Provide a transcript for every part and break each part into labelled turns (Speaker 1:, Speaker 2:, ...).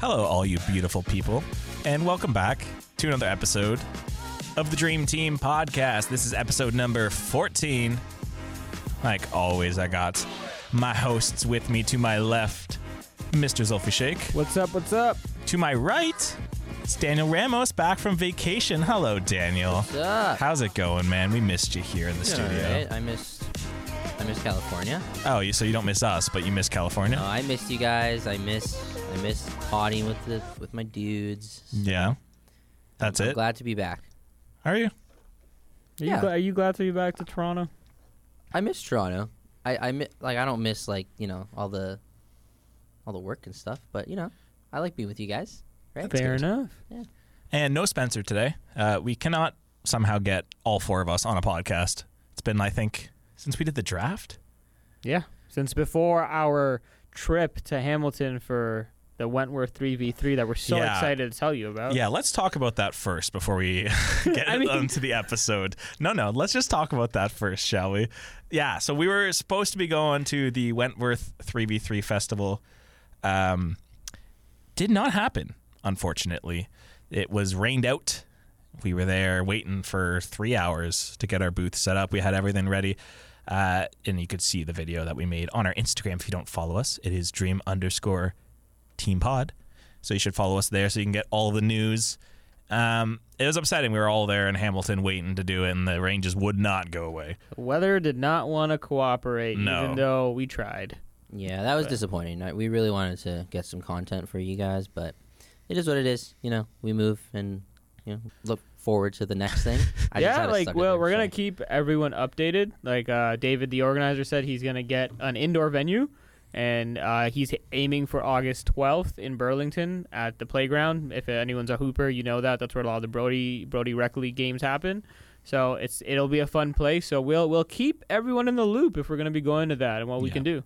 Speaker 1: Hello, all you beautiful people, and welcome back to another episode of the Dream Team podcast. This is episode number 14. Like always, I got my hosts with me to my left, Mr. Zulfi Shake.
Speaker 2: What's up? What's up?
Speaker 1: To my right, it's Daniel Ramos back from vacation. Hello, Daniel.
Speaker 3: What's up?
Speaker 1: How's it going, man? We missed you here in the
Speaker 3: Doing all
Speaker 1: studio.
Speaker 3: right. I missed. I missed California.
Speaker 1: Oh, you, so you don't miss us, but you miss California?
Speaker 3: No, I missed you guys. I missed. I missed potting with the with my dudes.
Speaker 1: yeah. That's
Speaker 3: I'm
Speaker 1: it.
Speaker 3: glad to be back.
Speaker 1: Are you?
Speaker 2: Are you,
Speaker 3: Yeah.
Speaker 2: gla- are you glad to be back to Toronto?
Speaker 3: I miss Toronto. I I mi- like I don't miss like you know all the all the work and stuff, but you know I like being with you guys. Right?
Speaker 2: Fair enough.
Speaker 1: And no Spencer today. Uh, we cannot somehow get all four of us on a podcast. It's been, I think, since we did the draft.
Speaker 2: Yeah. Since before our trip to Hamilton for the Wentworth 3v3 that we're so
Speaker 1: Yeah.
Speaker 2: excited to tell you about.
Speaker 1: Yeah, let's talk about that first before we get
Speaker 2: Uh, I mean-
Speaker 1: onto the episode. No, no, let's just talk about that first, shall we? Yeah, so we were supposed to be going to the Wentworth 3v3 festival. Um, did not happen, unfortunately. It was rained out. We were there waiting for three hours to get our booth set up. We had everything ready. Uh, and you could see the video that we made on our Instagram if you don't follow us. It is dream underscore team pod. So you should follow us there so you can get all the news. Um, it was upsetting. We were all there in Hamilton waiting to do it, and the rain just would not go away.
Speaker 2: The weather did not want to cooperate,
Speaker 1: No.
Speaker 2: even though we tried.
Speaker 3: Yeah, that was disappointing. I, we really wanted to get some content for you guys, but it is what it is. You know, we move and you know look forward to the next thing. I just
Speaker 2: yeah,
Speaker 3: had it
Speaker 2: like,
Speaker 3: stuck in
Speaker 2: well,
Speaker 3: there,
Speaker 2: we're
Speaker 3: so-
Speaker 2: going to keep everyone updated. Like, uh, David, the organizer, said he's going to get an indoor venue, and uh, he's aiming for August 12th in Burlington at the playground. If anyone's a hooper, you know that. That's where a lot of the Brody Brody Rec League games happen. So it's it'll be a fun place. So we'll we'll keep everyone in the loop if we're going to be going to that and what we
Speaker 1: Yeah.
Speaker 2: can do.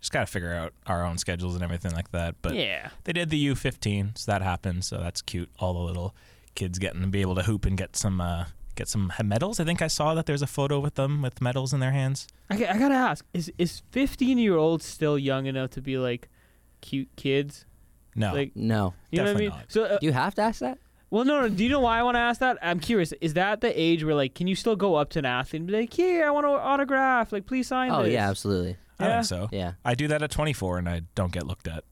Speaker 1: Just gotta figure out our own schedules and everything like that. But
Speaker 2: yeah,
Speaker 1: they did the U15, so that happened. So that's cute. All the little kids getting to be able to hoop and get some uh, get some medals. I think I saw that there's a photo with them with medals in their hands.
Speaker 2: I, I gotta ask: is is 15 year olds still young enough to be like cute kids?
Speaker 1: No,
Speaker 2: Like
Speaker 3: No,
Speaker 2: you know what I
Speaker 1: definitely
Speaker 2: mean?
Speaker 1: not.
Speaker 2: So uh,
Speaker 3: do you have to ask that?
Speaker 2: Well, no, no. Do you know why I want to ask that? I'm curious. Is that the age where, like, can you still go up to an athlete and be like, "Here, I want an autograph. Like, please sign
Speaker 3: Oh
Speaker 2: this."
Speaker 3: yeah, absolutely.
Speaker 1: I
Speaker 2: yeah.
Speaker 1: think
Speaker 4: Oh,
Speaker 1: so.
Speaker 3: Yeah.
Speaker 1: I do that at 24, and I don't get looked at.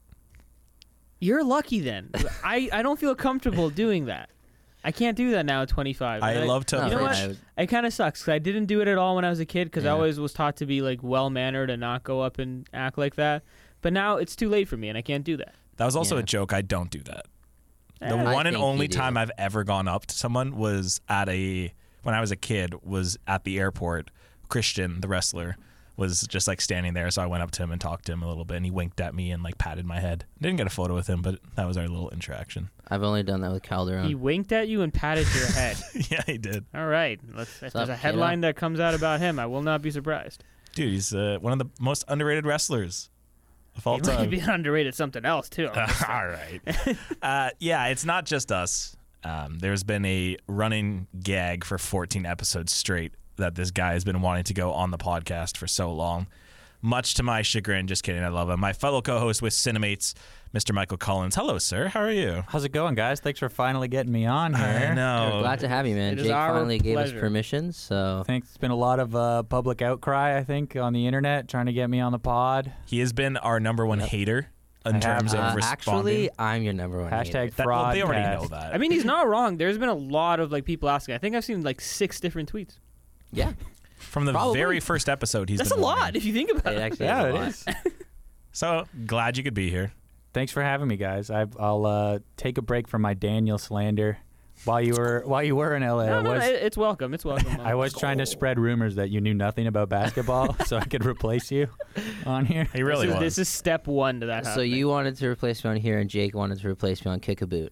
Speaker 2: You're lucky then. I, I don't feel comfortable doing that. I can't do that now at 25.
Speaker 1: I
Speaker 2: Like,
Speaker 1: love to.
Speaker 3: No,
Speaker 2: You know
Speaker 3: for-
Speaker 2: what?
Speaker 3: I would-
Speaker 2: It kind of sucks 'cause I didn't do it at all when I was a kid because I
Speaker 3: Yeah.
Speaker 2: always was taught to be like well mannered and not go up and act like that. But now it's too late for me and I can't do that.
Speaker 1: That was also
Speaker 3: Yeah.
Speaker 1: a joke. I don't do that. The
Speaker 2: Eh.
Speaker 3: I
Speaker 1: one and
Speaker 3: think you
Speaker 1: only
Speaker 3: do.
Speaker 1: time I've ever gone up to someone was at a when I was a kid was at the airport. Christian, the wrestler, was just like standing there, so I went up to him and talked to him a little bit, and he winked at me and like patted my head. Didn't get a photo with him, but that was our little interaction.
Speaker 3: I've only done that with Calderon.
Speaker 2: He winked at you and patted your head.
Speaker 1: yeah, he did,
Speaker 2: All right. Let's, if
Speaker 3: up,
Speaker 2: there's a
Speaker 3: kiddo?
Speaker 2: headline that comes out about him, I will not be surprised.
Speaker 1: dude. He's uh, one of the most underrated wrestlers of all
Speaker 2: He might
Speaker 1: time.
Speaker 2: be underrated something else too.
Speaker 1: all right. Uh, yeah, it's not just us. Um, there's been a running gag for 14 episodes straight that this guy has been wanting to go on the podcast for so long. Much to my chagrin, just kidding. I love him. My fellow co-host with Cinemates, Mr. Michael Collins. Hello, sir. How are you?
Speaker 4: How's it going, guys? Thanks for finally getting me on here.
Speaker 1: I
Speaker 4: Oh.
Speaker 1: know.
Speaker 3: Glad to have you, man.
Speaker 2: It is
Speaker 3: Jake
Speaker 2: our
Speaker 3: finally gave us
Speaker 2: pleasure.
Speaker 3: permission, so
Speaker 4: I think it's been a lot of uh, public outcry. I think on the internet trying to get me on the pod.
Speaker 1: He has been our number one hater in
Speaker 4: I have-
Speaker 1: terms
Speaker 3: uh,
Speaker 1: of responding.
Speaker 3: actually, I'm your number one. hater.
Speaker 4: Hashtag
Speaker 1: That- well,
Speaker 4: fraud.
Speaker 1: they already know that.
Speaker 2: I mean, he's not wrong. There's been a lot of like people asking. I think I've seen like six different tweets.
Speaker 3: Yeah,
Speaker 1: From the
Speaker 3: probably.
Speaker 1: very first episode, he's
Speaker 2: That's a
Speaker 1: been
Speaker 2: lot
Speaker 1: wanting.
Speaker 2: if you think about
Speaker 3: it
Speaker 2: it.
Speaker 3: actually is
Speaker 4: Yeah,
Speaker 3: a
Speaker 4: it
Speaker 3: lot.
Speaker 4: is.
Speaker 1: So glad you could be here.
Speaker 4: Thanks for having me, guys. i I'll uh, take a break from my Daniel slander. While you were while you were in LA,
Speaker 2: No,
Speaker 4: I
Speaker 2: no,
Speaker 4: was
Speaker 2: no, it- it's welcome. It's welcome.
Speaker 4: I was trying to spread rumors that you knew nothing about basketball, so I could replace you on here.
Speaker 1: He really
Speaker 2: this is,
Speaker 1: was.
Speaker 2: This is step one to that.
Speaker 3: So
Speaker 2: happening.
Speaker 3: you wanted to replace me on here, and Jake wanted to replace me on Kickaboot.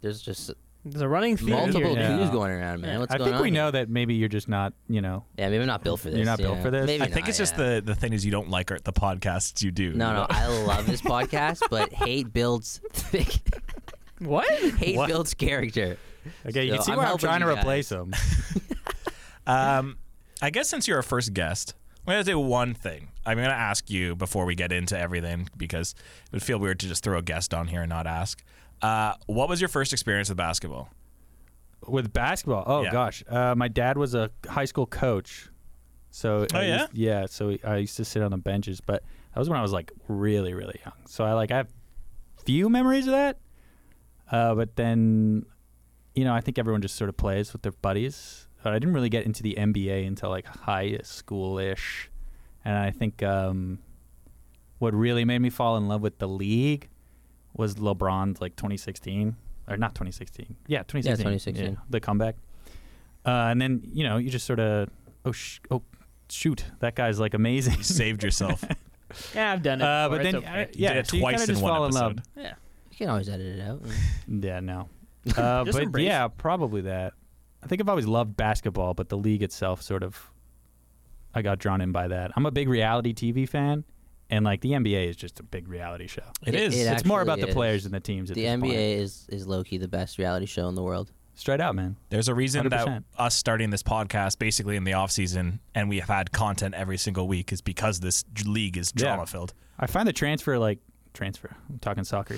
Speaker 3: There's just
Speaker 2: there's a running theme
Speaker 3: multiple
Speaker 2: here.
Speaker 4: Yeah.
Speaker 3: views going around, man.
Speaker 2: Yeah.
Speaker 3: What's
Speaker 4: I
Speaker 3: going
Speaker 4: think
Speaker 3: on?
Speaker 4: we know that maybe you're just not, you know,
Speaker 3: Yeah, maybe I'm not built for this.
Speaker 4: You're not built
Speaker 3: yeah.
Speaker 4: for this?
Speaker 3: Maybe
Speaker 1: I think
Speaker 3: not,
Speaker 1: it's just
Speaker 3: yeah.
Speaker 1: the the thing is you don't like our, the podcasts you do.
Speaker 3: No, no, I love this podcast, but hate builds thick.
Speaker 2: What?
Speaker 3: hate
Speaker 1: What?
Speaker 3: builds character.
Speaker 4: okay, you
Speaker 3: So
Speaker 4: can see
Speaker 3: I'm
Speaker 4: why I'm
Speaker 3: helping
Speaker 4: trying to
Speaker 3: you guys.
Speaker 4: replace him.
Speaker 1: Um, I guess since you're our first guest, we're gonna do one thing. I'm going to ask you before we get into everything because it would feel weird to just throw a guest on here and not ask. Uh, what was your first experience with basketball?
Speaker 4: With basketball, oh
Speaker 1: Yeah.
Speaker 4: gosh, uh, my dad was a high school coach, so
Speaker 1: Oh,
Speaker 4: I
Speaker 1: yeah?
Speaker 4: used, yeah. So I used to sit on the benches, but that was when I was like really, really young. So I like I have few memories of that, uh, but then, you know, I think everyone just sort of plays with their buddies. But I didn't really get into the NBA until like high school ish, and I think um, what really made me fall in love with the league was LeBron's like 2016 or not 2016. Yeah, 2016.
Speaker 3: 2016.
Speaker 4: the comeback. Uh, and then, you know, you just sort of oh sh- oh shoot, that guy's like amazing.
Speaker 1: You saved yourself.
Speaker 2: Yeah, I've done it.
Speaker 4: Uh, but
Speaker 2: before,
Speaker 4: then
Speaker 2: it's okay.
Speaker 4: I- yeah,
Speaker 1: did it
Speaker 4: so you
Speaker 1: twice
Speaker 4: kinda
Speaker 1: in
Speaker 4: just
Speaker 1: one
Speaker 4: fall
Speaker 1: episode.
Speaker 4: in love.
Speaker 2: yeah.
Speaker 3: You can always edit it out.
Speaker 4: Yeah, no. Uh,
Speaker 2: Just
Speaker 4: but
Speaker 2: embrace
Speaker 4: yeah, probably that. I think I've always loved basketball, but the league itself sort of I got drawn in by that. I'm a big reality TV fan, and like the NBA is just a big reality show.
Speaker 1: It is.
Speaker 3: it
Speaker 4: it's more
Speaker 3: actually
Speaker 4: about the
Speaker 3: is.
Speaker 4: players than the teams. At
Speaker 3: The
Speaker 4: this
Speaker 3: NBA
Speaker 4: point.
Speaker 3: is is low key the best reality show in the world.
Speaker 4: straight out, man.
Speaker 1: There's a reason that
Speaker 4: 100%.
Speaker 1: us starting this podcast basically in the off season and we have had content every single week is because this j- league is
Speaker 4: Yeah.
Speaker 1: drama filled.
Speaker 4: I find the transfer like transfer. I'm talking soccer.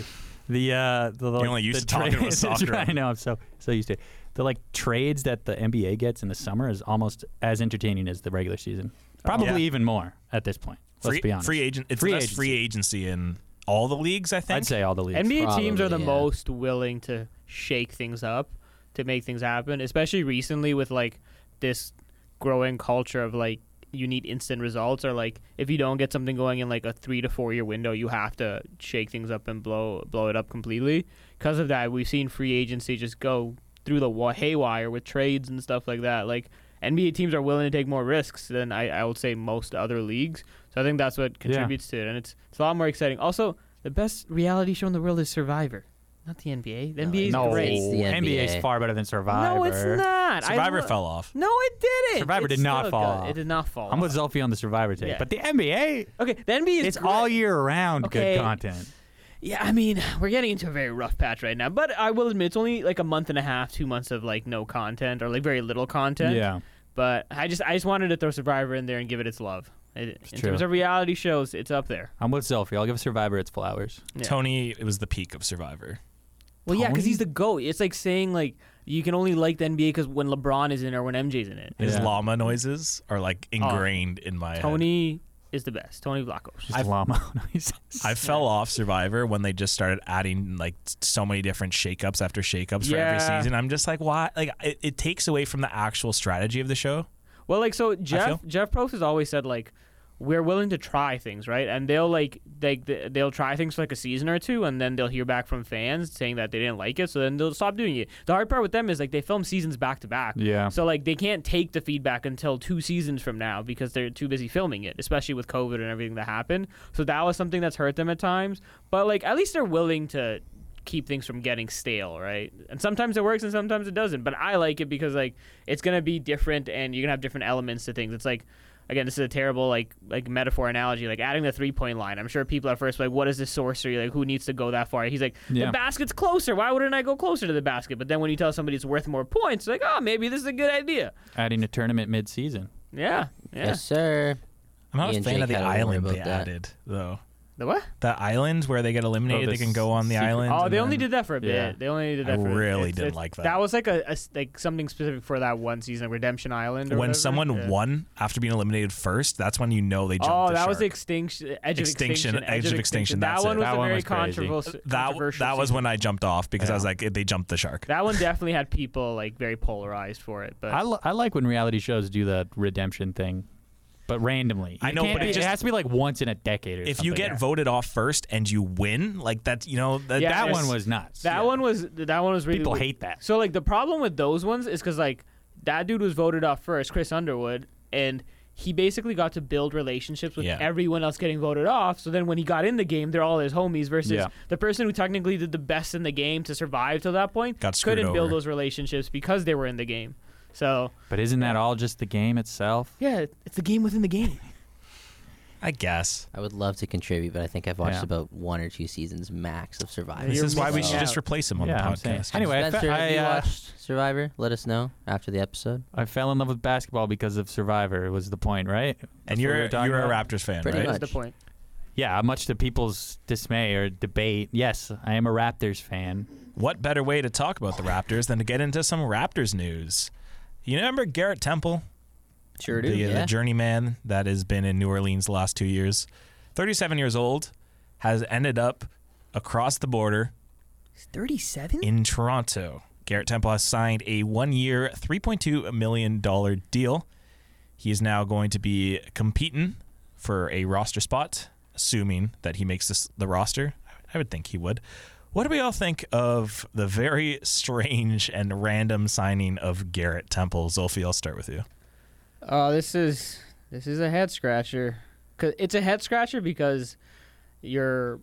Speaker 4: The uh, the like,
Speaker 1: only used to
Speaker 4: the
Speaker 1: talking about
Speaker 4: trades-
Speaker 1: soccer.
Speaker 4: I know. I'm so so used to it. The like trades that the NBA gets in the summer is almost as entertaining as the regular season. Probably
Speaker 1: Oh, Yeah.
Speaker 4: even more at this point. Let's
Speaker 1: Free,
Speaker 4: be honest.
Speaker 1: free agent. It's
Speaker 4: Free
Speaker 1: the best free agency in all the leagues. I think.
Speaker 4: I'd say all the leagues.
Speaker 2: NBA teams
Speaker 3: Probably,
Speaker 2: are the
Speaker 3: yeah.
Speaker 2: most willing to shake things up, to make things happen, especially recently with like this growing culture of like you need instant results or like if you don't get something going in like a 3 to 4 year window, you have to shake things up and blow blow it up completely. Because of that, we've seen free agency just go through the wa- haywire with trades and stuff like that. Like NBA teams are willing to take more risks than I, I would say most other leagues. So I think that's what contributes to it, and it's it's a lot more exciting. Also, the best reality show in the world is Survivor, not the NBA. The
Speaker 3: No,
Speaker 2: NBA is
Speaker 4: no,
Speaker 2: great.
Speaker 3: It's the
Speaker 4: NBA's
Speaker 3: NBA.
Speaker 4: far better than Survivor.
Speaker 2: No, it's not. I
Speaker 1: Survivor
Speaker 2: lo-
Speaker 1: fell off.
Speaker 2: No, it didn't.
Speaker 4: Survivor
Speaker 2: It's
Speaker 4: did not
Speaker 2: still
Speaker 4: fall
Speaker 2: good.
Speaker 4: off.
Speaker 2: It did not fall.
Speaker 4: I'm with
Speaker 2: off.
Speaker 4: Zolfi on the Survivor take,
Speaker 2: Yeah.
Speaker 4: but the NBA,
Speaker 2: Okay, the NBA is
Speaker 4: it's
Speaker 2: great.
Speaker 4: all year round
Speaker 2: Okay.
Speaker 4: good content.
Speaker 2: Yeah, I mean, we're getting into a very rough patch right now, but I will admit it's only like a month and a half, two months of like no content or like very little content.
Speaker 4: Yeah,
Speaker 2: But I just I just wanted to throw Survivor in there and give it its love. It, in
Speaker 4: true.
Speaker 2: terms of reality shows, it's up there.
Speaker 4: I'm with Zolfi. I'll give Survivor its flowers.
Speaker 2: Yeah.
Speaker 1: Tony, it was the peak of Survivor.
Speaker 2: Well, yeah, because
Speaker 4: Tony?
Speaker 2: he's the goat. It's like saying like you can only like the NBA because when LeBron is in it or when MJ's in it.
Speaker 1: His
Speaker 4: Yeah.
Speaker 1: llama noises are like ingrained in my head.
Speaker 2: Oh. Tony is the best. Tony Vlachos.
Speaker 4: Just llama noises.
Speaker 1: I fell off Survivor when they just started adding like s- so many different shakeups after shakeups for every
Speaker 2: Yeah.
Speaker 1: season. I'm just like, why? Like, it, it takes away from the actual strategy of the show.
Speaker 2: Well, like so, Jeff
Speaker 1: feel-
Speaker 2: Jeff Probst has always said like we're willing to try things, right? And they'll like they they'll try things for like a season or two, and then they'll hear back from fans saying that they didn't like it, so then they'll stop doing it. The hard part with them is like they film seasons back to back,
Speaker 4: Yeah.
Speaker 2: So like they can't take the feedback until two seasons from now because they're too busy filming it, especially with COVID and everything that happened. So that was something that's hurt them at times. But like at least they're willing to keep things from getting stale, right? And sometimes it works and sometimes it doesn't. But I like it because like it's gonna be different and you're gonna have different elements to things. It's like again, this is a terrible like like metaphor analogy. Like adding the three point line. I'm sure people at first were like, what is this sorcery? Like who needs to go that far? He's like,
Speaker 4: Yeah.
Speaker 2: the basket's closer. Why wouldn't I go closer to the basket? But then when you tell somebody it's worth more points, like, oh, maybe this is a good idea.
Speaker 4: Adding a tournament mid-season.
Speaker 2: Yeah. Yeah.
Speaker 3: Yes, sir.
Speaker 1: I'm not
Speaker 3: Me
Speaker 1: a
Speaker 3: and
Speaker 1: fan
Speaker 3: Jake
Speaker 1: of the
Speaker 3: had a rumor
Speaker 1: island
Speaker 3: about
Speaker 1: they
Speaker 3: that.
Speaker 1: added though.
Speaker 2: The what?
Speaker 1: The island where they get eliminated,
Speaker 4: the
Speaker 1: they can go on the
Speaker 4: secret-
Speaker 1: island.
Speaker 2: Oh,
Speaker 1: and
Speaker 2: they only
Speaker 1: then-
Speaker 2: did that for a bit.
Speaker 4: Yeah.
Speaker 2: They only did
Speaker 1: I
Speaker 2: that. for a bit.
Speaker 1: really
Speaker 2: It's-
Speaker 1: didn't
Speaker 2: it's-
Speaker 1: like that.
Speaker 2: That was like a, a s- like something specific for that one season, Redemption Island. Or
Speaker 1: when
Speaker 2: whatever.
Speaker 1: someone
Speaker 2: Yeah.
Speaker 1: won after being eliminated first, that's when you know they jumped.
Speaker 2: Oh,
Speaker 1: the
Speaker 2: that was
Speaker 1: shark.
Speaker 2: extinction, edge of
Speaker 1: Extinction,
Speaker 2: extinction,
Speaker 1: Edge of Extinction,
Speaker 2: That
Speaker 1: that's
Speaker 2: one
Speaker 1: it.
Speaker 2: was
Speaker 4: That
Speaker 2: a
Speaker 4: one
Speaker 2: very
Speaker 4: was crazy.
Speaker 2: controversial.
Speaker 1: that
Speaker 2: controversial
Speaker 1: that was
Speaker 2: season.
Speaker 1: when I jumped off because I was
Speaker 4: Yeah.
Speaker 1: like, they jumped the shark.
Speaker 2: That one definitely had people like very polarized for it. But
Speaker 4: I, li- I like when reality shows do the redemption thing, but randomly.
Speaker 1: I
Speaker 4: It
Speaker 1: know,
Speaker 4: can't
Speaker 1: but it
Speaker 4: be-
Speaker 1: just-
Speaker 4: has to be like once in a decade or
Speaker 1: if
Speaker 4: something.
Speaker 1: you get voted off first and you win, like that's you know that,
Speaker 2: Yeah,
Speaker 4: that
Speaker 2: there's-
Speaker 4: one was nuts.
Speaker 2: that one was that one was really
Speaker 4: People hate that.
Speaker 2: So like the problem with those ones is because like that dude was voted off first, Chris Underwood, and he basically got to build relationships with
Speaker 1: Yeah.
Speaker 2: everyone else getting voted off. So then when he got in the game, they're all his homies versus
Speaker 4: Yeah.
Speaker 2: the person who technically did the best in the game to survive till that point
Speaker 1: Got screwed
Speaker 2: couldn't build
Speaker 1: over.
Speaker 2: those relationships because they were in the game. So
Speaker 4: But isn't that all just the game itself?
Speaker 2: yeah, it's the game within the game.
Speaker 1: I guess.
Speaker 3: I would love to contribute, but I think I've watched
Speaker 4: Yeah.
Speaker 3: about one or two seasons max of Survivor.
Speaker 1: This
Speaker 2: You're
Speaker 1: is why we
Speaker 3: missing
Speaker 1: should
Speaker 3: out.
Speaker 1: just replace him on
Speaker 4: Yeah, I'm
Speaker 1: the
Speaker 4: saying.
Speaker 1: podcast.
Speaker 4: Anyway, I fe-
Speaker 3: Spencer,
Speaker 4: I,
Speaker 3: if you
Speaker 4: uh,
Speaker 3: watched Survivor, let us know after the episode.
Speaker 4: I fell in love with basketball because of Survivor. Was the point right? That's what
Speaker 1: and
Speaker 4: we
Speaker 1: you're
Speaker 4: were talking
Speaker 1: you're a
Speaker 4: about?
Speaker 1: Raptors fan,
Speaker 3: Pretty
Speaker 1: right?
Speaker 2: That's
Speaker 3: much.
Speaker 2: the point.
Speaker 4: Yeah, much to people's dismay or debate. Yes, I am a Raptors fan.
Speaker 1: What better way to talk about the Raptors than to get into some Raptors news? You remember Garrett Temple,
Speaker 3: Sure
Speaker 1: the, the journeyman that has been in New Orleans the last two years, 37 years old, has ended up across the border
Speaker 2: Thirty-seven.
Speaker 1: in Toronto. Garrett Temple has signed a one-year, 3.2 million dollar deal. He is now going to be competing for a roster spot, assuming that he makes this the roster. I would think he would. What do we all think of the very strange and random signing of Garrett Temple? Zolfi, I'll start with you.
Speaker 2: Oh, this is this is a head scratcher. 'Cause- it's a head scratcher because your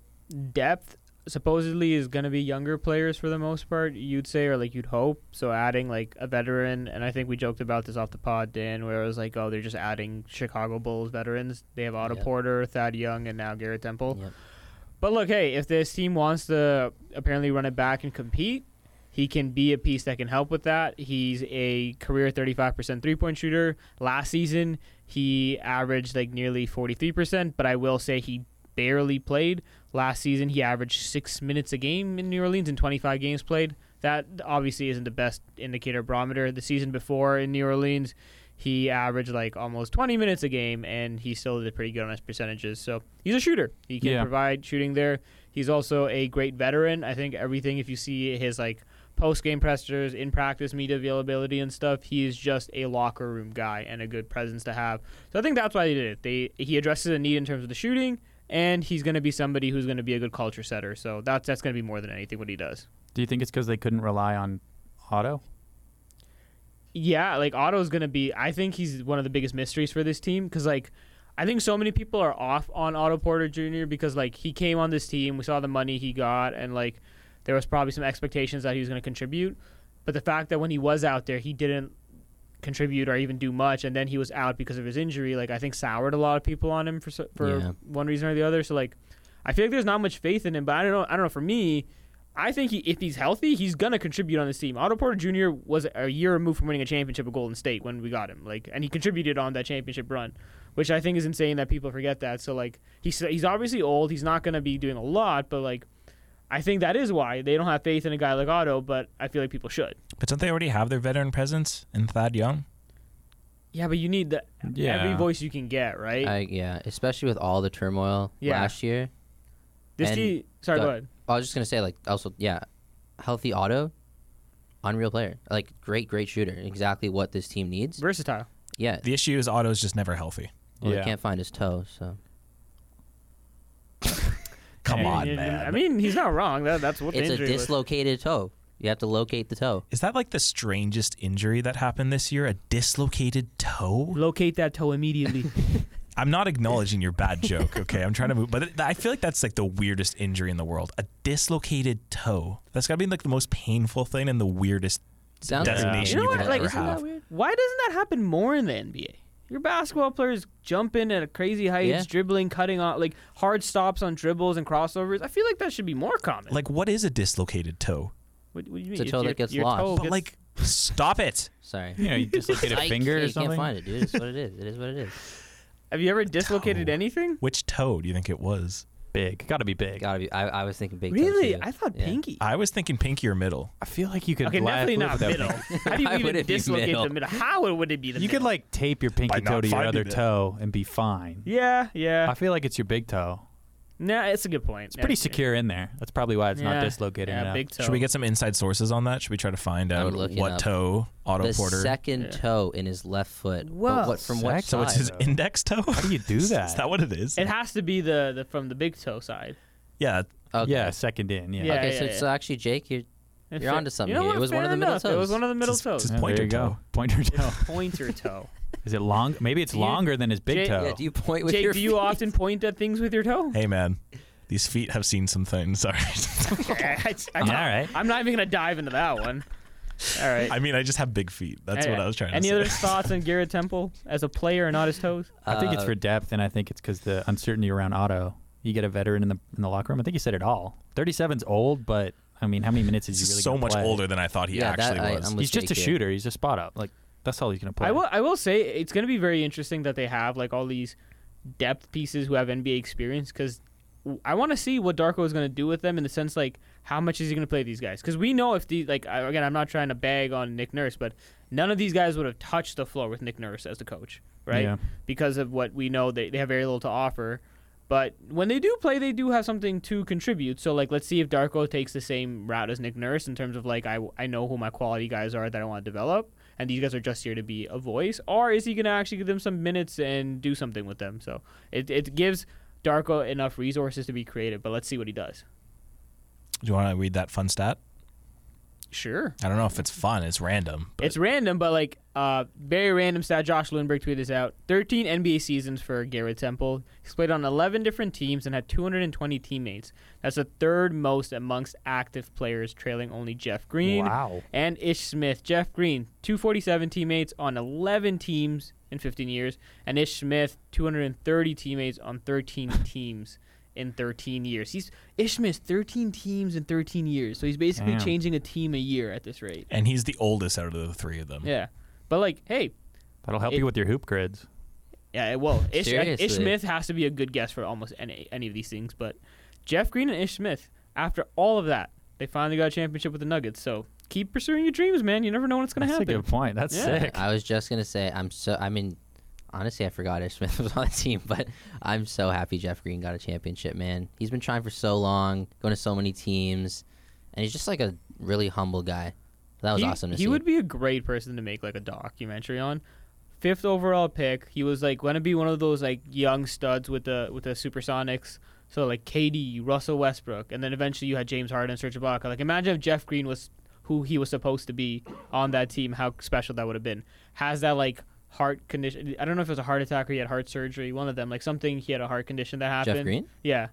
Speaker 2: depth supposedly is going to be younger players for the most part. You'd say or like you'd hope. So adding like a veteran, and I think we joked about this off the pod, Dan, where it was like, oh, they're just adding Chicago Bulls veterans. They have Otto
Speaker 3: Yep.
Speaker 2: Porter, Thad Young, and now Garrett Temple.
Speaker 3: Yep.
Speaker 2: But look, hey, if this team wants to apparently run it back and compete, he can be a piece that can help with that. He's a career 35% three point shooter. Last season, he averaged like nearly 43%, but I will say he barely played. Last season, he averaged six minutes a game in New Orleans in 25 games played. That obviously isn't the best indicator barometer. The season before in New Orleans, he averaged like almost 20 minutes a game, and he still did pretty good on his percentages. So he's a shooter. He can
Speaker 4: Yeah.
Speaker 2: provide shooting there. He's also a great veteran. I think everything, if you see his like post game pressers, in practice media availability and stuff, he is just a locker room guy and a good presence to have. So I think that's why they did it. They he addresses a need in terms of the shooting, and he's going to be somebody who's going to be a good culture setter. So that's that's going to be more than anything what he does.
Speaker 4: Do you think it's because they couldn't rely on Otto?
Speaker 2: Yeah, like Otto's going to be. I think he's one of the biggest mysteries for this team because like. I think so many people are off on Otto Porter Jr. because like he came on this team, we saw the money he got, and like there was probably some expectations that he was going to contribute. But the fact that when he was out there, he didn't contribute or even do much, and then he was out because of his injury, like I think soured a lot of people on him for so- for
Speaker 3: Yeah.
Speaker 2: one reason or the other. So like, I feel like there's not much faith in him. But I don't know. I don't know. For me, I think he, if he's healthy, he's gonna contribute on this team. Otto Porter Jr. was a year removed from winning a championship at Golden State when we got him, like, and he contributed on that championship run, which I think is insane that people forget that. So like, he's he's obviously old. He's not gonna be doing a lot, but like. I think that is why they don't have faith in a guy like Otto, but I feel like people should.
Speaker 1: But don't they already have their veteran presence in Thad Young?
Speaker 2: Yeah, but you need the
Speaker 4: Yeah.
Speaker 2: every voice you can get, right?
Speaker 3: I, yeah, especially with all the turmoil
Speaker 2: Yeah.
Speaker 3: last year.
Speaker 2: this
Speaker 3: and
Speaker 2: team. Sorry,
Speaker 3: the-
Speaker 2: go ahead.
Speaker 3: I was just gonna say, like, also, yeah, healthy auto, unreal player, like, great, great shooter, exactly what this team needs.
Speaker 2: Versatile.
Speaker 3: Yeah,
Speaker 1: The issue is Otto's just never healthy.
Speaker 3: well,
Speaker 4: Yeah.
Speaker 3: he can't find his toe, so
Speaker 1: Come
Speaker 4: Hey,
Speaker 1: on,
Speaker 2: Yeah,
Speaker 1: man.
Speaker 2: I mean, he's not wrong. That, that's what the
Speaker 3: it's a
Speaker 2: injury was.
Speaker 3: dislocated toe. You have to locate the toe.
Speaker 1: Is that like the strangest injury that happened this year? A dislocated toe?
Speaker 2: Locate that toe immediately.
Speaker 1: I'm not acknowledging your bad joke, okay? I'm trying to move, but it- I feel like that's like the weirdest injury in the world. A dislocated toe. That's got to be like the most painful thing and the weirdest.
Speaker 3: Sounds like-
Speaker 1: Designation
Speaker 2: you know
Speaker 1: you
Speaker 2: what?
Speaker 1: could
Speaker 2: Like,
Speaker 1: ever
Speaker 2: isn't that
Speaker 1: have.
Speaker 2: weird? Why doesn't that happen more in the NBA? Your basketball players jumping at crazy heights,
Speaker 3: Yeah.
Speaker 2: dribbling, cutting on like hard stops on dribbles and crossovers. I feel like that should be more common.
Speaker 1: Like, what is a dislocated toe?
Speaker 2: what, what do you mean?
Speaker 3: It's a toe
Speaker 2: your-
Speaker 3: that gets
Speaker 2: your
Speaker 3: lost.
Speaker 2: toe
Speaker 1: But
Speaker 2: gets-
Speaker 1: like, stop it.
Speaker 3: Sorry.
Speaker 4: You know, you dislocate a
Speaker 3: Like,
Speaker 4: finger
Speaker 3: yeah, you
Speaker 4: or
Speaker 3: can't
Speaker 4: something.
Speaker 3: find it, dude. It's what it is. It is what it is.
Speaker 2: have you ever dislocated
Speaker 1: toe.
Speaker 2: anything?
Speaker 1: Which toe do you think it was?
Speaker 4: Big, got to be big.
Speaker 3: Gotta be. I, I was thinking big. toe,
Speaker 2: Really?
Speaker 3: too.
Speaker 2: I thought
Speaker 3: Yeah.
Speaker 2: pinky.
Speaker 1: I was thinking pinky or middle.
Speaker 4: I feel like you could.
Speaker 2: okay,
Speaker 4: laugh-
Speaker 2: definitely
Speaker 4: live
Speaker 2: not
Speaker 4: without
Speaker 2: middle.
Speaker 4: pinky.
Speaker 2: How do you
Speaker 3: Why would
Speaker 2: even
Speaker 3: it be
Speaker 2: dislocate
Speaker 3: middle?
Speaker 2: the middle? How would- would it be the
Speaker 4: You
Speaker 2: middle?
Speaker 4: could like tape your
Speaker 1: By
Speaker 4: pinky
Speaker 1: not
Speaker 4: toe to your
Speaker 1: finding
Speaker 4: other
Speaker 1: it.
Speaker 4: toe and be fine.
Speaker 2: Yeah, yeah.
Speaker 4: I feel like it's your big toe.
Speaker 2: Nah, it's a good point. It's
Speaker 4: Pretty secure in there. That's probably why it's not dislocated
Speaker 2: Yeah,
Speaker 4: enough.
Speaker 2: big toe.
Speaker 1: Should we get some inside sources on that? Should we try to find
Speaker 3: I'm
Speaker 1: out
Speaker 3: looking
Speaker 1: what
Speaker 3: up.
Speaker 1: toe Otto
Speaker 3: The
Speaker 1: Porter?
Speaker 3: second
Speaker 2: Yeah.
Speaker 3: toe in his left foot. but
Speaker 2: Whoa.
Speaker 3: what from what
Speaker 4: Second-
Speaker 1: so it's his
Speaker 4: Side, though.
Speaker 1: index toe.
Speaker 4: How do you do
Speaker 1: Is
Speaker 4: that?
Speaker 1: that what it is?
Speaker 2: It has to be the, the from the big toe side.
Speaker 1: yeah,
Speaker 3: Okay.
Speaker 4: Yeah, second in. Yeah.
Speaker 2: Yeah.
Speaker 3: okay, so, so actually, Jake, you're
Speaker 2: If
Speaker 3: You're
Speaker 2: it-
Speaker 3: onto something
Speaker 2: you know
Speaker 3: here.
Speaker 2: what?
Speaker 3: It was one of
Speaker 2: Fair
Speaker 3: the middle
Speaker 2: enough. It was
Speaker 3: toes.
Speaker 2: one of the middle
Speaker 1: It's his-
Speaker 2: toes.
Speaker 1: it's his
Speaker 4: Yeah,
Speaker 1: pointer
Speaker 4: there you
Speaker 1: toe.
Speaker 4: go. Pointer toe.
Speaker 2: pointer toe.
Speaker 4: Is it long? Maybe it's
Speaker 2: Do you-
Speaker 4: longer than his big
Speaker 2: Jake-
Speaker 4: toe.
Speaker 1: Oh.
Speaker 3: yeah. Do you point with
Speaker 2: Jake,
Speaker 3: your
Speaker 2: do you
Speaker 3: feet?
Speaker 2: often point at things with your toe?
Speaker 1: Hey man, these feet have seen some things. Sorry.
Speaker 2: I,
Speaker 4: All right.
Speaker 2: am not even gonna dive into that one. All right.
Speaker 1: I mean, I just have big feet. That's
Speaker 2: Any-
Speaker 1: what I was trying to
Speaker 2: Any
Speaker 1: say.
Speaker 2: other thoughts on Garrett Temple as a player and not his toes?
Speaker 4: I think it's
Speaker 3: Uh,
Speaker 4: for depth, and I think it's because the uncertainty around Otto. You get a veteran in the in the locker room. I think you said it all. 37's old, but I mean, how many minutes is he
Speaker 1: He's
Speaker 4: really
Speaker 1: so
Speaker 4: gonna
Speaker 1: much
Speaker 4: play?
Speaker 1: older than I thought he
Speaker 3: Yeah, that
Speaker 1: actually
Speaker 3: I-
Speaker 1: was.
Speaker 3: I'm with
Speaker 4: He's just a
Speaker 3: JK.
Speaker 4: shooter. He's a spot up. Like that's all he's gonna play.
Speaker 2: I will. I will say it's going to be very interesting that they have like all these depth pieces who have NBA experience because I want to see what Darko is going to do with them in the sense like how much is he going to play these guys because we know if these like I- again I'm not trying to bag on Nick Nurse but none of these guys would have touched the floor with Nick Nurse as the coach right
Speaker 4: Yeah.
Speaker 2: because of what we know they they have very little to offer. But when they do play, they do have something to contribute. So, like, let's see if Darko takes the same route as Nick Nurse in terms of like, I, I know who my quality guys are that I want to develop, and these guys are just here to be a voice. Or is he gonna actually give them some minutes and do something with them? So it it gives Darko enough resources to be creative. But let's see what he does.
Speaker 1: Do you want to read that fun stat?
Speaker 2: Sure.
Speaker 1: I don't know if it's fun. It's random. But
Speaker 2: It's random, but like uh, very random stat. Josh Lindberg tweeted this out: 13 NBA seasons for Garrett Temple. He's played on 11 different teams and had 220 teammates. That's the third most amongst active players, trailing only Jeff Green
Speaker 4: Wow.
Speaker 2: and Ish Smith. Jeff Green, 247 teammates on 11 teams in 15 years, and Ish Smith, 230 teammates on 13 teams in 13 years. He's Ish Smith, 13 teams in 13 years. So he's basically
Speaker 4: Damn.
Speaker 2: changing a team a year at this rate.
Speaker 1: and he's the oldest out of the three of them.
Speaker 2: Yeah. But like, hey,
Speaker 4: That'll help
Speaker 2: It-
Speaker 4: you with your hoop grids.
Speaker 2: yeah, well, Ish,
Speaker 3: Seriously.
Speaker 2: Ish Smith has to be a good guess for almost any any of these things. But Jeff Green and Ish Smith, after all of that, they finally got a championship with the Nuggets. So keep pursuing your dreams, man. You never know when it's gonna
Speaker 4: That's
Speaker 2: happen.
Speaker 4: a good point. That's
Speaker 2: Yeah.
Speaker 4: sick.
Speaker 3: I was just gonna say I'm so. I mean, honestly, I forgot Ish Smith was on the team, but I'm so happy Jeff Green got a championship. Man, he's been trying for so long, going to so many teams, and he's just like a really humble guy. That was
Speaker 2: he,
Speaker 3: awesome to
Speaker 2: he
Speaker 3: see.
Speaker 2: would be a great person to make like a documentary on. Fifth overall pick, he was like going to be one of those like young studs with the with the Supersonics. So like KD, Russell Westbrook, and then eventually you had James Harden, Serge Ibaka. Like imagine if Jeff Green was who he was supposed to be on that team, how special that would have been. Has that like heart condition? I don't know if it was a heart attack or he had heart surgery. One of them, like something he had a heart condition that happened.
Speaker 3: Jeff Green.
Speaker 2: Yeah,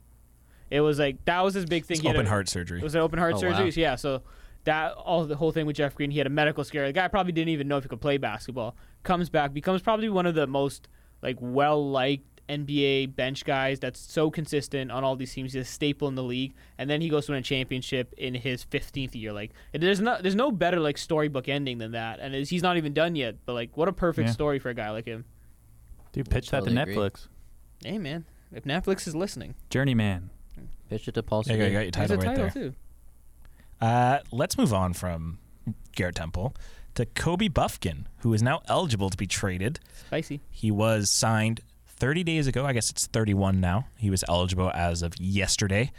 Speaker 2: it was like that was his big thing.
Speaker 1: It's
Speaker 2: He had
Speaker 1: open
Speaker 2: a-
Speaker 1: heart surgery.
Speaker 2: it was an open heart
Speaker 3: Oh,
Speaker 2: surgery.
Speaker 3: wow.
Speaker 2: So, yeah, so that all the whole thing with Jeff Green, he had a medical scare. The guy probably didn't even know if he could play basketball. Comes back, becomes probably one of the most like well liked NBA bench guys. That's so consistent on all these teams. He's a staple in the league, and then he goes to win a championship in his fifteenth year. Like it- there's no there's no better like storybook ending than that. And it's- he's not even done yet. But like what a perfect
Speaker 4: Yeah.
Speaker 2: story for a guy like him.
Speaker 4: Dude, pitch that to
Speaker 3: Totally agree.
Speaker 4: Netflix.
Speaker 2: Hey man, if Netflix is listening,
Speaker 4: Journeyman.
Speaker 3: Pitch it to Paul.
Speaker 1: There you go, you got your
Speaker 2: there's
Speaker 1: title
Speaker 2: a
Speaker 1: right
Speaker 2: title
Speaker 1: there.
Speaker 2: too.
Speaker 1: Uh, let's move on from Garrett Temple to Kobe Buffkin, who is now eligible to be traded.
Speaker 2: Spicy.
Speaker 1: He was signed 30 days ago. I guess it's 31 now. He was eligible as of yesterday,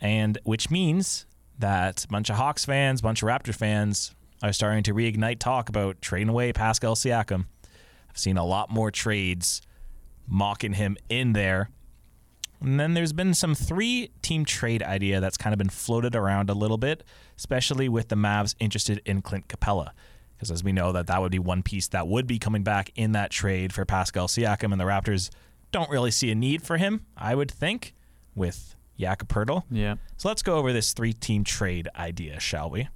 Speaker 1: and which means that a bunch of Hawks fans, bunch of Raptor fans are starting to reignite talk about trading away Pascal Siakam. I've seen a lot more trades mocking him in there. And then there's been some three team trade idea that's kind of been floated around a little bit, especially with the Mavs interested in Clint Capella. Because as we know that that would be one piece that would be coming back in that trade for Pascal Siakam and the Raptors don't really see a need for him, I would think, with Jakob Pertl.
Speaker 4: Yeah.
Speaker 1: So let's go over this three team trade idea, shall we?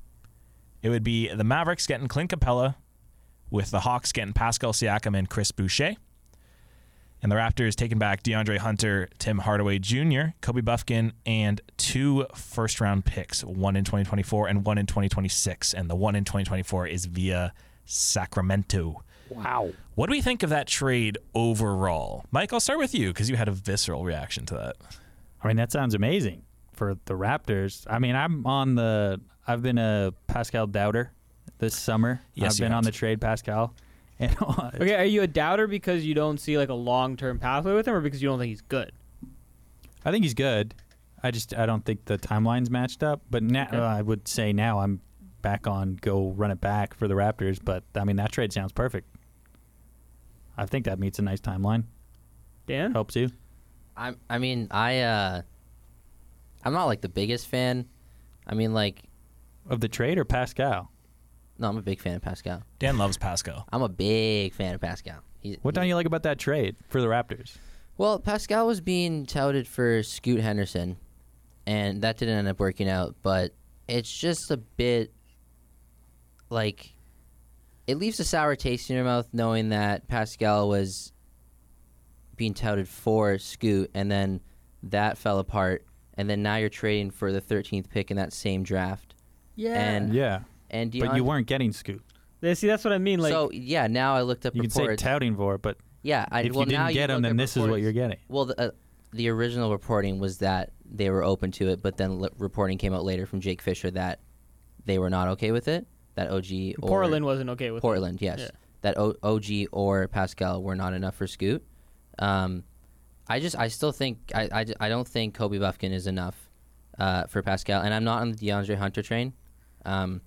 Speaker 1: It would be the Mavericks getting Clint Capella, with the Hawks getting Pascal Siakam and Chris Boucher. And the Raptors taking back DeAndre Hunter, Tim Hardaway Jr., Kobe Buffkin, and two first round picks, one in 2024 and one in 2026. And the one in 2024 is via Sacramento.
Speaker 4: Wow.
Speaker 1: What do we think of that trade overall? Mike, I'll start with you because you had a visceral reaction to that.
Speaker 4: I mean, that sounds amazing for the Raptors. I mean, I'm on the. I've been a Pascal doubter this summer.
Speaker 1: Yes,
Speaker 4: I've
Speaker 1: you
Speaker 4: been
Speaker 1: have.
Speaker 4: on the trade Pascal. And
Speaker 2: Okay, are you a doubter because you don't see like a long term pathway with him, or because you don't think he's good?
Speaker 4: I think he's good. I just I don't think the timelines matched up. But now
Speaker 2: Okay.
Speaker 4: uh, I would say now I'm back on go run it back for the Raptors. But I mean that trade sounds perfect. I think that meets a nice timeline.
Speaker 2: Dan,
Speaker 3: Oh,
Speaker 4: Helps you.
Speaker 3: I I mean I uh, I'm not like the biggest fan. I mean like
Speaker 4: Of the trade or Pascal?
Speaker 3: no, I'm a big fan of Pascal.
Speaker 1: Dan loves Pascal.
Speaker 3: I'm a big fan of Pascal. He's,
Speaker 4: What don't you like about that trade for the Raptors?
Speaker 3: Well, Pascal was being touted for Scoot Henderson, and that didn't end up working out. But it's just a bit like it leaves a sour taste in your mouth knowing that Pascal was being touted for Scoot and then that fell apart and then now you're trading for the 13th pick in that same draft.
Speaker 2: Yeah.
Speaker 3: And-
Speaker 4: Yeah,
Speaker 3: And
Speaker 4: but you weren't getting Scoot.
Speaker 2: They- see, that's what I mean. Like,
Speaker 3: so yeah, now I looked up
Speaker 4: You could say
Speaker 3: reports.
Speaker 4: touting for it, but
Speaker 3: yeah, I,
Speaker 4: if
Speaker 3: well,
Speaker 4: you
Speaker 3: now
Speaker 4: didn't get
Speaker 3: look
Speaker 4: him, then
Speaker 3: at
Speaker 4: this is what
Speaker 3: reports.
Speaker 4: you're getting.
Speaker 3: Well, the, uh, the original reporting was that they were open to it, but then l- reporting came out later from Jake Fisher that they were not okay with it. That OG or
Speaker 2: Portland wasn't okay with it.
Speaker 3: Portland, yes,
Speaker 2: Yeah.
Speaker 3: that o- OG or Pascal were not enough for Scoot. Um, I just, I still think, I, I, I don't think Kobe Buffkin is enough uh, for Pascal, and I'm not on the DeAndre Hunter train. Um,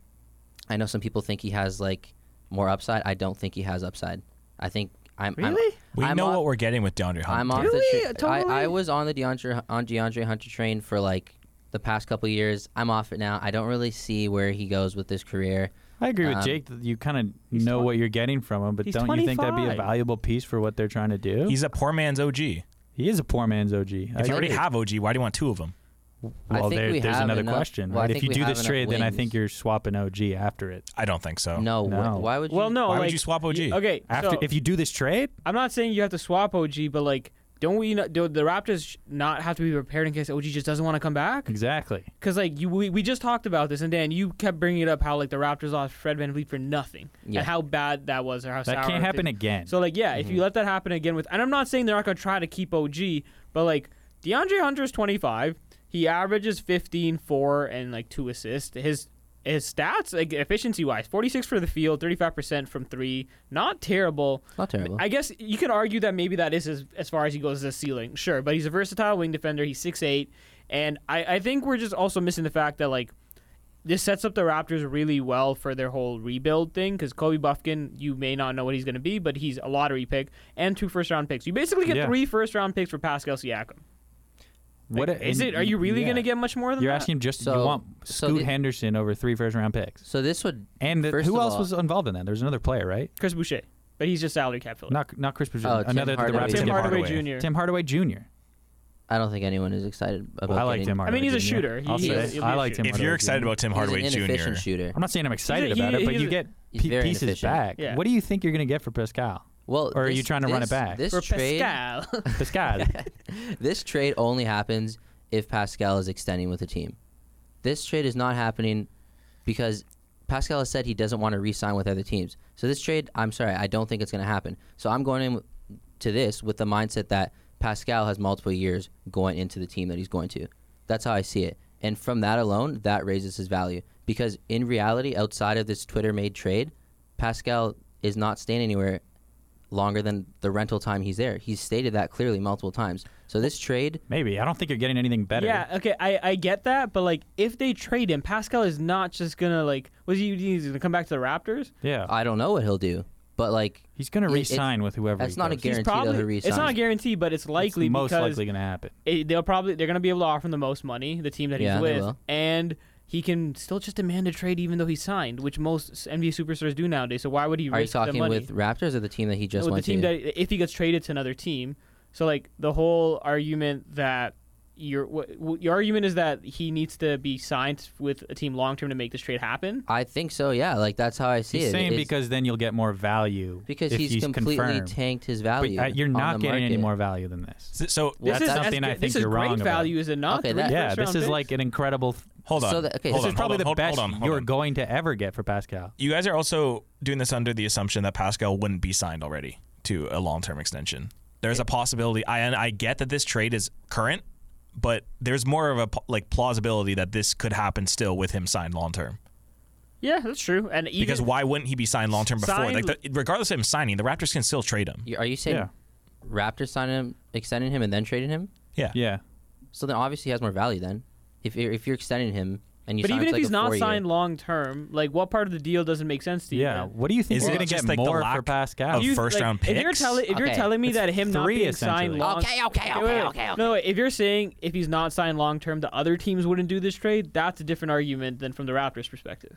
Speaker 3: I know some people think he has like more upside. I don't think he has upside. I think I'm I'm-
Speaker 2: Really?
Speaker 1: We
Speaker 3: I'm
Speaker 1: know
Speaker 3: off-
Speaker 1: what we're getting with DeAndre Hunter.
Speaker 3: I'm on
Speaker 2: Really?
Speaker 3: the. Tra-
Speaker 2: Totally?
Speaker 3: I, I was on the DeAndre on DeAndre Hunter train for like the past couple years. I'm off it now. I don't really see where he goes with his career.
Speaker 4: I agree
Speaker 3: Um,
Speaker 4: with Jake that you kind of
Speaker 2: he's
Speaker 4: know
Speaker 2: twen-
Speaker 4: what you're getting from him, but
Speaker 2: he's
Speaker 4: don't you think that'd be a
Speaker 2: 25.
Speaker 4: valuable piece for what they're trying to do?
Speaker 1: He's a poor man's OG. If
Speaker 4: he is a poor man's OG. I
Speaker 1: you already
Speaker 4: agree.
Speaker 1: have OG, why do you want two of them?
Speaker 3: I
Speaker 4: well,
Speaker 3: think
Speaker 4: there-
Speaker 3: we
Speaker 4: there's
Speaker 3: have
Speaker 4: another
Speaker 3: enough-
Speaker 4: question.
Speaker 3: well, I
Speaker 4: right? If
Speaker 3: think
Speaker 4: you
Speaker 3: we
Speaker 4: do
Speaker 3: have
Speaker 4: this
Speaker 3: enough
Speaker 4: trade, then I think
Speaker 3: wings.
Speaker 4: you're swapping OG after it.
Speaker 1: I don't think so.
Speaker 3: No, wh-
Speaker 4: Oh, No.
Speaker 3: why would you?
Speaker 2: Well, no.
Speaker 1: Why
Speaker 2: like,
Speaker 1: would you swap OG?
Speaker 2: you- Okay.
Speaker 4: After
Speaker 2: so,
Speaker 4: if you do this trade,
Speaker 2: I'm not saying you have to swap OG, but like, don't we? Not, do the Raptors sh- not have to be prepared in case OG just doesn't want to come back?
Speaker 3: Mm.
Speaker 4: exactly.
Speaker 2: Because like you, we, we just talked about this, and Dan, you kept bringing it up how like the Raptors lost Fred VanVleet for nothing,
Speaker 3: Yeah.
Speaker 2: and how bad that was, or how
Speaker 4: That
Speaker 2: sour
Speaker 4: can't
Speaker 2: it
Speaker 4: happen
Speaker 2: did.
Speaker 4: again.
Speaker 2: So like, yeah, if you let that happen again with, and I'm not saying they're not gonna try to keep OG, but like DeAndre Hunter's 25, he averages 15, four, and like two assists. His his stats, like efficiency wise, 46 for the field, 35 percent from three, not terrible.
Speaker 3: Not terrible.
Speaker 2: I guess you could argue that maybe that is as, as far as he goes as a ceiling, sure. But he's a versatile wing defender. He's 6'8". and I, I think we're just also missing the fact that like this sets up the Raptors really well for their whole rebuild thing because Kobe Buffkin, you may not know what he's going to be, but he's a lottery pick and two first round picks. You basically get
Speaker 4: Yeah.
Speaker 2: three first round picks for Pascal Siakam.
Speaker 4: what
Speaker 2: Like,
Speaker 4: a-
Speaker 2: is
Speaker 4: and-
Speaker 2: it? Are you really
Speaker 4: yeah.
Speaker 2: going to get much more than
Speaker 4: You're
Speaker 2: that?
Speaker 4: asking him just
Speaker 3: So-
Speaker 4: you want
Speaker 3: so
Speaker 4: Scoot
Speaker 3: the-
Speaker 4: Henderson over three first round picks,
Speaker 3: so this would
Speaker 4: and the,
Speaker 3: First
Speaker 4: who
Speaker 3: of
Speaker 4: else
Speaker 3: all-
Speaker 4: was involved in that? There's another player, right?
Speaker 2: Chris Boucher, but he's just salary cap filler.
Speaker 4: Not not Chris Boucher.
Speaker 3: Oh, Tim
Speaker 4: another that the
Speaker 3: Hardaway.
Speaker 4: Raptors
Speaker 2: Tim
Speaker 1: Tim
Speaker 4: have.
Speaker 2: Hardaway,
Speaker 1: Hardaway.
Speaker 2: Jr.
Speaker 4: Tim Hardaway Jr.
Speaker 3: I don't think anyone is excited about.
Speaker 4: I like
Speaker 3: getting,
Speaker 4: Tim Hardaway.
Speaker 2: mean, he's a
Speaker 4: Jr..
Speaker 2: shooter.
Speaker 4: I'll
Speaker 2: He-
Speaker 4: say
Speaker 2: he's-
Speaker 4: I like
Speaker 2: he's-
Speaker 4: Tim.
Speaker 1: if you're
Speaker 4: Hardaway
Speaker 1: excited
Speaker 4: Jr..
Speaker 1: about Tim
Speaker 3: He's
Speaker 1: Hardaway
Speaker 3: an
Speaker 1: Jr.,
Speaker 3: inefficient shooter.
Speaker 4: I'm not saying I'm excited
Speaker 2: He's a-
Speaker 4: about
Speaker 2: he-
Speaker 4: it, but
Speaker 2: he's
Speaker 4: you
Speaker 2: a-
Speaker 4: get
Speaker 3: He's
Speaker 4: pe-
Speaker 3: very
Speaker 4: pieces
Speaker 3: inefficient.
Speaker 4: back.
Speaker 2: Yeah.
Speaker 4: What do you think you're going to get for Pascal?
Speaker 3: Well,
Speaker 4: Or are
Speaker 3: this-
Speaker 4: you trying to run it
Speaker 3: this-
Speaker 4: back?
Speaker 3: This
Speaker 2: for
Speaker 3: trade,
Speaker 2: Pascal.
Speaker 4: Pascal.
Speaker 3: this trade only happens if Pascal is extending with the team. This trade is not happening because Pascal has said he doesn't want to re-sign with other teams. So this trade, I'm sorry, I don't think it's going to happen. So I'm going in to this with the mindset that Pascal has multiple years going into the team that he's going to. That's how I see it. And from that alone, that raises his value because in reality, outside of this Twitter-made trade, Pascal is not staying anywhere longer than the rental time he's there. He's stated that clearly multiple times. So this trade,
Speaker 4: Maybe. I don't think you're getting anything better.
Speaker 2: Yeah, okay, I, I get that, but like if they trade him, Pascal is not just gonna like was he he's gonna come back to the Raptors?
Speaker 4: Yeah.
Speaker 3: I don't know what he'll do, but like
Speaker 4: He's going to
Speaker 3: It-
Speaker 4: re
Speaker 3: it's-
Speaker 4: sign with whoever.
Speaker 3: that's
Speaker 4: he
Speaker 3: not a
Speaker 4: goes.
Speaker 3: guarantee
Speaker 2: He's
Speaker 3: that he'll
Speaker 2: probably
Speaker 3: resign.
Speaker 2: it's not a guarantee, but it's
Speaker 4: It's
Speaker 2: likely
Speaker 4: most
Speaker 2: because
Speaker 4: likely going to happen.
Speaker 2: it- they'll probably they're gonna be able to offer him the most money, the team that he's
Speaker 3: Yeah, they
Speaker 2: with,
Speaker 3: will.
Speaker 2: and he can still just demand a trade even though he signed, which most NBA superstars do nowadays. So why would he
Speaker 3: Are you
Speaker 2: risk the
Speaker 3: talking
Speaker 2: money?
Speaker 3: with Raptors or the team that he just
Speaker 2: with the
Speaker 3: went
Speaker 2: team
Speaker 3: to?
Speaker 2: that if he gets traded to another team. So like the whole argument that your what, what- your argument is that he needs to be signed with a team long term to make this trade happen.
Speaker 3: I think so. Yeah, like that's how I see
Speaker 4: He's
Speaker 3: it.
Speaker 4: saying
Speaker 3: It's-
Speaker 4: because then you'll get more value.
Speaker 3: because
Speaker 4: if
Speaker 3: he's,
Speaker 4: he's
Speaker 3: completely
Speaker 4: confirmed.
Speaker 3: tanked his
Speaker 4: But
Speaker 3: value.
Speaker 4: uh, you're
Speaker 3: on
Speaker 4: not
Speaker 3: the
Speaker 4: getting any
Speaker 3: market.
Speaker 4: more value than this.
Speaker 1: S- so
Speaker 2: this
Speaker 3: Well,
Speaker 2: is
Speaker 3: that's
Speaker 2: as
Speaker 4: something I
Speaker 2: good-
Speaker 4: think
Speaker 2: this is
Speaker 4: you're
Speaker 2: great
Speaker 4: wrong about.
Speaker 2: value is enough.
Speaker 3: Okay,
Speaker 2: Three
Speaker 3: that-
Speaker 4: Yeah,
Speaker 2: first
Speaker 4: this
Speaker 2: round
Speaker 4: is
Speaker 2: picks.
Speaker 4: like an incredible. th-
Speaker 1: hold on.
Speaker 3: So that- okay,
Speaker 1: hold
Speaker 4: This
Speaker 3: so-
Speaker 1: on,
Speaker 4: is
Speaker 1: hold
Speaker 4: probably
Speaker 1: on,
Speaker 4: the
Speaker 1: hold-
Speaker 4: best
Speaker 1: hold on, hold
Speaker 4: you're
Speaker 1: on.
Speaker 4: going to ever get for Pascal.
Speaker 1: You guys are also doing this under the assumption that Pascal wouldn't be signed already to a long-term extension. There's a possibility. I and I get that this trade is current, but there's more of a po- like plausibility that this could happen still with him signed long-term.
Speaker 2: yeah, that's true. And even,
Speaker 1: Because why wouldn't he be signed long-term before?
Speaker 2: Signed-
Speaker 1: like the, regardless of him signing, the Raptors can still trade him.
Speaker 3: You- Are you saying
Speaker 4: Yeah.
Speaker 3: Raptors signing him, extending him, and then trading him?
Speaker 1: Yeah.
Speaker 4: Yeah.
Speaker 3: So then obviously he has more value then. If you're, if you're extending him and you
Speaker 2: but
Speaker 3: sign him
Speaker 2: even
Speaker 3: to,
Speaker 2: if
Speaker 3: like
Speaker 2: he's
Speaker 3: a
Speaker 2: not
Speaker 3: four-year-
Speaker 2: signed long term, like what part of the deal doesn't make sense to you?
Speaker 4: Yeah.
Speaker 2: then?
Speaker 4: What do you think
Speaker 1: Is
Speaker 4: you're
Speaker 1: it
Speaker 4: going to
Speaker 1: just
Speaker 4: get
Speaker 1: like the
Speaker 4: more
Speaker 1: lack
Speaker 4: for Pascal?
Speaker 1: of
Speaker 2: You-
Speaker 1: first
Speaker 2: like,
Speaker 1: round
Speaker 2: If you're
Speaker 1: picks?
Speaker 2: telling if you're
Speaker 3: Okay.
Speaker 2: telling me that him not
Speaker 4: three,
Speaker 2: being signed
Speaker 4: essentially.
Speaker 2: long
Speaker 3: Okay, okay,
Speaker 2: Wait,
Speaker 3: okay,
Speaker 2: wait, wait.
Speaker 3: okay, okay.
Speaker 2: No, wait, if you're saying if he's not signed long term, the other teams wouldn't do this trade. That's a different argument than from the Raptors' perspective.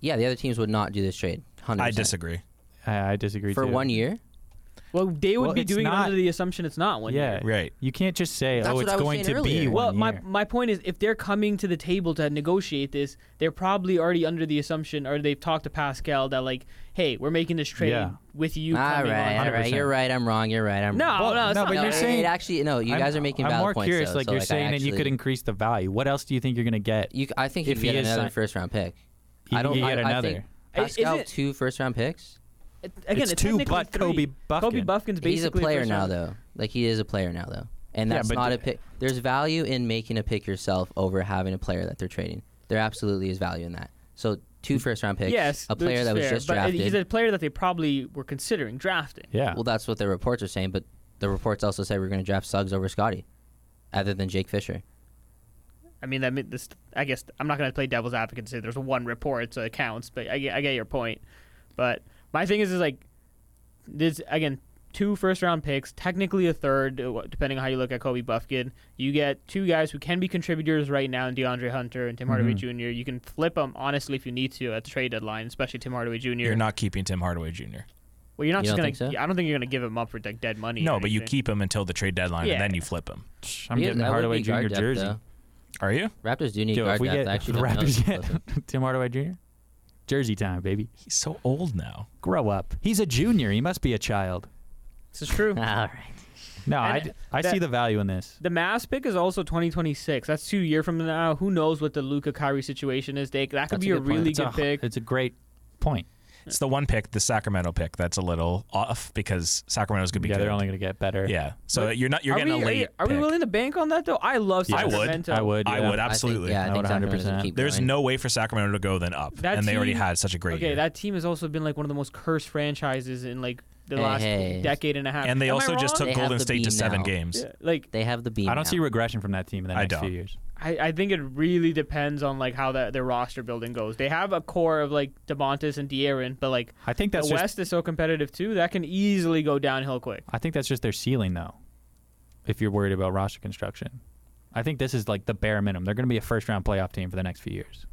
Speaker 3: Yeah, the other teams would not do this trade. 100%.
Speaker 1: I disagree.
Speaker 4: I, I disagree.
Speaker 3: For
Speaker 4: too.
Speaker 3: one year?
Speaker 2: Well, they would
Speaker 4: Well,
Speaker 2: be
Speaker 4: it's
Speaker 2: doing
Speaker 4: not-
Speaker 2: it under the assumption it's not one
Speaker 4: yeah,
Speaker 2: year.
Speaker 1: Right.
Speaker 4: You can't just say,
Speaker 3: That's
Speaker 4: "Oh,
Speaker 3: what
Speaker 4: it's
Speaker 3: I was
Speaker 4: going
Speaker 3: saying
Speaker 4: to be."
Speaker 3: earlier.
Speaker 2: Well,
Speaker 4: one
Speaker 2: my
Speaker 4: year.
Speaker 2: my point is, if they're coming to the table to negotiate this, they're probably already under the assumption, or they've talked to Pascal that like, hey, we're making this trade
Speaker 4: Yeah.
Speaker 2: with you.
Speaker 3: all
Speaker 2: coming
Speaker 3: right,
Speaker 2: on.
Speaker 3: all right.
Speaker 4: 100%.
Speaker 3: You're right. I'm wrong. You're right. I'm
Speaker 2: No,
Speaker 3: wrong.
Speaker 4: Well,
Speaker 2: no, it's
Speaker 4: no,
Speaker 2: not
Speaker 4: but
Speaker 2: like
Speaker 4: you're
Speaker 3: it-
Speaker 2: that.
Speaker 4: saying-
Speaker 3: it actually no. You
Speaker 4: I'm-
Speaker 3: guys are making
Speaker 4: I'm
Speaker 3: valid
Speaker 4: more
Speaker 3: points.
Speaker 4: curious.
Speaker 3: though,
Speaker 4: like
Speaker 3: so,
Speaker 4: you're
Speaker 3: I
Speaker 4: saying that you could
Speaker 3: actually-
Speaker 4: increase the value. What else do you think you're going to get?
Speaker 3: You, I think you
Speaker 4: if
Speaker 3: can get
Speaker 4: he is
Speaker 3: another
Speaker 4: sign-
Speaker 3: first round pick.
Speaker 4: You
Speaker 3: I don't.
Speaker 4: can
Speaker 3: I,
Speaker 4: get
Speaker 3: I
Speaker 4: another.
Speaker 3: think
Speaker 2: I- is
Speaker 3: Pascal
Speaker 2: it-
Speaker 3: two first round picks.
Speaker 2: It- Again,
Speaker 4: It's
Speaker 2: it's
Speaker 4: two,
Speaker 2: technically
Speaker 4: but
Speaker 2: three.
Speaker 4: Kobe
Speaker 2: Kobe
Speaker 4: Buffkin.
Speaker 2: Buffkin's basically
Speaker 3: He's a player
Speaker 2: first
Speaker 3: now,
Speaker 2: round.
Speaker 3: though. Like he is a player now, though, and
Speaker 4: Yeah,
Speaker 3: that's
Speaker 4: but
Speaker 3: not a
Speaker 4: the-
Speaker 3: pick. There's value in making a pick yourself over having a player that they're trading. There absolutely is value in that. So
Speaker 4: Mm,
Speaker 3: two first round picks.
Speaker 2: Yes,
Speaker 3: a player
Speaker 2: that's
Speaker 3: that was
Speaker 2: fair,
Speaker 3: just
Speaker 4: uh,
Speaker 2: but
Speaker 3: drafted.
Speaker 2: He's a player that they probably were considering drafting.
Speaker 4: Yeah.
Speaker 3: Well, that's what the reports are saying, but the reports also say we're going to draft Suggs over Scotty, other than Jake Fisher.
Speaker 2: I mean, that mean, this. I guess I'm not going to play devil's advocate and say there's one report, so it counts. But I get, I get your point. But my thing is, is like, this again, two first round picks, technically a third, uh, depending on how you look at Kobe Buffkin. You get two guys who can be contributors right now, in DeAndre Hunter and Tim Hardaway
Speaker 1: Mm-hmm.
Speaker 2: Jr. You can flip them honestly if you need to at the trade deadline, especially Tim Hardaway Jr.
Speaker 1: You're not keeping Tim Hardaway Jr.
Speaker 2: well, you're not
Speaker 3: You
Speaker 2: just
Speaker 3: don't
Speaker 2: going
Speaker 3: think so?
Speaker 2: I don't think you're going to give him up for like dead money.
Speaker 1: No,
Speaker 2: or
Speaker 1: but you
Speaker 2: anything.
Speaker 1: keep him until the trade deadline
Speaker 2: Yeah.
Speaker 1: and then you flip him.
Speaker 4: I'm
Speaker 3: He is-
Speaker 4: getting
Speaker 3: that would
Speaker 4: Hardaway
Speaker 3: be
Speaker 4: Jr.
Speaker 3: guard depth,
Speaker 4: jersey.
Speaker 3: though.
Speaker 1: Are you?
Speaker 3: Raptors do need
Speaker 4: Yo,
Speaker 3: guard
Speaker 4: if we
Speaker 3: depth.
Speaker 4: get
Speaker 3: I actually
Speaker 4: the
Speaker 3: don't know
Speaker 4: Raptors
Speaker 3: if
Speaker 4: get
Speaker 3: it's close
Speaker 4: Tim Hardaway Jr. Jersey time, baby.
Speaker 1: He's so old now.
Speaker 4: Grow up. He's a junior. He must be a child.
Speaker 2: This is true.
Speaker 3: enough. All right.
Speaker 4: No,
Speaker 2: And
Speaker 4: I, d- I
Speaker 2: that-
Speaker 4: see the value in this.
Speaker 2: The Mavs pick is also 2026. That's two year from now. Who knows what the Luca Kyrie situation is? They, that could
Speaker 3: That's
Speaker 2: be
Speaker 3: a
Speaker 2: a,
Speaker 3: good point.
Speaker 2: really
Speaker 4: It's
Speaker 2: good
Speaker 4: a,
Speaker 2: pick.
Speaker 4: It's a great point.
Speaker 1: It's the one pick, the Sacramento pick, that's a little off because Sacramento's gonna be
Speaker 4: yeah,
Speaker 1: good.
Speaker 4: they're only going to get better.
Speaker 1: yeah, so
Speaker 2: But
Speaker 1: you're not you're
Speaker 2: are
Speaker 1: getting a
Speaker 2: we, are you-
Speaker 1: late.
Speaker 2: Are, we
Speaker 1: pick.
Speaker 2: willing to bank on that though? I love
Speaker 1: Yes. I would.
Speaker 2: Sacramento.
Speaker 4: I would.
Speaker 1: I
Speaker 4: yeah.
Speaker 1: would
Speaker 3: I think-
Speaker 1: absolutely.
Speaker 3: yeah, I
Speaker 4: I
Speaker 3: think
Speaker 4: would
Speaker 3: Sacramento's gonna
Speaker 4: 100%.
Speaker 3: keep
Speaker 1: There's
Speaker 3: going.
Speaker 1: no way for Sacramento to go then up,
Speaker 2: That
Speaker 1: and they already
Speaker 2: team-
Speaker 1: had such a great
Speaker 2: Okay,
Speaker 1: year.
Speaker 2: that team has also been like one of the most cursed franchises in like the
Speaker 3: Hey,
Speaker 2: last
Speaker 3: hey.
Speaker 2: decade and a half.
Speaker 1: and they
Speaker 2: Am I
Speaker 1: also just
Speaker 2: wrong?
Speaker 1: took
Speaker 3: They have
Speaker 1: Golden
Speaker 3: the
Speaker 1: State to
Speaker 3: beam
Speaker 1: seven
Speaker 3: now.
Speaker 1: games.
Speaker 2: Yeah, like
Speaker 3: They have the beam.
Speaker 4: I don't
Speaker 3: now.
Speaker 4: see regression from that team in the
Speaker 1: I
Speaker 4: next few
Speaker 1: don't.
Speaker 4: years.
Speaker 2: I, I think it really depends on like how that their roster building goes. They have a core of like Demontis and De'Aaron, but like
Speaker 4: I think that's
Speaker 2: the
Speaker 4: just.
Speaker 2: West is so competitive too that can easily go downhill quick.
Speaker 4: I think that's just their ceiling, though. If you're worried about roster construction, I think this is like the bare minimum. They're going to be a first round playoff team for the next few years.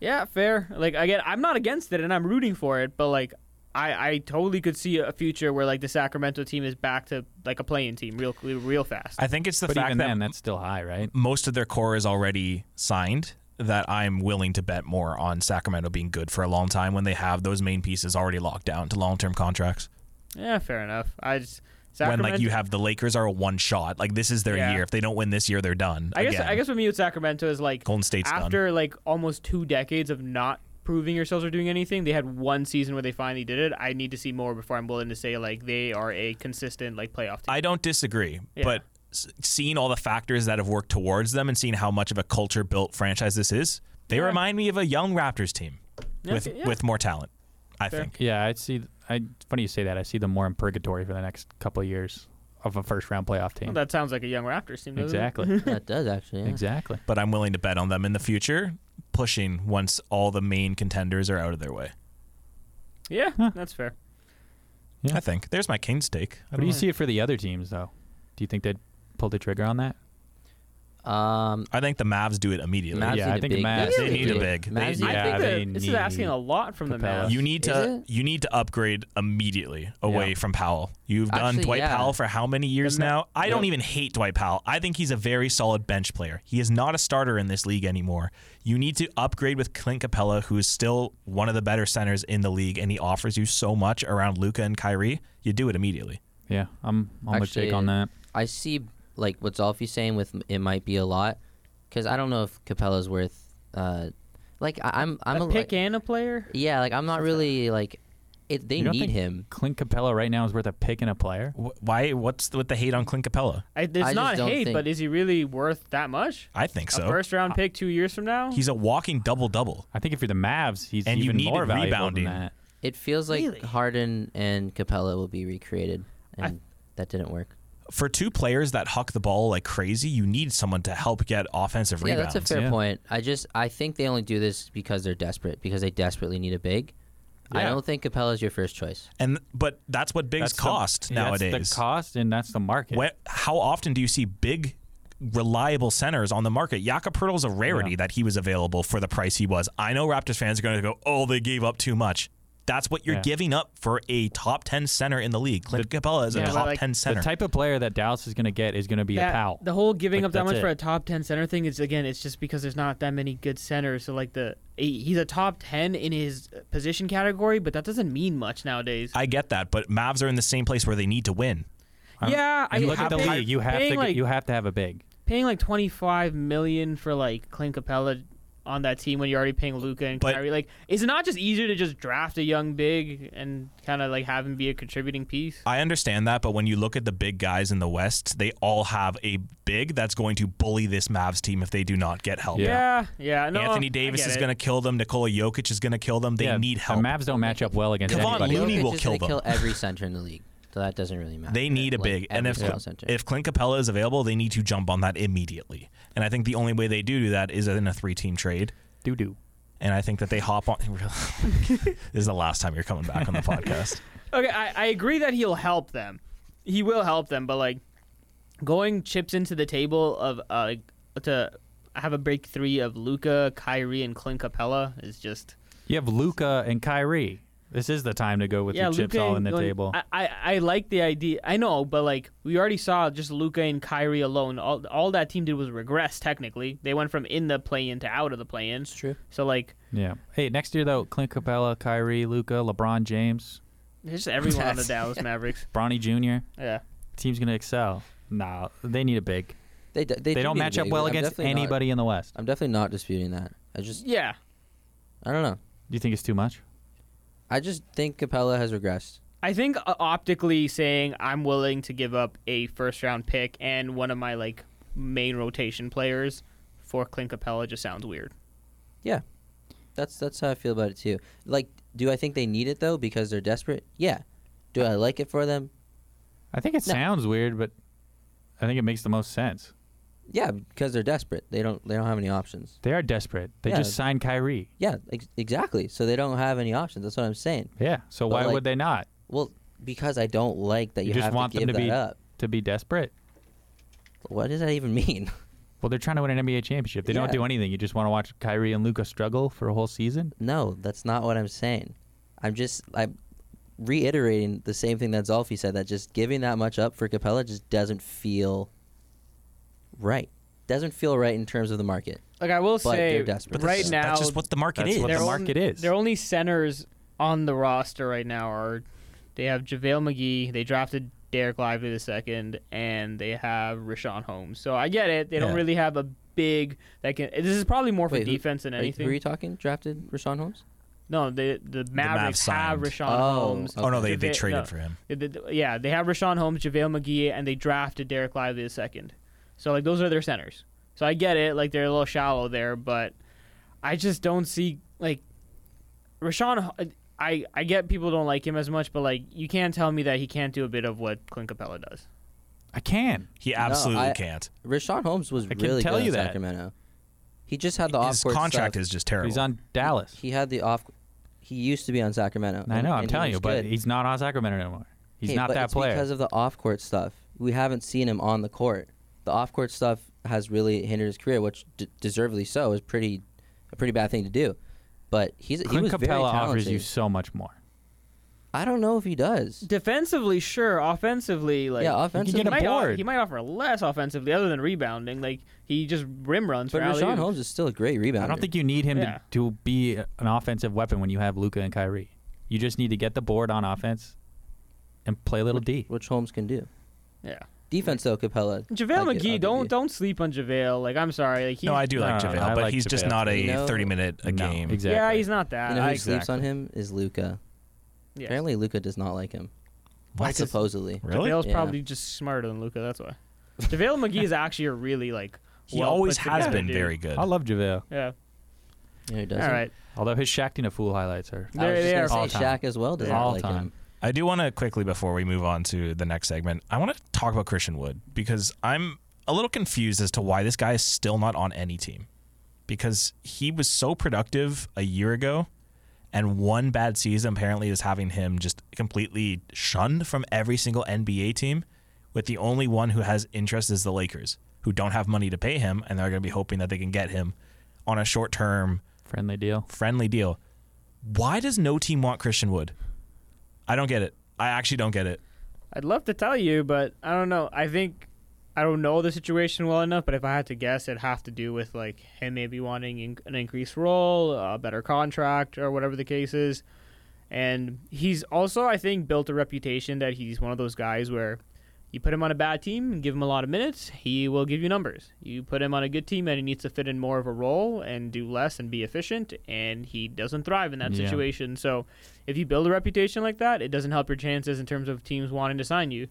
Speaker 2: Yeah, fair. Like again, I'm not against it and I'm rooting for it, but like I, I totally could see a future where like the Sacramento team is back to like a playing team real real fast.
Speaker 1: I think it's the
Speaker 4: but
Speaker 1: fact
Speaker 4: even
Speaker 1: that
Speaker 4: then, that's still high, right?
Speaker 1: most of their core is already signed that I'm willing to bet more on Sacramento being good for a long time when they have those main pieces already locked down to long term contracts.
Speaker 2: yeah, fair enough. I just
Speaker 1: When
Speaker 2: Sacramento,
Speaker 1: like you have the Lakers are a one shot, like this is their
Speaker 2: Yeah.
Speaker 1: year. If they don't win this year, they're done.
Speaker 2: I guess
Speaker 1: Again,
Speaker 2: I guess with me with Sacramento is like
Speaker 1: Golden State's
Speaker 2: after like almost two decades of not proving yourselves or doing anything, they had one season where they finally did it. I need to see more before I'm willing to say like they are a consistent like playoff team.
Speaker 1: I don't disagree,
Speaker 2: Yeah.
Speaker 1: but s- seeing all the factors that have worked towards them and seeing how much of a culture built franchise this is, they
Speaker 2: Yeah.
Speaker 1: remind me of a young Raptors team
Speaker 2: Yeah,
Speaker 1: with
Speaker 2: yeah.
Speaker 1: with more talent. I
Speaker 2: Fair.
Speaker 1: think.
Speaker 4: Yeah, I see. I funny you say that. I see them more in purgatory for the next couple of years of a first round playoff team.
Speaker 2: Well, that sounds like a young Raptors team. doesn't it?
Speaker 4: exactly.
Speaker 3: That does actually. Yeah.
Speaker 4: exactly.
Speaker 1: But I'm willing to bet on them in the future, pushing once all the main contenders are out of their way.
Speaker 2: Yeah,
Speaker 4: Huh.
Speaker 2: that's fair.
Speaker 4: Yeah.
Speaker 1: I think. There's my Kings take. I
Speaker 4: What do
Speaker 1: don't
Speaker 4: you
Speaker 1: know.
Speaker 4: see it for the other teams though? Do you think they'd pull the trigger on that?
Speaker 3: Um,
Speaker 1: I think the Mavs do it immediately.
Speaker 3: Mavs
Speaker 4: Yeah,
Speaker 3: need
Speaker 4: I
Speaker 3: a
Speaker 4: think
Speaker 3: big.
Speaker 4: Mavs-
Speaker 3: Mavs
Speaker 1: They need a
Speaker 3: do it.
Speaker 1: big. They
Speaker 3: Mavs
Speaker 1: need-
Speaker 2: I
Speaker 4: Yeah,
Speaker 2: think
Speaker 4: they
Speaker 2: that this is asking
Speaker 4: need
Speaker 2: a lot from
Speaker 4: Capella.
Speaker 2: the Mavs.
Speaker 1: You need
Speaker 3: Is
Speaker 1: to
Speaker 3: it?
Speaker 1: you need to upgrade immediately away
Speaker 4: Yeah.
Speaker 1: from Powell. You've done
Speaker 3: Actually,
Speaker 1: Dwight
Speaker 3: yeah.
Speaker 1: Powell for how many years
Speaker 2: The ma-
Speaker 1: now? I don't
Speaker 3: Yeah.
Speaker 1: even hate Dwight Powell. I think he's a very solid bench player. He is not a starter in this league anymore. You need to upgrade with Clint Capella, who is still one of the better centers in the league, and he offers you so much around Luca and Kyrie. You do it immediately.
Speaker 4: Yeah, I'm. I'm with Jake
Speaker 3: Actually,
Speaker 4: on that.
Speaker 3: I see like what Zolfi's saying with m- it might be a lot, because I don't know if Capella's worth. Uh, like I, I'm, I'm
Speaker 2: a
Speaker 3: a,
Speaker 2: pick
Speaker 3: like,
Speaker 2: and a player.
Speaker 3: yeah, like I'm not really like, it, they
Speaker 4: You don't
Speaker 3: need
Speaker 4: think
Speaker 3: him.
Speaker 4: Clint Capella right now is worth a pick and a player.
Speaker 1: Wh- Why? What's the, with the hate on Clint Capella?
Speaker 2: I, it's
Speaker 3: just
Speaker 2: not
Speaker 3: don't
Speaker 2: hate,
Speaker 3: think-
Speaker 2: but is he really worth that much?
Speaker 1: I think
Speaker 2: A
Speaker 1: so.
Speaker 2: first round pick two years from now.
Speaker 1: He's a walking double double.
Speaker 4: I think if you're the Mavs, he's
Speaker 1: And you
Speaker 4: even
Speaker 1: needed
Speaker 4: more valuable
Speaker 1: rebounding.
Speaker 4: than that.
Speaker 3: It feels like
Speaker 2: Really?
Speaker 3: Harden and Capella will be recreated, and
Speaker 2: I-
Speaker 3: that didn't work.
Speaker 1: For two players that huck the ball like crazy, you need someone to help get offensive
Speaker 3: Yeah,
Speaker 1: rebounds.
Speaker 3: that's a fair
Speaker 4: yeah.
Speaker 3: point. I just I think they only do this because they're desperate because they desperately need a big. I
Speaker 4: Yeah.
Speaker 3: don't think Capella's your first choice.
Speaker 1: and but that's what bigs
Speaker 4: That's the-
Speaker 1: cost nowadays.
Speaker 4: That's the cost, and that's the market.
Speaker 1: Where- how often do you see big, reliable centers on the market? Jakob Pertl's a rarity
Speaker 4: Yeah.
Speaker 1: that he was available for the price he was. I know Raptors fans are going to go, oh, they gave up too much. That's what you're
Speaker 4: Yeah.
Speaker 1: giving up for a top 10 center in the league. Clint Capella is
Speaker 2: Yeah,
Speaker 1: a
Speaker 2: but
Speaker 1: top
Speaker 2: like,
Speaker 1: 10 center.
Speaker 4: The type of player that Dallas is going to get is going to be a
Speaker 2: That-
Speaker 4: pal.
Speaker 2: The whole giving
Speaker 4: Like,
Speaker 2: up that
Speaker 4: that's
Speaker 2: much for
Speaker 4: it.
Speaker 2: a top ten center thing is again, it's just because there's not that many good centers. So like the he- he's a top ten in his position category, but that doesn't mean much nowadays.
Speaker 1: I get that, but Mavs are in the same place where they need to win.
Speaker 4: I'm-
Speaker 2: yeah, I
Speaker 4: And look at the
Speaker 2: paying-
Speaker 4: league. You have
Speaker 2: paying
Speaker 4: to
Speaker 2: like
Speaker 4: you have to have a big.
Speaker 2: paying like twenty five million for like Clint Capella on that team when you're already paying Luca and
Speaker 1: But-
Speaker 2: Kyrie. Like, is it not just easier to just draft a young big and kind of like have him be a contributing piece?
Speaker 1: I understand that, but when you look at the big guys in the West, they all have a big that's going to bully this Mavs team if they do not get help.
Speaker 2: Yeah,
Speaker 4: Yeah.
Speaker 2: yeah. no,
Speaker 1: Anthony
Speaker 2: I
Speaker 1: Davis
Speaker 2: get
Speaker 1: is
Speaker 2: it.
Speaker 1: going to kill them. Nikola Jokic is going to kill them. They
Speaker 4: Yeah,
Speaker 1: need help.
Speaker 4: The Mavs don't match up well against
Speaker 1: Kevon
Speaker 4: anybody.
Speaker 1: Looney
Speaker 3: Jokic
Speaker 1: will
Speaker 3: is
Speaker 1: kill
Speaker 3: gonna
Speaker 1: them.
Speaker 3: kill every center in the league, so that doesn't really matter.
Speaker 1: They need a
Speaker 3: Like,
Speaker 1: big, and
Speaker 3: every
Speaker 1: if
Speaker 3: single center.
Speaker 1: if Clint Capella is available, they need to jump on that immediately. And I think the only way they do do that is in a three-team trade.
Speaker 4: Doo doo.
Speaker 1: And I think that they hop on. this is the last time you're coming back on the podcast.
Speaker 2: Okay, I, I agree that he'll help them. He will help them, but like going chips into the table of uh to have a break three of Luca, Kyrie, and Clint Capella is just
Speaker 4: You have Luca and Kyrie. This is the time to go with
Speaker 2: yeah.
Speaker 4: your chips
Speaker 2: Luka
Speaker 4: all in
Speaker 2: and-
Speaker 4: the
Speaker 2: like,
Speaker 4: table.
Speaker 2: I, I I like the idea. I know, but like we already saw just Luca and Kyrie alone. All all that team did was regress. Technically, they went from in the play in to out of the play in.
Speaker 3: It's true.
Speaker 2: So like
Speaker 4: yeah. Hey, next year though, Clint Capella, Kyrie, Luca, LeBron James,
Speaker 2: there's just everyone on the
Speaker 3: That's-
Speaker 2: Dallas Mavericks.
Speaker 4: Bronny Jr.
Speaker 2: Yeah.
Speaker 4: Team's gonna excel. Nah, they need a big.
Speaker 3: They d-
Speaker 4: They,
Speaker 3: do
Speaker 4: don't
Speaker 3: need a
Speaker 4: match up
Speaker 3: big,
Speaker 4: well
Speaker 3: but I'm
Speaker 4: against
Speaker 3: definitely not-
Speaker 4: anybody in the West.
Speaker 3: I'm definitely not disputing that. I just
Speaker 2: Yeah.
Speaker 3: I don't know.
Speaker 4: Do you think it's too much?
Speaker 3: I just think Capella has regressed.
Speaker 2: I think uh, optically saying I'm willing to give up a first round pick and one of my like main rotation players for Clint Capella just sounds weird.
Speaker 3: Yeah, that's that's how I feel about it too. Like, do I think they need it though because they're desperate? Yeah. Do I like it for them?
Speaker 4: I think it
Speaker 3: No.
Speaker 4: sounds weird, but I think it makes the most sense.
Speaker 3: Yeah, because they're desperate. They don't they don't have any options.
Speaker 4: They are desperate. They
Speaker 3: Yeah.
Speaker 4: just signed Kyrie.
Speaker 3: Yeah, ex- exactly. So they don't have any options. That's what I'm saying.
Speaker 4: Yeah. So
Speaker 3: But,
Speaker 4: why
Speaker 3: like,
Speaker 4: would they not?
Speaker 3: Well, because I don't like that you,
Speaker 4: You just
Speaker 3: have
Speaker 4: want
Speaker 3: to
Speaker 4: them
Speaker 3: give
Speaker 4: to
Speaker 3: that
Speaker 4: be-
Speaker 3: up.
Speaker 4: To be desperate.
Speaker 3: What does that even mean?
Speaker 4: Well, they're trying to win an NBA championship. They don't
Speaker 3: Yeah.
Speaker 4: do anything. You just want to watch Kyrie and Luca struggle for a whole season.
Speaker 3: No, that's not what I'm saying. I'm just I'm reiterating the same thing that Zolfi said that just giving that much up for Capella just doesn't feel right. Doesn't feel right in terms of the market.
Speaker 2: Like I will
Speaker 3: But
Speaker 2: say
Speaker 3: they're desperate.
Speaker 2: right
Speaker 1: that's,
Speaker 2: now
Speaker 1: that's just what the market
Speaker 4: that's
Speaker 1: is.
Speaker 4: what
Speaker 2: their
Speaker 4: the
Speaker 2: on-
Speaker 4: market is.
Speaker 2: Their only centers on the roster right now are they have JaVale McGee, they drafted Derek Lively the second, and they have Rashawn Holmes. So I get it. They don't
Speaker 4: Yeah.
Speaker 2: really have a big that can this is probably more for
Speaker 3: Wait, who-
Speaker 2: defense than
Speaker 3: Are you, who
Speaker 2: anything.
Speaker 3: are you talking? Drafted Rashawn Holmes?
Speaker 2: no, the the Mavericks have
Speaker 1: signed.
Speaker 2: Rashawn
Speaker 3: Oh,
Speaker 2: Holmes.
Speaker 1: Oh no, they,
Speaker 2: Did
Speaker 1: they
Speaker 2: they-
Speaker 1: traded
Speaker 2: no.
Speaker 1: for him.
Speaker 2: They- they- Yeah, they have Rashawn Holmes, JaVale McGee, and they drafted Derek Lively the second. So like those are their centers. So I get it, like they're a little shallow there, but I just don't see like Rashawn. H- I I get people don't like him as much, but like you can't tell me that he can't do a bit of what Clint Capella does.
Speaker 4: I can.
Speaker 1: He absolutely
Speaker 3: I-
Speaker 1: can't.
Speaker 3: Rashawn Holmes was
Speaker 4: I can
Speaker 3: really
Speaker 4: tell
Speaker 3: good
Speaker 4: you
Speaker 3: in
Speaker 4: that.
Speaker 3: Sacramento. He just had the
Speaker 1: His
Speaker 3: off court
Speaker 1: contract is just terrible.
Speaker 4: He's on Dallas.
Speaker 3: He had the off. He used to be on Sacramento.
Speaker 4: I
Speaker 3: and-
Speaker 4: know. I'm
Speaker 3: and he
Speaker 4: telling you,
Speaker 3: was
Speaker 4: but
Speaker 3: good.
Speaker 4: he's not on Sacramento anymore. He's
Speaker 3: Hey,
Speaker 4: not
Speaker 3: but
Speaker 4: that
Speaker 3: it's
Speaker 4: player.
Speaker 3: because of the off-court stuff. We haven't seen him on the court. The off-court stuff has really hindered his career, which d- deservedly so is pretty a pretty bad thing to do. But he's he
Speaker 4: Clint
Speaker 3: was
Speaker 4: Capella
Speaker 3: very
Speaker 4: offers
Speaker 3: talented.
Speaker 4: you so much more.
Speaker 3: I don't know if he does.
Speaker 2: Defensively, sure. Offensively, like
Speaker 3: yeah,
Speaker 4: he
Speaker 3: offensively.
Speaker 4: can get a
Speaker 2: might o-
Speaker 4: board.
Speaker 2: he might offer less offensively, other than rebounding. Like he just rim runs.
Speaker 3: but
Speaker 2: for
Speaker 3: Rashawn
Speaker 2: alley-oops.
Speaker 3: Holmes is still a great rebounder.
Speaker 4: I don't think you need him
Speaker 2: Yeah.
Speaker 4: to, to be an offensive weapon when you have Luca and Kyrie. You just need to get the board on offense and play little D.
Speaker 3: which Holmes can do.
Speaker 2: Yeah.
Speaker 3: Defense though, Capella.
Speaker 2: JaVale
Speaker 3: I'll gi- I'll
Speaker 2: McGee,
Speaker 3: give
Speaker 2: don't
Speaker 3: you.
Speaker 2: don't sleep on JaVale. Like I'm sorry, like he,
Speaker 1: no, I do
Speaker 4: No,
Speaker 1: like
Speaker 4: no, no,
Speaker 1: JaVale,
Speaker 4: I
Speaker 1: but
Speaker 4: like
Speaker 1: he's just
Speaker 4: JaVale.
Speaker 1: not a
Speaker 3: No.
Speaker 1: 30 minute a
Speaker 4: No,
Speaker 1: game.
Speaker 4: Exactly.
Speaker 2: yeah, he's not that.
Speaker 3: You know who
Speaker 2: I,
Speaker 3: sleeps on
Speaker 1: Exactly.
Speaker 3: him is Luca.
Speaker 2: yeah.
Speaker 3: Apparently, Luca does not like him.
Speaker 1: What?
Speaker 3: Supposedly.
Speaker 1: Really?
Speaker 2: JaVale's
Speaker 3: Yeah.
Speaker 2: probably just smarter than Luca. That's why. JaVale McGee is actually a really like.
Speaker 1: He
Speaker 2: well
Speaker 1: always
Speaker 2: put
Speaker 1: has
Speaker 2: together
Speaker 1: been
Speaker 2: dude.
Speaker 1: very good.
Speaker 4: I love JaVale.
Speaker 2: Yeah.
Speaker 3: You know who
Speaker 2: All
Speaker 3: doesn't?
Speaker 2: right.
Speaker 4: Although his Shaqtina fool highlights are
Speaker 3: I
Speaker 2: They're-
Speaker 3: was
Speaker 2: they are
Speaker 3: just
Speaker 4: all
Speaker 3: gonna say
Speaker 4: time.
Speaker 3: Shaq as well doesn't
Speaker 4: all
Speaker 3: like
Speaker 4: time.
Speaker 3: him.
Speaker 1: I do want to quickly before we move on to the next segment, I want to talk about Christian Wood because I'm a little confused as to why this guy is still not on any team. Because he was so productive a year ago, and one bad season apparently is having him just completely shunned from every single NBA team, with the only one who has interest is the Lakers, who don't have money to pay him, and they're going to be hoping that they can get him on a short term
Speaker 4: Friendly deal.
Speaker 1: friendly deal. Why does no team want Christian Wood? I don't get it. I actually don't get it.
Speaker 2: I'd love to tell you, but I don't know. I think I don't know the situation well enough, but if I had to guess, it'd have to do with like him maybe wanting in- an increased role, a better contract, or whatever the case is. And he's also, I think, built a reputation that he's one of those guys where you put him on a bad team and give him a lot of minutes, he will give you numbers. You put him on a good team and he needs to fit in more of a role and do less and be efficient, and he doesn't thrive in that
Speaker 4: Yeah.
Speaker 2: situation. So if you build a reputation like that, it doesn't help your chances in terms of teams wanting to sign you.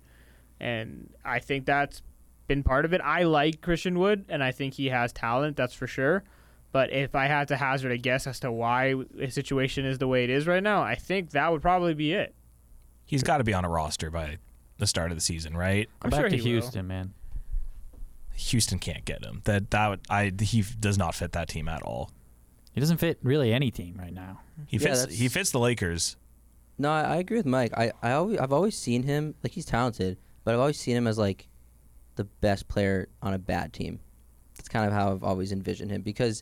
Speaker 2: And I think that's been part of it. I like Christian Wood, and I think he has talent, that's for sure. But if I had to hazard a guess as to why his situation is the way it is right now, I think that would probably be it.
Speaker 1: He's got to be on a roster by the start of the season, right?
Speaker 2: I'm
Speaker 4: Back
Speaker 2: sure
Speaker 4: to
Speaker 2: he will.
Speaker 4: Houston, man.
Speaker 1: Houston can't get him. That that would, I he does not fit that team at all.
Speaker 4: He doesn't fit really any team right now.
Speaker 1: He
Speaker 3: Yeah,
Speaker 1: fits
Speaker 3: that's-
Speaker 1: he fits the Lakers.
Speaker 3: No, I, I agree with Mike. I, I always, I've always seen him like he's talented, but I've always seen him as like the best player on a bad team. That's kind of how I've always envisioned him because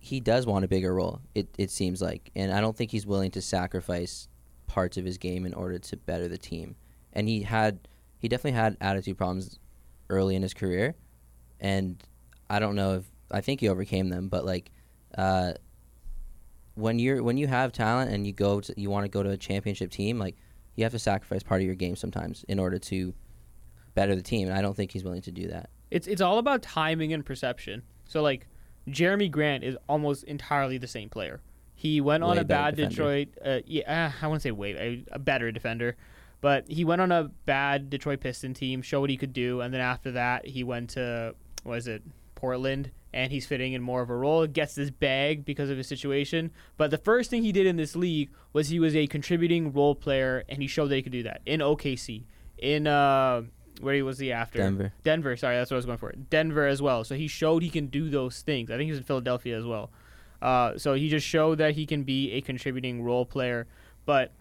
Speaker 3: he does want a bigger role. It it seems like, and I don't think he's willing to sacrifice parts of his game in order to better the team. And he had he definitely had attitude problems early in his career, and I don't know if I think he overcame them, but like. Uh, when you're when you have talent and you go to, you want to go to a championship team, like you have to sacrifice part of your game sometimes in order to better the team. And I don't think he's willing to do that.
Speaker 2: It's it's all about timing and perception. So like Jeremy Grant is almost entirely the same player. He went on
Speaker 3: Way
Speaker 2: a
Speaker 3: better
Speaker 2: bad
Speaker 3: defender.
Speaker 2: Detroit. Uh, yeah, uh, I wouldn't say way a, a better defender, but he went on a bad Detroit Piston team, showed what he could do, and then after that he went to was it Portland, and he's fitting in more of a role. Gets this bag because of his situation. But the first thing he did in this league was he was a contributing role player, and he showed that he could do that in OKC, in uh, where he was he after
Speaker 3: Denver.
Speaker 2: Denver, sorry, that's what I was going for. Denver as well. So he showed he can do those things. I think he was in Philadelphia as well. Uh, so he just showed that he can be a contributing role player. But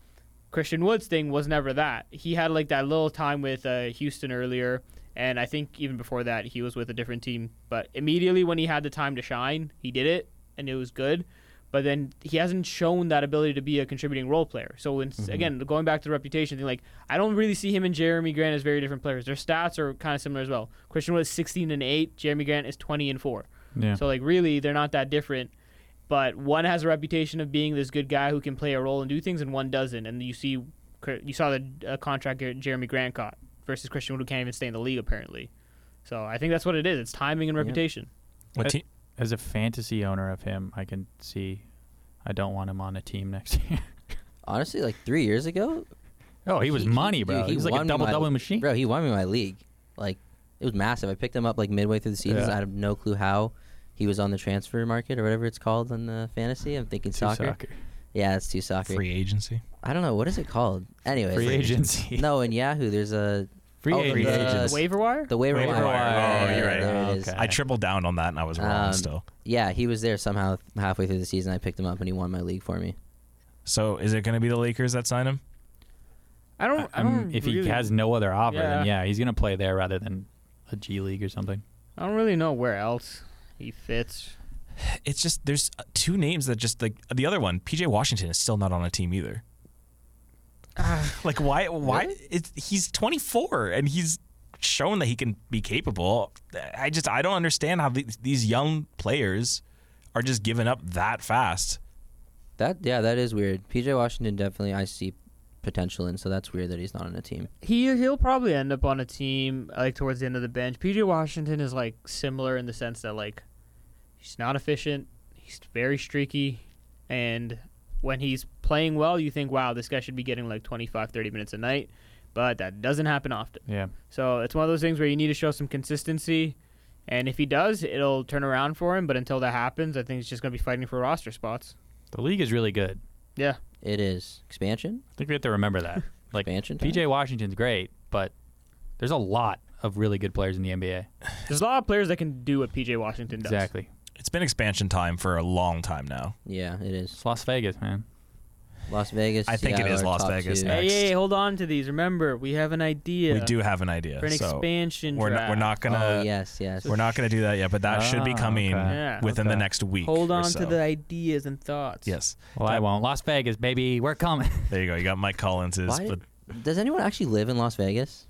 Speaker 2: Christian Woods thing was never that. He had like that little time with uh, Houston earlier, and I think even before that he was with a different team. But immediately when he had the time to shine, he did it, and it was good. But then he hasn't shown that ability to be a contributing role player. So when, again, going back to the reputation thing, like I don't really see him and Jeremy Grant as very different players. Their stats are kind of similar as well. Christian Wood is 16 and 8. Jeremy Grant is 20 and 4.
Speaker 4: Yeah.
Speaker 2: So like really, they're not that different. But one has a reputation of being this good guy who can play a role and do things, and one doesn't. And you see, you saw the uh, contract Jer- Jeremy Grant got versus Christian Wood, who can't even stay in the league apparently. So I think that's what it is. It's timing and reputation.
Speaker 1: What
Speaker 4: Uh,
Speaker 1: team?
Speaker 4: As a fantasy owner of him, I can see I don't want him on a team next year.
Speaker 3: Honestly, like three years ago,
Speaker 4: oh, he was money, bro.
Speaker 3: dude,
Speaker 4: he was like
Speaker 3: won
Speaker 4: a
Speaker 3: me
Speaker 4: double
Speaker 3: my-
Speaker 4: double machine.
Speaker 3: Bro, he won me my league. Like it was massive. I picked him up like midway through the season.
Speaker 4: Yeah.
Speaker 3: I have no clue how he was on the transfer market or whatever it's called in the fantasy. I'm thinking
Speaker 4: Two
Speaker 3: soccer. Yeah, it's too soccer.
Speaker 1: Free agency.
Speaker 3: I don't know what is it called. Anyways,
Speaker 4: Free agency.
Speaker 3: No, in Yahoo, there's a
Speaker 4: Free
Speaker 3: oh,
Speaker 4: agents.
Speaker 3: the-
Speaker 1: agents.
Speaker 2: Waiver wire.
Speaker 3: The waiver,
Speaker 1: Waiver
Speaker 3: wire.
Speaker 1: wire. Oh, you're right.
Speaker 3: There it is.
Speaker 4: Okay.
Speaker 1: I tripled down on that and I was wrong
Speaker 3: Um,
Speaker 1: still.
Speaker 3: Yeah, he was there somehow halfway through the season. I picked him up and he won my league for me.
Speaker 1: So is it going to be the Lakers that sign him?
Speaker 2: I don't. I
Speaker 4: Um,
Speaker 2: don't
Speaker 4: if
Speaker 2: really,
Speaker 4: he has no other offer, then
Speaker 2: Yeah.
Speaker 4: yeah, he's gonna play there rather than a G League or something.
Speaker 2: I don't really know where else he fits.
Speaker 1: It's just there's uh, two names that just like the other one, PJ Washington is still not on a team either.
Speaker 2: Ah.
Speaker 1: like why why it's, he's 24 and he's shown that he can be capable. I just I don't understand how th- these young players are just given up that fast.
Speaker 3: That yeah, that is weird. PJ Washington definitely I see potential in, so that's weird that he's not on a team.
Speaker 2: He he'll probably end up on a team like towards the end of the bench. PJ Washington is like similar in the sense that like he's not efficient, he's very streaky, and when he's playing well, you think, wow, this guy should be getting like 25, 30 minutes a night, but that doesn't happen often.
Speaker 4: Yeah.
Speaker 2: So it's one of those things where you need to show some consistency, and if he does, it'll turn around for him. But until that happens, I think he's just going to be fighting for roster spots.
Speaker 4: The league is really good.
Speaker 2: Yeah,
Speaker 3: It is expansion.
Speaker 4: I think we have to remember that. Like
Speaker 3: Expansion time?
Speaker 4: PJ Washington's great, but there's a lot of really good players in the NBA.
Speaker 2: there's a lot of players that can do what PJ Washington does.
Speaker 4: Exactly.
Speaker 1: It's been expansion time for a long time now.
Speaker 3: Yeah, it is.
Speaker 4: It's Las Vegas, man.
Speaker 3: Las Vegas.
Speaker 1: I think it
Speaker 3: Seattle
Speaker 1: is
Speaker 3: are
Speaker 1: Las
Speaker 3: top
Speaker 1: Vegas
Speaker 3: two.
Speaker 1: next.
Speaker 2: Hey, hey, hey, hold on to these. Remember, we have an idea.
Speaker 1: We do have an idea.
Speaker 2: for an
Speaker 1: so
Speaker 2: expansion
Speaker 1: we're not,
Speaker 2: draft.
Speaker 1: we're not gonna
Speaker 3: Oh yes, yes.
Speaker 1: we're not gonna do that yet, but that should be
Speaker 4: Ah,
Speaker 1: coming
Speaker 4: okay.
Speaker 2: Yeah,
Speaker 1: within the
Speaker 4: okay.
Speaker 1: next week.
Speaker 2: Hold
Speaker 1: or
Speaker 2: on
Speaker 1: so.
Speaker 2: to the ideas and thoughts.
Speaker 1: Yes.
Speaker 4: Well, I won't. Las Vegas, baby. We're coming.
Speaker 1: There you go. You got Mike Collins's,
Speaker 3: Why
Speaker 1: but
Speaker 3: did- Does anyone actually live in Las Vegas?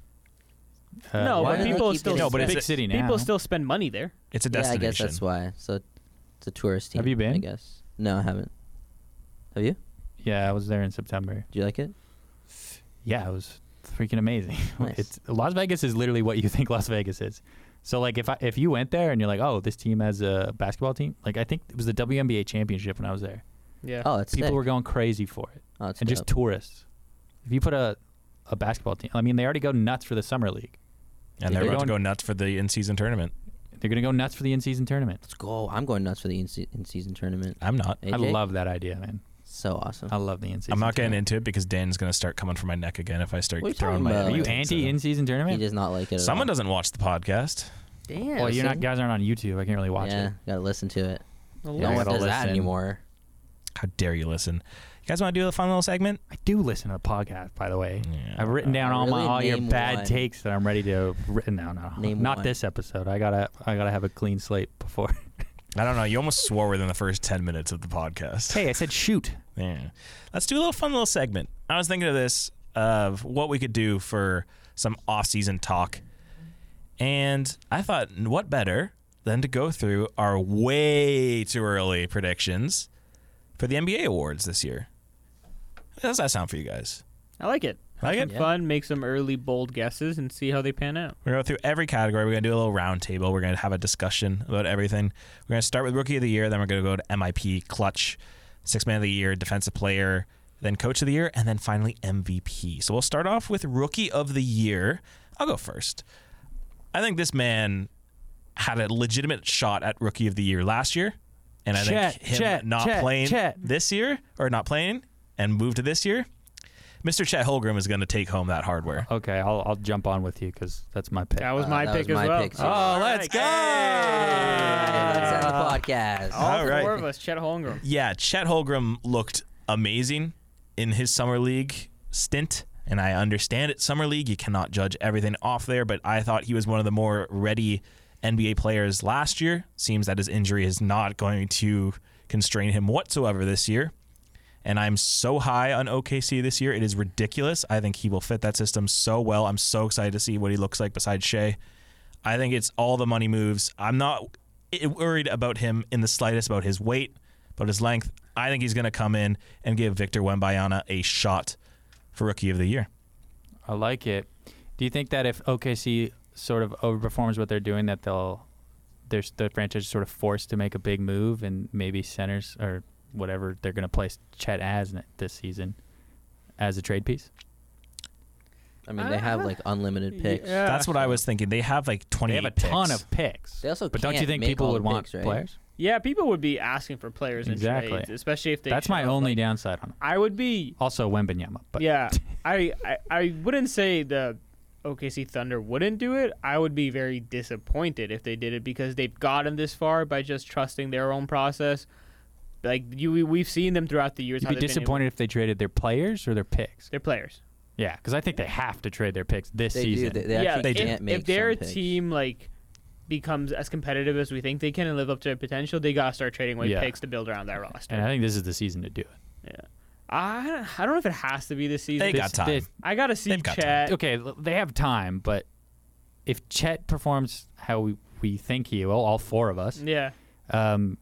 Speaker 4: Uh,
Speaker 2: no,
Speaker 3: Uh, why
Speaker 2: but
Speaker 3: do they
Speaker 2: people
Speaker 3: keep
Speaker 2: still
Speaker 3: getting
Speaker 1: No, but
Speaker 4: it's
Speaker 1: it's
Speaker 4: a
Speaker 1: a-
Speaker 4: big city now.
Speaker 2: people still spend money there.
Speaker 1: it's a
Speaker 3: Yeah, I
Speaker 1: destination.
Speaker 3: guess that's why. So it's a tourist team.
Speaker 4: Have
Speaker 3: I
Speaker 4: you been?
Speaker 3: guess. No, I haven't. Have you?
Speaker 4: Yeah, I was there in September.
Speaker 3: Do you like it?
Speaker 4: Yeah, it was freaking amazing.
Speaker 3: Nice.
Speaker 4: It's Las Vegas is literally what you think Las Vegas is. So like if I, if you went there and you're like, oh, this team has a basketball team, like I think it was the WNBA championship when I was there.
Speaker 2: Yeah.
Speaker 3: Oh, it's
Speaker 4: People were going crazy for it,
Speaker 3: oh, it's
Speaker 4: and just
Speaker 3: dope.
Speaker 4: tourists. If you put a a basketball team, I mean, they already go nuts for the summer league.
Speaker 1: And they're
Speaker 4: Yeah, they're
Speaker 1: about to go
Speaker 4: going-
Speaker 1: nuts for the in-season tournament.
Speaker 4: They're gonna go nuts for the in-season tournament.
Speaker 3: Let's go. I'm going nuts for the in, se- in season tournament.
Speaker 1: I'm not.
Speaker 3: AJ?
Speaker 4: I love that idea, man.
Speaker 3: So awesome.
Speaker 4: I love the in-season.
Speaker 1: I'm not getting
Speaker 4: tournament.
Speaker 1: into it because Dan's going to start coming for my neck again if I start
Speaker 3: What are you
Speaker 1: throwing
Speaker 3: talking
Speaker 1: my.
Speaker 3: about?
Speaker 4: Are you
Speaker 1: opinions at
Speaker 4: anti
Speaker 1: him.
Speaker 4: in-season
Speaker 3: He
Speaker 4: tournament?
Speaker 3: does not like it. At
Speaker 1: Someone
Speaker 3: all.
Speaker 1: doesn't watch the podcast.
Speaker 2: Damn.
Speaker 4: well, you're not
Speaker 3: see?
Speaker 4: guys aren't on YouTube. I can't really watch
Speaker 3: yeah,
Speaker 4: it.
Speaker 3: gotta listen to it.
Speaker 4: Yeah,
Speaker 3: no
Speaker 4: I
Speaker 3: one
Speaker 4: gotta
Speaker 3: does that
Speaker 4: listen.
Speaker 3: anymore.
Speaker 1: How dare you listen? You guys want to do a fun little segment?
Speaker 4: I do listen to the podcast, by the way.
Speaker 1: Yeah.
Speaker 4: I've written down all my
Speaker 3: Really?
Speaker 4: all your
Speaker 3: Name
Speaker 4: bad
Speaker 3: one.
Speaker 4: takes that I'm ready to written down. No, no,
Speaker 3: Name
Speaker 4: not
Speaker 3: one.
Speaker 4: this episode. I gotta I gotta have a clean slate before.
Speaker 1: I don't know. You almost swore within the first ten minutes of the podcast.
Speaker 4: hey, I said shoot.
Speaker 1: Yeah. Let's do a little fun little segment. I was thinking of this of what we could do for some off-season talk. And I thought what better than to go through our way too early predictions for the NBA awards this year. How does that sound for you guys?
Speaker 2: I like it.
Speaker 1: Like it?
Speaker 2: Have Fun. Make some early bold guesses and see how they pan out.
Speaker 1: We're going to go through every category. We're going to do a little round table. We're going to have a discussion about everything. We're going to start with Rookie of the Year. Then we're going to go to MIP, Clutch, Six Man of the Year, Defensive Player, then Coach of the Year, and then finally MVP. So we'll start off with Rookie of the Year. I'll go first. I think this man had a legitimate shot at Rookie of the Year last year. And I
Speaker 4: Chet,
Speaker 1: think him
Speaker 4: Chet,
Speaker 1: not
Speaker 4: Chet,
Speaker 1: playing
Speaker 4: Chet.
Speaker 1: this year or not playing and moved to this year, Mr. Chet Holgram is going to take home that hardware.
Speaker 4: Okay, I'll I'll jump on with you because that's my pick.
Speaker 2: That was
Speaker 3: Uh,
Speaker 2: my
Speaker 3: that
Speaker 2: pick
Speaker 3: was my
Speaker 2: as well.
Speaker 3: pick, too. Oh,
Speaker 2: All
Speaker 1: let's
Speaker 2: right.
Speaker 1: go!
Speaker 3: Hey, let's
Speaker 1: Yeah.
Speaker 3: end the podcast.
Speaker 2: All,
Speaker 1: All right.
Speaker 2: four of us. Chet Holmgren.
Speaker 1: Yeah, Chet Holgram looked amazing in his summer league stint, and I understand it. Summer league, you cannot judge everything off there, but I thought he was one of the more ready NBA players last year. Seems that his injury is not going to constrain him whatsoever this year. And I'm so high on OKC this year. It is ridiculous. I think he will fit that system so well. I'm so excited to see what he looks like beside Shea. I think it's all the money moves. I'm not i- worried about him in the slightest about his weight, but his length. I think he's going to come in and give Victor Wembayana a shot for Rookie of the Year.
Speaker 4: I like it. Do you think that if OKC sort of overperforms what they're doing, that they'll there's the franchise is sort of forced to make a big move and maybe centers or whatever they're gonna place Chet as n- this season as a trade piece?
Speaker 3: I mean, they have like unlimited picks.
Speaker 2: Yeah.
Speaker 1: That's what I was thinking. They have like 28
Speaker 4: They have a ton
Speaker 1: picks.
Speaker 4: of picks.
Speaker 3: They also
Speaker 4: but don't you
Speaker 3: can't
Speaker 4: think
Speaker 3: make
Speaker 4: people
Speaker 3: all
Speaker 4: would
Speaker 3: the
Speaker 4: want
Speaker 3: picks, right?
Speaker 4: players?
Speaker 2: Yeah, people would be asking for players in
Speaker 4: Exactly.
Speaker 2: trades, especially if they.
Speaker 4: That's my
Speaker 2: show up,
Speaker 4: only
Speaker 2: like-
Speaker 4: downside on him.
Speaker 2: I would be
Speaker 4: Also, Wembenyama. But
Speaker 2: yeah, I, I I wouldn't say the OKC Thunder wouldn't do it. I would be very disappointed if they did it because they've gotten this far by just trusting their own process. Like you, we- we've seen them throughout the years.
Speaker 4: you'd
Speaker 2: how
Speaker 4: be
Speaker 2: they've been able-
Speaker 4: disappointed if they traded their players or their picks.
Speaker 2: Their players.
Speaker 4: Yeah, because I think they have to trade their picks this
Speaker 3: They do.
Speaker 4: season.
Speaker 3: They, they
Speaker 2: yeah,
Speaker 3: actually
Speaker 2: if,
Speaker 1: do.
Speaker 3: can't make
Speaker 2: if their
Speaker 3: some picks.
Speaker 2: team like becomes as competitive as we think they can and live up to their potential, they gotta start trading away
Speaker 4: Yeah.
Speaker 2: picks to build around that roster.
Speaker 4: and I think this is the season to do it.
Speaker 2: I, I don't know if it has to be this season.
Speaker 1: They got
Speaker 4: This-
Speaker 1: time.
Speaker 4: this-
Speaker 2: I gotta see
Speaker 1: They've got time.
Speaker 2: Chet.
Speaker 4: okay, l- they have time, but if Chet performs how we, we think he will, all four of us,
Speaker 2: Yeah.
Speaker 4: um,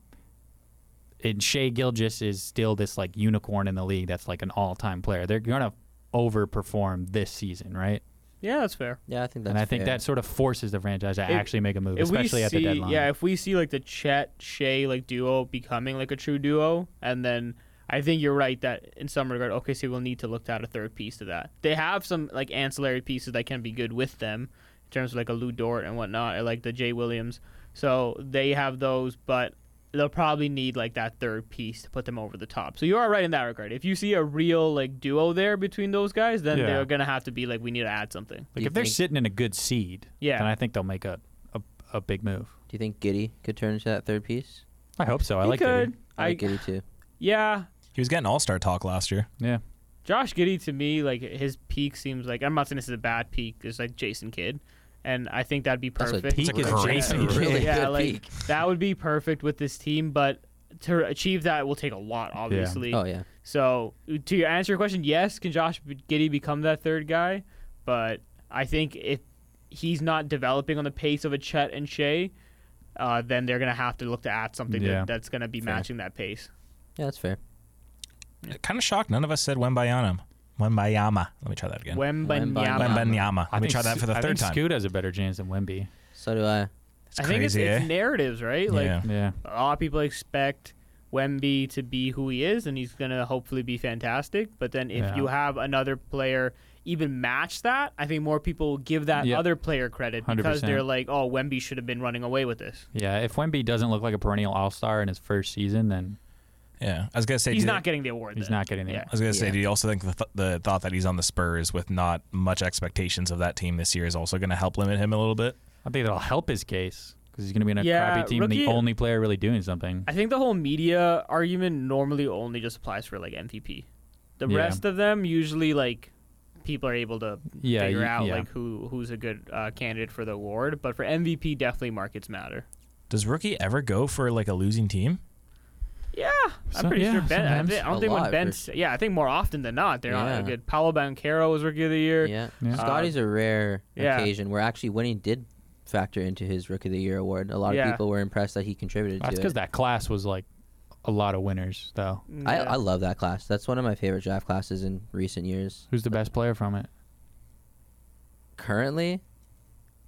Speaker 4: and Shea Gilgis is still this like unicorn in the league that's like an all time player, they're going to overperform this season, right?
Speaker 2: Yeah, that's fair.
Speaker 3: Yeah, I think that's
Speaker 4: and I think
Speaker 3: fair.
Speaker 4: that sort of forces the franchise to
Speaker 2: If-
Speaker 4: actually make a move,
Speaker 2: If we
Speaker 4: especially at
Speaker 2: see-
Speaker 4: the deadline.
Speaker 2: Yeah, if we see like the Chet Shea like duo becoming like a true duo, and then I think you're right that in some regard, OKC will need to look to add a third piece to that. They have some like ancillary pieces that can be good with them in terms of like a Lou Dort and whatnot, or like the Jay Williams. So they have those, but they'll probably need like that third piece to put them over the top. So you are right in that regard. If you see a real like duo there between those guys, then
Speaker 4: Yeah.
Speaker 2: they're gonna have to be like we need to add something.
Speaker 4: Like
Speaker 3: Do you
Speaker 4: if they're
Speaker 3: think-
Speaker 4: sitting in a good seed,
Speaker 2: Yeah.
Speaker 4: then I think they'll make a, a, a big move.
Speaker 3: Do you think Giddy could turn into that third piece?
Speaker 4: I hope so. I
Speaker 2: He
Speaker 4: like Diddy.
Speaker 2: could.
Speaker 3: I,
Speaker 2: I
Speaker 3: like Giddy too.
Speaker 2: yeah.
Speaker 1: He was getting All Star talk last year.
Speaker 4: Yeah.
Speaker 2: Josh Giddy to me, like his peak seems like I'm not saying this is a bad peak. It's like Jason Kidd, and I think that'd be
Speaker 3: That's what
Speaker 2: perfect.
Speaker 3: peak
Speaker 1: It's a is, Jason
Speaker 2: yeah,
Speaker 1: great- Kidd.
Speaker 3: really
Speaker 2: yeah,
Speaker 3: good
Speaker 2: like
Speaker 3: peak.
Speaker 2: that would be perfect with this team. But to achieve that will take a lot, obviously.
Speaker 3: Oh yeah.
Speaker 2: So to your- answer your question, yes, can Josh Giddy become that third guy? But I think if he's not developing on the pace of a Chet and Shea, uh, then they're gonna have to look to add something
Speaker 4: Yeah.
Speaker 2: that, that's gonna be
Speaker 3: Fair.
Speaker 2: matching that pace.
Speaker 3: Yeah, that's fair.
Speaker 1: Kind of shocked. None of us said Wembayama. Wembayama. Let me try that again.
Speaker 2: Wembanyama.
Speaker 3: Wembanyama.
Speaker 1: Wembayama. Let me
Speaker 4: think
Speaker 1: try that
Speaker 4: Sc-
Speaker 1: for the
Speaker 4: I
Speaker 1: third
Speaker 4: think
Speaker 1: time.
Speaker 4: Scoot has a better chance than Wemby.
Speaker 3: So do I.
Speaker 1: It's
Speaker 2: I
Speaker 1: crazy,
Speaker 2: think it's,
Speaker 1: eh?
Speaker 2: it's narratives, right? Like
Speaker 1: Yeah.
Speaker 4: Yeah.
Speaker 2: a lot of people expect Wemby to be who he is, and he's gonna hopefully be fantastic. But then if
Speaker 4: Yeah.
Speaker 2: you have another player even match that, I think more people will give that
Speaker 4: Yeah.
Speaker 2: other player credit because
Speaker 4: 100%.
Speaker 2: they're like, "Oh, Wemby should have been running away with this."
Speaker 4: Yeah. If Wemby doesn't look like a perennial all star in his first season, then
Speaker 1: Yeah. I was gonna say
Speaker 2: he's
Speaker 1: do-
Speaker 2: not getting the award.
Speaker 4: he's
Speaker 2: then.
Speaker 4: not getting the
Speaker 2: Yeah.
Speaker 1: I was gonna say,
Speaker 3: Yeah.
Speaker 1: do you also think the, th- the thought that he's on the Spurs with not much expectations of that team this year is also going to help limit him a little bit?
Speaker 4: I think that'll help his case because he's going to be in a
Speaker 2: Yeah,
Speaker 4: crappy team and
Speaker 2: rookie-
Speaker 4: the only player really doing something.
Speaker 2: I think the whole media argument normally only just applies for like MVP. The
Speaker 4: Yeah.
Speaker 2: rest of them usually like people are able to
Speaker 4: Yeah,
Speaker 2: figure
Speaker 4: you-
Speaker 2: out
Speaker 4: yeah.
Speaker 2: like who who's a good uh, candidate for the award. But for MVP, definitely markets matter.
Speaker 1: Does rookie ever go for like a losing team?
Speaker 2: Yeah, I'm
Speaker 4: So-
Speaker 2: pretty
Speaker 4: yeah,
Speaker 2: sure Ben. I,
Speaker 4: sometimes.
Speaker 2: thi- I don't
Speaker 3: A
Speaker 2: think when
Speaker 3: lot,
Speaker 2: Ben.
Speaker 3: for
Speaker 2: s- Yeah, I think more often than not they're not
Speaker 3: Yeah.
Speaker 2: good. Paolo Banquero was Rookie of the Year.
Speaker 3: Yeah.
Speaker 4: Yeah.
Speaker 3: Scotty's a rare
Speaker 2: yeah.
Speaker 3: occasion where actually winning did factor into his Rookie of the Year award. A lot
Speaker 2: Yeah.
Speaker 3: of people were impressed that he contributed to
Speaker 4: That's because
Speaker 3: it.
Speaker 4: that class was like a lot of winners, though.
Speaker 3: I,
Speaker 2: Mm, Yeah.
Speaker 3: I love that class. That's one of my favorite draft classes in recent years.
Speaker 4: Who's the best player from it?
Speaker 3: Currently,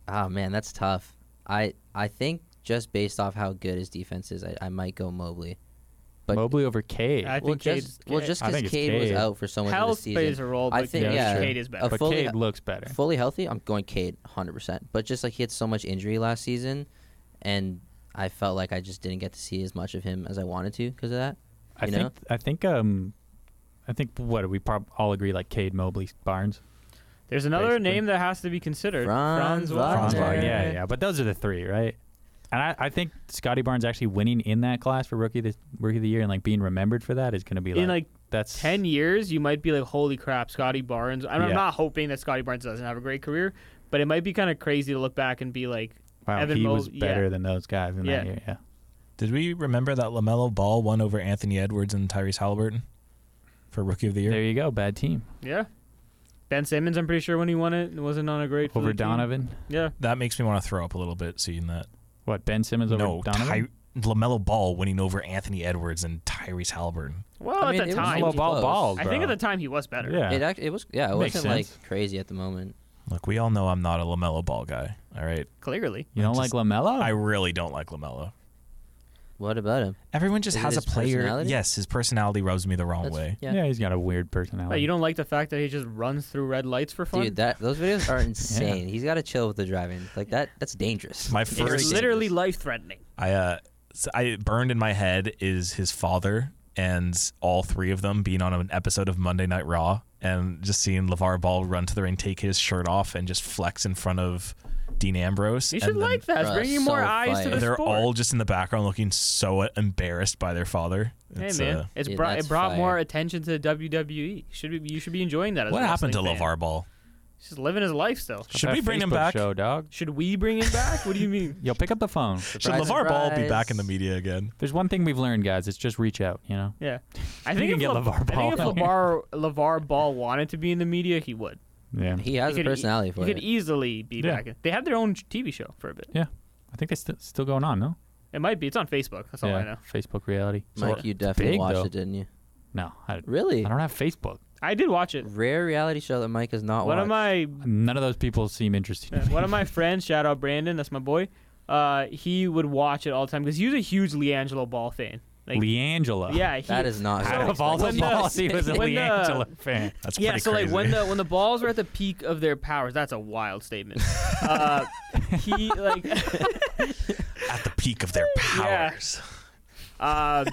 Speaker 3: oh man, that's tough. I I think just based off how good his defense is, I, I might go Mobley. But-
Speaker 4: Mobley over Cade.
Speaker 2: I-
Speaker 3: well,
Speaker 2: think Cade's-
Speaker 3: just well, just
Speaker 4: I
Speaker 3: because
Speaker 4: think it's
Speaker 3: Cade, was
Speaker 4: Cade.
Speaker 3: out for so much of
Speaker 2: health
Speaker 3: the season.
Speaker 2: plays a role.
Speaker 3: I
Speaker 2: but
Speaker 3: think,
Speaker 2: Cade-
Speaker 4: yeah,
Speaker 2: Cade is
Speaker 3: a
Speaker 2: better.
Speaker 3: f-
Speaker 4: but
Speaker 3: fully-
Speaker 4: Cade looks better.
Speaker 3: fully healthy, I'm going Cade 100%. But just like he had so much injury last season, and I felt like I just didn't get to see as much of him as I wanted to because of that.
Speaker 4: I
Speaker 3: you
Speaker 4: think.
Speaker 3: know?
Speaker 4: I think. Um. I think what we prob- all agree like Cade Mobley Barnes.
Speaker 2: There's another
Speaker 4: basically.
Speaker 2: name that has to be considered.
Speaker 3: Franz
Speaker 4: Franz
Speaker 3: Wagner.
Speaker 4: Wagner, Yeah, yeah. But those are the three, right? And I, I think Scotty Barnes actually winning in that class for rookie of the rookie of the year and like being remembered for that is going to be like,
Speaker 2: In like
Speaker 4: that's
Speaker 2: 10 years, you might be like, holy crap, Scotty Barnes. I'm, I'm
Speaker 4: Yeah.
Speaker 2: not hoping that Scotty Barnes doesn't have a great career, but it might be kind of crazy to look back and be like,
Speaker 4: wow
Speaker 2: Evan
Speaker 4: he
Speaker 2: Mo-
Speaker 4: was
Speaker 2: yeah.
Speaker 4: better than those guys in
Speaker 2: Yeah.
Speaker 4: that year. Yeah.
Speaker 1: Did we remember that Lamelo Ball won over Anthony Edwards and Tyrese Halliburton for rookie of the year?
Speaker 4: There you go. Bad team
Speaker 2: yeah. Ben Simmons, I'm pretty sure when he won it, wasn't on a great
Speaker 4: over
Speaker 2: Philly team.
Speaker 4: Donovan.
Speaker 2: Yeah.
Speaker 1: that makes me want to throw up a little bit seeing that.
Speaker 4: What Ben Simmons over
Speaker 1: no,
Speaker 4: Donovan?
Speaker 1: Ty- Lamelo Ball winning over Anthony Edwards and Tyrese Halliburton.
Speaker 2: Well,
Speaker 3: I mean,
Speaker 2: at the
Speaker 3: it was
Speaker 2: time,
Speaker 4: Lamelo
Speaker 3: pretty
Speaker 4: Ball
Speaker 3: close.
Speaker 4: balled.
Speaker 2: I think at
Speaker 4: bro.
Speaker 2: the time he was better.
Speaker 4: Yeah.
Speaker 3: It act- it was yeah, it
Speaker 4: Makes
Speaker 3: wasn't
Speaker 4: sense.
Speaker 3: like crazy at the moment.
Speaker 1: Look, we all know I'm not a Lamelo Ball guy. All right,
Speaker 2: Clearly.
Speaker 4: you don't
Speaker 1: just-
Speaker 4: like
Speaker 2: Oh.
Speaker 4: Lamelo?
Speaker 1: I really don't like Lamelo.
Speaker 3: What about him?
Speaker 1: Everyone just
Speaker 3: Is it
Speaker 1: has a
Speaker 3: his
Speaker 1: player.
Speaker 3: personality?
Speaker 1: Yes, his personality rubs me the wrong
Speaker 3: That's-
Speaker 1: way.
Speaker 4: yeah.
Speaker 3: Yeah.
Speaker 4: he's got a weird personality.
Speaker 2: But you don't like the fact that he just runs through red lights for fun?
Speaker 3: Dude, that those videos are insane. He's got to chill with the driving. Like that, that's dangerous.
Speaker 1: My
Speaker 3: It's
Speaker 1: first-
Speaker 3: very
Speaker 2: it's
Speaker 1: Very
Speaker 2: literally
Speaker 3: dangerous.
Speaker 2: life threatening.
Speaker 1: I uh, s- I burned in my head is his father and all three of them being on an episode of Monday Night Raw and just seeing LeVar Ball run to the ring, take his shirt off, and just flex in front of Dean Ambrose.
Speaker 2: You
Speaker 1: and
Speaker 2: should
Speaker 1: then
Speaker 2: like that. It's
Speaker 3: Bruh,
Speaker 2: bringing more
Speaker 3: so
Speaker 2: eyes to
Speaker 3: fire.
Speaker 2: the
Speaker 1: They're
Speaker 2: sport.
Speaker 1: all just in the background looking so embarrassed by their father.
Speaker 2: Hey
Speaker 1: It's,
Speaker 2: man,
Speaker 1: uh,
Speaker 2: it's
Speaker 3: Dude,
Speaker 2: brought
Speaker 3: that's
Speaker 2: it brought
Speaker 3: fire.
Speaker 2: more attention to WWE. E. Should be you should be enjoying that. As
Speaker 1: what
Speaker 2: a
Speaker 1: happened to
Speaker 2: wrestling fan.
Speaker 1: LeVar Ball?
Speaker 2: He's just living his life still.
Speaker 1: Should
Speaker 4: That
Speaker 1: we bring him
Speaker 4: Facebook
Speaker 1: back?
Speaker 4: Show dog.
Speaker 2: Should we bring him back? What do you mean?
Speaker 4: Yo, pick up the phone.
Speaker 1: Should LeVar
Speaker 3: Surprise,
Speaker 1: Ball be back
Speaker 3: surprise.
Speaker 1: in the media again?
Speaker 4: There's one thing we've learned, guys. It's just reach out. You know.
Speaker 2: Yeah, I
Speaker 4: You
Speaker 2: think
Speaker 4: can
Speaker 2: if
Speaker 4: get
Speaker 2: Le-
Speaker 4: LeVar
Speaker 2: I think if
Speaker 4: Ball.
Speaker 2: LeVar LeVar Ball wanted to be in the media, he would.
Speaker 4: Yeah.
Speaker 3: He has
Speaker 2: he
Speaker 3: a
Speaker 2: could e-
Speaker 3: personality
Speaker 2: he
Speaker 3: for
Speaker 2: could
Speaker 3: it.
Speaker 2: easily be
Speaker 4: Yeah.
Speaker 2: back. They had their own TV show for a bit.
Speaker 4: Yeah. I think that's st- still going on, no?
Speaker 2: It might be. It's on Facebook. That's all I know.
Speaker 4: Facebook reality.
Speaker 3: Oh, Mike, you definitely
Speaker 4: big,
Speaker 3: watched
Speaker 4: though.
Speaker 3: it, didn't you?
Speaker 4: No, I,
Speaker 3: Really?
Speaker 4: I don't have Facebook.
Speaker 2: I did watch it.
Speaker 3: Rare reality show that Mike has not
Speaker 2: One of
Speaker 3: watched.
Speaker 2: my
Speaker 4: None of those people seem interesting.
Speaker 2: Yeah,
Speaker 4: to me.
Speaker 2: one of my friends, shout out Brandon, that's my boy. Uh, he would watch it all the time because he was a huge LiAngelo Ball fan. Like,
Speaker 4: Leangelo.
Speaker 2: yeah, he,
Speaker 3: that is not.
Speaker 4: Out
Speaker 2: So-
Speaker 4: of all the
Speaker 2: when the-
Speaker 4: balls, he was a
Speaker 2: when the-
Speaker 4: Leangelo fan.
Speaker 1: That's
Speaker 2: yeah.
Speaker 1: pretty
Speaker 2: So
Speaker 1: crazy.
Speaker 2: like when the when the balls were at the peak of their powers, that's a wild statement. uh, he like
Speaker 1: At the peak of their
Speaker 2: Yeah.
Speaker 1: powers.
Speaker 2: uh,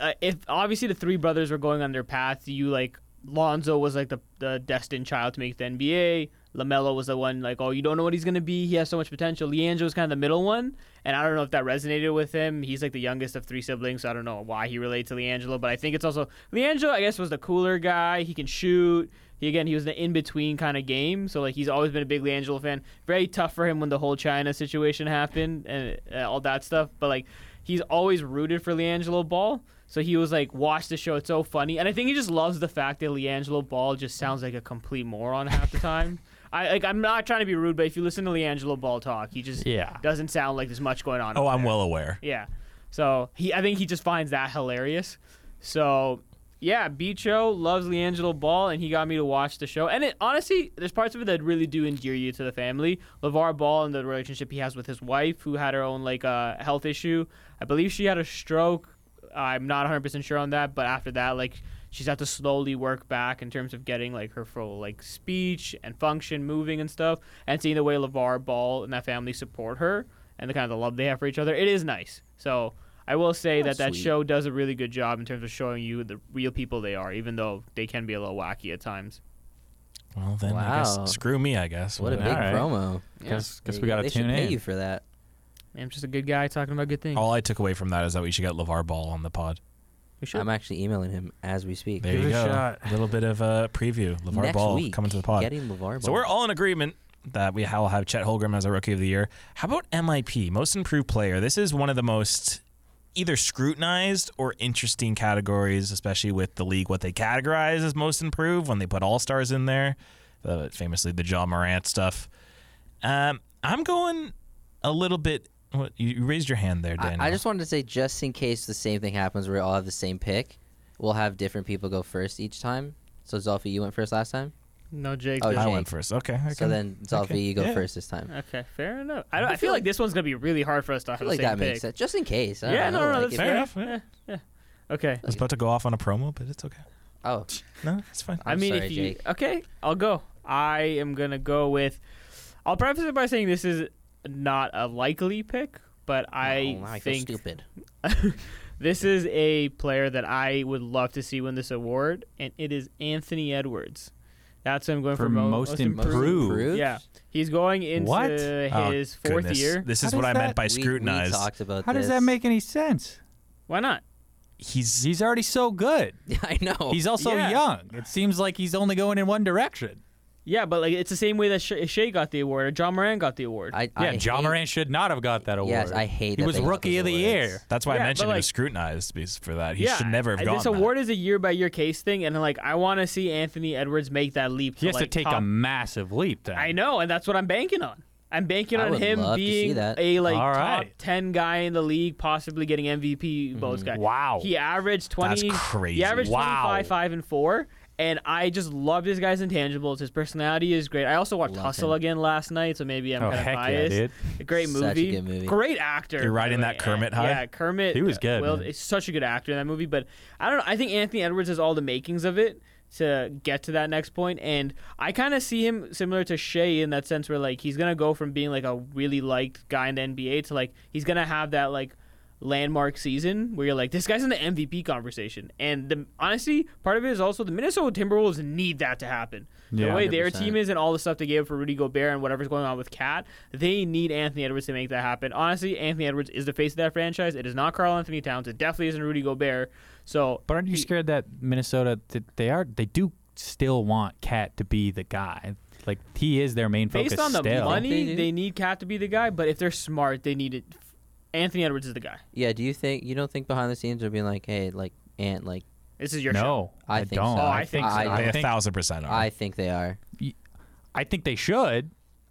Speaker 2: uh, if obviously the three brothers were going on their path, you like Lonzo was like the the destined child to make the NBA. Lamelo was the one like, oh, you don't know what he's gonna be. He has so much potential. Leandro was kind of the middle one, and I don't know if that resonated with him. He's like the youngest of three siblings, so I don't know why he related to Leandro, but I think it's also Leandro. I guess was the cooler guy. He can shoot. He again, he was the in between kind of game, so like he's always been a big Leandro fan. Very tough for him when the whole China situation happened and uh, all that stuff, but like he's always rooted for Leangelo Ball. So he was like, watch the show. It's so funny. And I think he just loves the fact that Leangelo Ball just sounds like a complete moron half the time. I like I'm not trying to be rude, but if you listen to Leangelo Ball talk, he just
Speaker 4: Yeah.
Speaker 2: doesn't sound like there's much going on.
Speaker 1: Oh,
Speaker 2: over
Speaker 1: I'm
Speaker 2: there.
Speaker 1: well aware.
Speaker 2: Yeah. So he I think he just finds that hilarious. So yeah, Bicho loves Leangelo Ball, and he got me to watch the show. And it honestly, there's parts of it that really do endear you to the family. LeVar Ball and the relationship he has with his wife, who had her own like uh, health issue. I believe she had a stroke. I'm not 100% sure on that, but after that, like she's had to slowly work back in terms of getting like her full like speech and function, moving and stuff. And seeing the way LeVar Ball and that family support her and the kind of the love they have for each other, it is nice. So I will say
Speaker 3: That's
Speaker 2: that that
Speaker 3: sweet.
Speaker 2: show does a really good job in terms of showing you the real people they are, even though they can be a little wacky at times.
Speaker 1: Well, then I
Speaker 3: Wow.
Speaker 1: guess screw me. I guess.
Speaker 3: What a
Speaker 4: All
Speaker 3: big
Speaker 4: right.
Speaker 3: promo.
Speaker 4: Guess, guess
Speaker 3: They-
Speaker 4: we gotta
Speaker 3: they
Speaker 4: tune
Speaker 3: should pay
Speaker 4: in.
Speaker 3: you for that.
Speaker 2: I'm just a good guy talking about good things.
Speaker 3: Oh,
Speaker 1: All I took away from that is that we should get Levar Ball on the pod.
Speaker 2: we should.
Speaker 3: I'm actually emailing him as we speak.
Speaker 1: There
Speaker 4: Give
Speaker 1: you
Speaker 4: it a
Speaker 1: go.
Speaker 4: shot.
Speaker 1: little bit of a preview. Levar
Speaker 3: Next
Speaker 1: Ball
Speaker 3: week,
Speaker 1: coming to the pod.
Speaker 3: Getting LeVar Ball.
Speaker 1: So we're all in agreement that we will have Chet Holgram as our Rookie of the Year. How about MIP, Most Improved Player? This is one of the most either scrutinized or interesting categories, especially with the league, what they categorize as Most Improved when they put All Stars in there, uh, famously the Jaw Morant stuff. Um, I'm going a little bit. What, you you raised your hand there,
Speaker 3: I,
Speaker 1: Daniel.
Speaker 3: I just wanted to say, just in case the same thing happens, where we all have the same pick, we'll have different people go first each time. So Zolfi, you went first last time.
Speaker 2: no, Jake.
Speaker 3: Oh,
Speaker 2: did.
Speaker 1: I
Speaker 3: Jake.
Speaker 1: went first. Okay. I
Speaker 3: So
Speaker 1: can-
Speaker 3: then Zolfi,
Speaker 1: okay,
Speaker 3: you go
Speaker 1: yeah.
Speaker 3: first this time. I
Speaker 2: okay, fair enough. I, don't, I feel like this one's gonna be really hard for us to have
Speaker 3: feel
Speaker 2: the
Speaker 3: like
Speaker 2: same
Speaker 3: that
Speaker 2: pick.
Speaker 3: makes sense. Just in case. I don't
Speaker 2: Yeah,
Speaker 3: know,
Speaker 2: no, no,
Speaker 3: like,
Speaker 2: that's
Speaker 3: if-
Speaker 1: fair
Speaker 2: fair.
Speaker 1: enough. Yeah.
Speaker 2: Okay.
Speaker 1: I was about to go off on a promo, but it's okay.
Speaker 3: Oh,
Speaker 1: No, it's fine.
Speaker 3: I'm
Speaker 2: I mean,
Speaker 3: sorry,
Speaker 2: if you
Speaker 3: Jake.
Speaker 2: okay, I'll go. I am gonna go with. I'll preface it by saying this is not a likely pick, but I
Speaker 3: oh, wow, I feel
Speaker 2: think
Speaker 3: stupid.
Speaker 2: this is a player that I would love to see win this award, and it is Anthony Edwards. That's what I'm going for,
Speaker 4: For
Speaker 2: mo-
Speaker 4: most
Speaker 3: Most
Speaker 4: Improved.
Speaker 2: Yeah, he's going into
Speaker 4: What?
Speaker 1: Oh,
Speaker 2: his fourth
Speaker 1: goodness.
Speaker 2: year.
Speaker 1: This
Speaker 4: How
Speaker 1: is what
Speaker 4: does
Speaker 1: I meant
Speaker 4: that-
Speaker 1: by
Speaker 3: We-
Speaker 1: scrutinized.
Speaker 3: We talked about
Speaker 4: How does that
Speaker 3: this.
Speaker 4: make any sense?
Speaker 2: Why not?
Speaker 1: He's
Speaker 4: He's already so good.
Speaker 3: I know.
Speaker 4: He's also
Speaker 2: Yeah.
Speaker 4: young. It seems like he's only going in one direction.
Speaker 2: Yeah, but like it's the same way that Sha- Shea got the award or John Moran got the award.
Speaker 3: I,
Speaker 4: Yeah,
Speaker 3: I
Speaker 4: John
Speaker 3: hate-
Speaker 4: Morant should not have got that award.
Speaker 3: Yes, I hate
Speaker 4: He
Speaker 3: that
Speaker 4: was
Speaker 3: they got
Speaker 4: rookie
Speaker 3: those
Speaker 4: of the
Speaker 3: awards.
Speaker 4: year.
Speaker 1: That's why
Speaker 2: Yeah,
Speaker 1: I mentioned
Speaker 2: but,
Speaker 1: he
Speaker 2: like-
Speaker 1: was scrutinized because- for that. He should never have
Speaker 2: I-
Speaker 1: gotten
Speaker 2: This
Speaker 1: that.
Speaker 2: award is a year by year case thing, and like I want to see Anthony Edwards make that leap.
Speaker 4: He has
Speaker 2: like,
Speaker 4: to take a
Speaker 2: top-
Speaker 4: massive leap. Then
Speaker 2: I know, and that's what I'm banking on. I'm banking
Speaker 3: I
Speaker 2: on
Speaker 3: would
Speaker 2: him
Speaker 3: love to see
Speaker 2: being
Speaker 3: that.
Speaker 2: a like
Speaker 4: All
Speaker 2: top
Speaker 4: right. Mm-hmm.
Speaker 2: ten guy in the league, possibly getting MVP votes guy.
Speaker 4: Wow.
Speaker 2: he averaged
Speaker 1: That's
Speaker 2: twenty.
Speaker 1: crazy.
Speaker 2: He averaged
Speaker 4: Wow.
Speaker 2: 25, five and four. And I just love this guy's intangibles. His personality is great. I also watched
Speaker 3: Love
Speaker 2: Hustle
Speaker 3: him.
Speaker 2: again last night, so maybe I'm
Speaker 4: Oh,
Speaker 2: kind of
Speaker 4: heck yeah,
Speaker 2: biased.
Speaker 4: dude.
Speaker 2: A great
Speaker 3: Such a
Speaker 2: movie.
Speaker 3: good movie.
Speaker 2: Great actor.
Speaker 1: You're
Speaker 2: by
Speaker 1: riding
Speaker 2: the
Speaker 1: that
Speaker 2: way.
Speaker 1: Kermit
Speaker 2: Uh,
Speaker 1: high?
Speaker 2: Yeah, Kermit.
Speaker 4: He was
Speaker 2: uh,
Speaker 4: good,
Speaker 2: Will
Speaker 4: man.
Speaker 2: is such a good actor in that movie, but I don't know. I think Anthony Edwards has all the makings of it to get to that next point, and I kind of see him similar to Shea in that sense, where like he's gonna go from being like a really liked guy in the NBA to like he's gonna have that like landmark season where you're like this guy's in the MVP conversation and the honestly part of it is also the Minnesota Timberwolves need that to happen the
Speaker 4: Yeah.
Speaker 2: way their
Speaker 3: 100%.
Speaker 2: team is and all the stuff they gave for Rudy Gobert and whatever's going on with Cat, they need Anthony Edwards to make that happen. Honestly, Anthony Edwards is the face of that franchise. It is not Carl Anthony Towns. It definitely isn't Rudy Gobert. So,
Speaker 4: But aren't you
Speaker 2: He-
Speaker 4: scared that Minnesota that they are they do still want Cat to be the guy? Like he is their main focus.
Speaker 2: based on the
Speaker 4: still.
Speaker 2: money,
Speaker 3: They
Speaker 2: they,
Speaker 3: do.
Speaker 2: need Cat to be the guy. But if they're smart, they need it. Anthony Edwards is the guy.
Speaker 3: Yeah. Do you think you don't think behind the scenes they're being like, hey, like Ant, like
Speaker 2: This is your show.
Speaker 4: no,
Speaker 3: I
Speaker 4: I,
Speaker 3: think
Speaker 4: don't.
Speaker 3: so. Oh,
Speaker 2: I think so.
Speaker 1: They
Speaker 4: I,
Speaker 1: a
Speaker 4: think,
Speaker 1: thousand percent
Speaker 4: Uh-huh.
Speaker 1: are.
Speaker 3: I think they are.
Speaker 4: I think they should.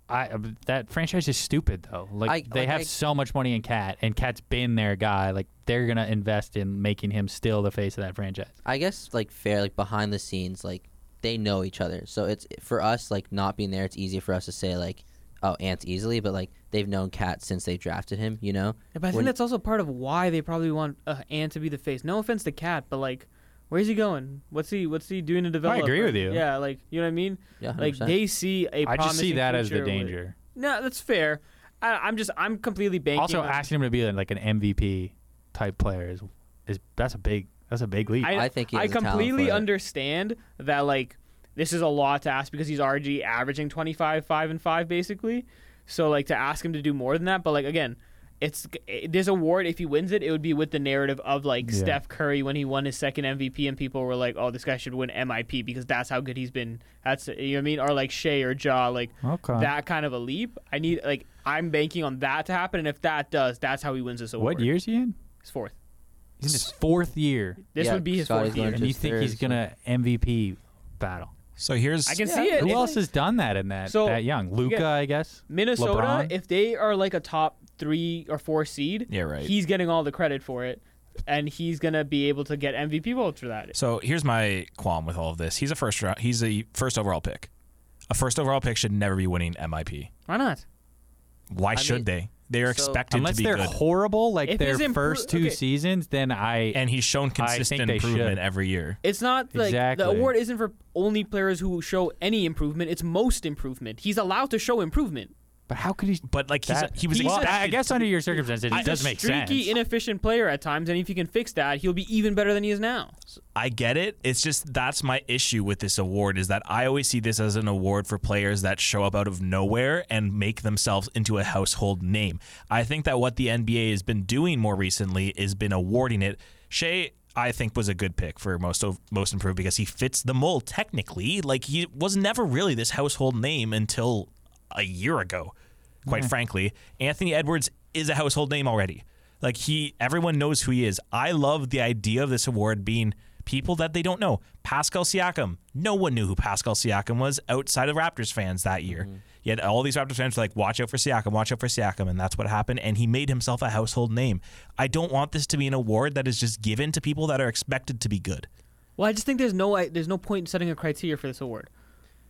Speaker 4: I uh, that franchise is stupid though. Like
Speaker 3: I-
Speaker 4: they
Speaker 3: like,
Speaker 4: have
Speaker 3: I-
Speaker 4: so much money in Cat, and Cat's been their guy. Like they're gonna invest in making him still the face of that franchise.
Speaker 3: I guess like fair, like behind the scenes, like they know each other. So it's for us, like not being there, it's easy for us to say like, oh, Ant's easily, but like they've known Cat since they drafted him, you know.
Speaker 2: Yeah, but I
Speaker 3: When-
Speaker 2: think that's also part of why they probably want uh, Ant to be the face. No offense to Cat, but like, where's he going? What's he What's he doing to develop?
Speaker 4: agree
Speaker 2: Or-
Speaker 4: with you.
Speaker 2: Yeah, like you know what I mean.
Speaker 3: Yeah,
Speaker 2: Like
Speaker 3: 100%.
Speaker 2: they see a.
Speaker 4: I just see
Speaker 2: promising
Speaker 4: that as the
Speaker 2: future with-
Speaker 4: danger.
Speaker 2: No, that's fair. I, I'm just I'm completely banking.
Speaker 4: Also,
Speaker 2: on-
Speaker 4: asking him to be like an MVP type player is is that's a big that's a big leap.
Speaker 3: I think he has
Speaker 2: I
Speaker 3: the talent
Speaker 2: completely
Speaker 3: for it.
Speaker 2: understand that like this is a lot to ask because he's already averaging 25, 5 and 5 basically. So like to ask him to do more than that, but like again, it's it, this award if he wins it, it would be with the narrative of like
Speaker 4: Yeah.
Speaker 2: Steph Curry when he won his second MVP and people were like, "Oh, this guy should win MIP because that's how good he's been." That's you know what I mean, or like Shea or Ja, like
Speaker 4: Okay.
Speaker 2: that kind of a leap. I need like I'm banking on that to happen, and if that does, that's how he wins this award.
Speaker 4: what year is he in?
Speaker 2: His fourth.
Speaker 4: He's in his fourth year,
Speaker 2: This
Speaker 3: Yeah,
Speaker 2: would be his
Speaker 3: Scotty's
Speaker 2: fourth year.
Speaker 3: going
Speaker 4: and you think he's
Speaker 3: There's-
Speaker 4: gonna MVP battle?
Speaker 1: So here's
Speaker 2: I can see it.
Speaker 4: Who
Speaker 2: It's
Speaker 4: else
Speaker 2: like
Speaker 4: has done that in that
Speaker 2: So,
Speaker 4: that young? Luca,
Speaker 2: yeah.
Speaker 4: I guess.
Speaker 2: Minnesota,
Speaker 4: LeBron?
Speaker 2: if they are like a top three or four seed,
Speaker 1: Yeah, right.
Speaker 2: he's getting all the credit for it, and he's gonna be able to get MVP votes for that.
Speaker 1: So here's my qualm with all of this. He's a first round. He's a first overall pick. A first overall pick should never be winning MIP.
Speaker 2: Why not?
Speaker 1: Why should
Speaker 3: mean,
Speaker 1: they? They are
Speaker 3: so-
Speaker 1: expected to
Speaker 4: Unless
Speaker 1: be
Speaker 4: they're
Speaker 1: good,
Speaker 4: horrible, like
Speaker 2: If
Speaker 4: their
Speaker 2: his impro-
Speaker 4: first two
Speaker 2: okay.
Speaker 4: seasons, then I
Speaker 1: and he's shown
Speaker 4: I think
Speaker 1: consistent
Speaker 4: they should.
Speaker 1: improvement every year.
Speaker 2: It's not like
Speaker 4: Exactly.
Speaker 2: the award isn't for only players who show any improvement. It's most improvement. He's allowed to show improvement.
Speaker 4: But how could he?
Speaker 1: But like he's
Speaker 4: that-
Speaker 1: he was
Speaker 4: Well, I
Speaker 1: expected-
Speaker 4: guess under your circumstances, it
Speaker 1: I-
Speaker 4: does make sense.
Speaker 2: Streaky, inefficient player at times, and if he can fix that, he'll be even better than he is now.
Speaker 1: I get it. It's just that's my issue with this award is that I always see this as an award for players that show up out of nowhere and make themselves into a household name. I think that what the NBA has been doing more recently is been awarding it. Shea, I think, was a good pick for most of most improved because he fits the mold technically. Like he was never really this household name until a year ago, quite frankly. Anthony Edwards is a household name already. Like he, everyone knows who he is. I love the idea of this award being people that they don't know. Pascal Siakam, no one knew who Pascal Siakam was outside of Raptors fans that year. Yet all these Raptors fans were like, "Watch out for Siakam, watch out for Siakam," and that's what happened. And he made himself a household name. I don't want this to be an award that is just given to people that are expected to be good.
Speaker 2: Well, I just think there's no I, there's no point in setting a criteria for this award.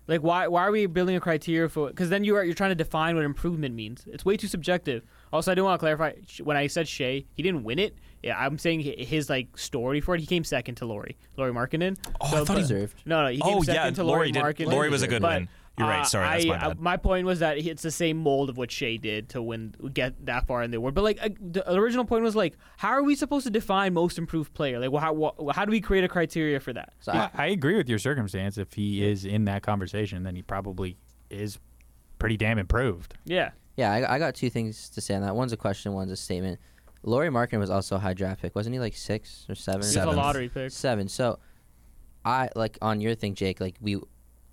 Speaker 2: Like, why why are we building a criteria for? Because then you are you're trying to define what improvement means. It's way too subjective. Also, I do want to clarify sh- when I said Shea, he didn't win it. Yeah, I'm saying hi- his like story for it. He came second to Lori, Lori Markkinen.
Speaker 1: Oh, I thought he-
Speaker 3: Deserved.
Speaker 2: No, no, he came
Speaker 1: Oh,
Speaker 2: second
Speaker 1: yeah,
Speaker 2: to
Speaker 1: Lauri
Speaker 2: Lori
Speaker 1: did-
Speaker 2: Markkinen.
Speaker 1: Lauri was a good
Speaker 2: But,
Speaker 1: win. You're right.
Speaker 2: uh,
Speaker 1: Sorry, that's
Speaker 2: I-
Speaker 1: my bad.
Speaker 2: uh, my point was that it's the same mold of what Shea did to win, get that far in the award. But like uh, the original point was like, how are we supposed to define most improved player? Like, well, how wha- how do we create a criteria for that?
Speaker 3: So
Speaker 4: I,
Speaker 3: I,
Speaker 4: I agree with your circumstance. If he is in that conversation, then he probably is pretty damn improved.
Speaker 2: Yeah.
Speaker 3: yeah, I, I got two things to say on that. One's a question, one's a statement. Laurie Markin was also a high draft pick, wasn't he? Like six or seven?
Speaker 2: He's
Speaker 1: He was
Speaker 2: a
Speaker 1: Seventh.
Speaker 2: lottery pick.
Speaker 3: Seven. So, I like on your thing, Jake. Like we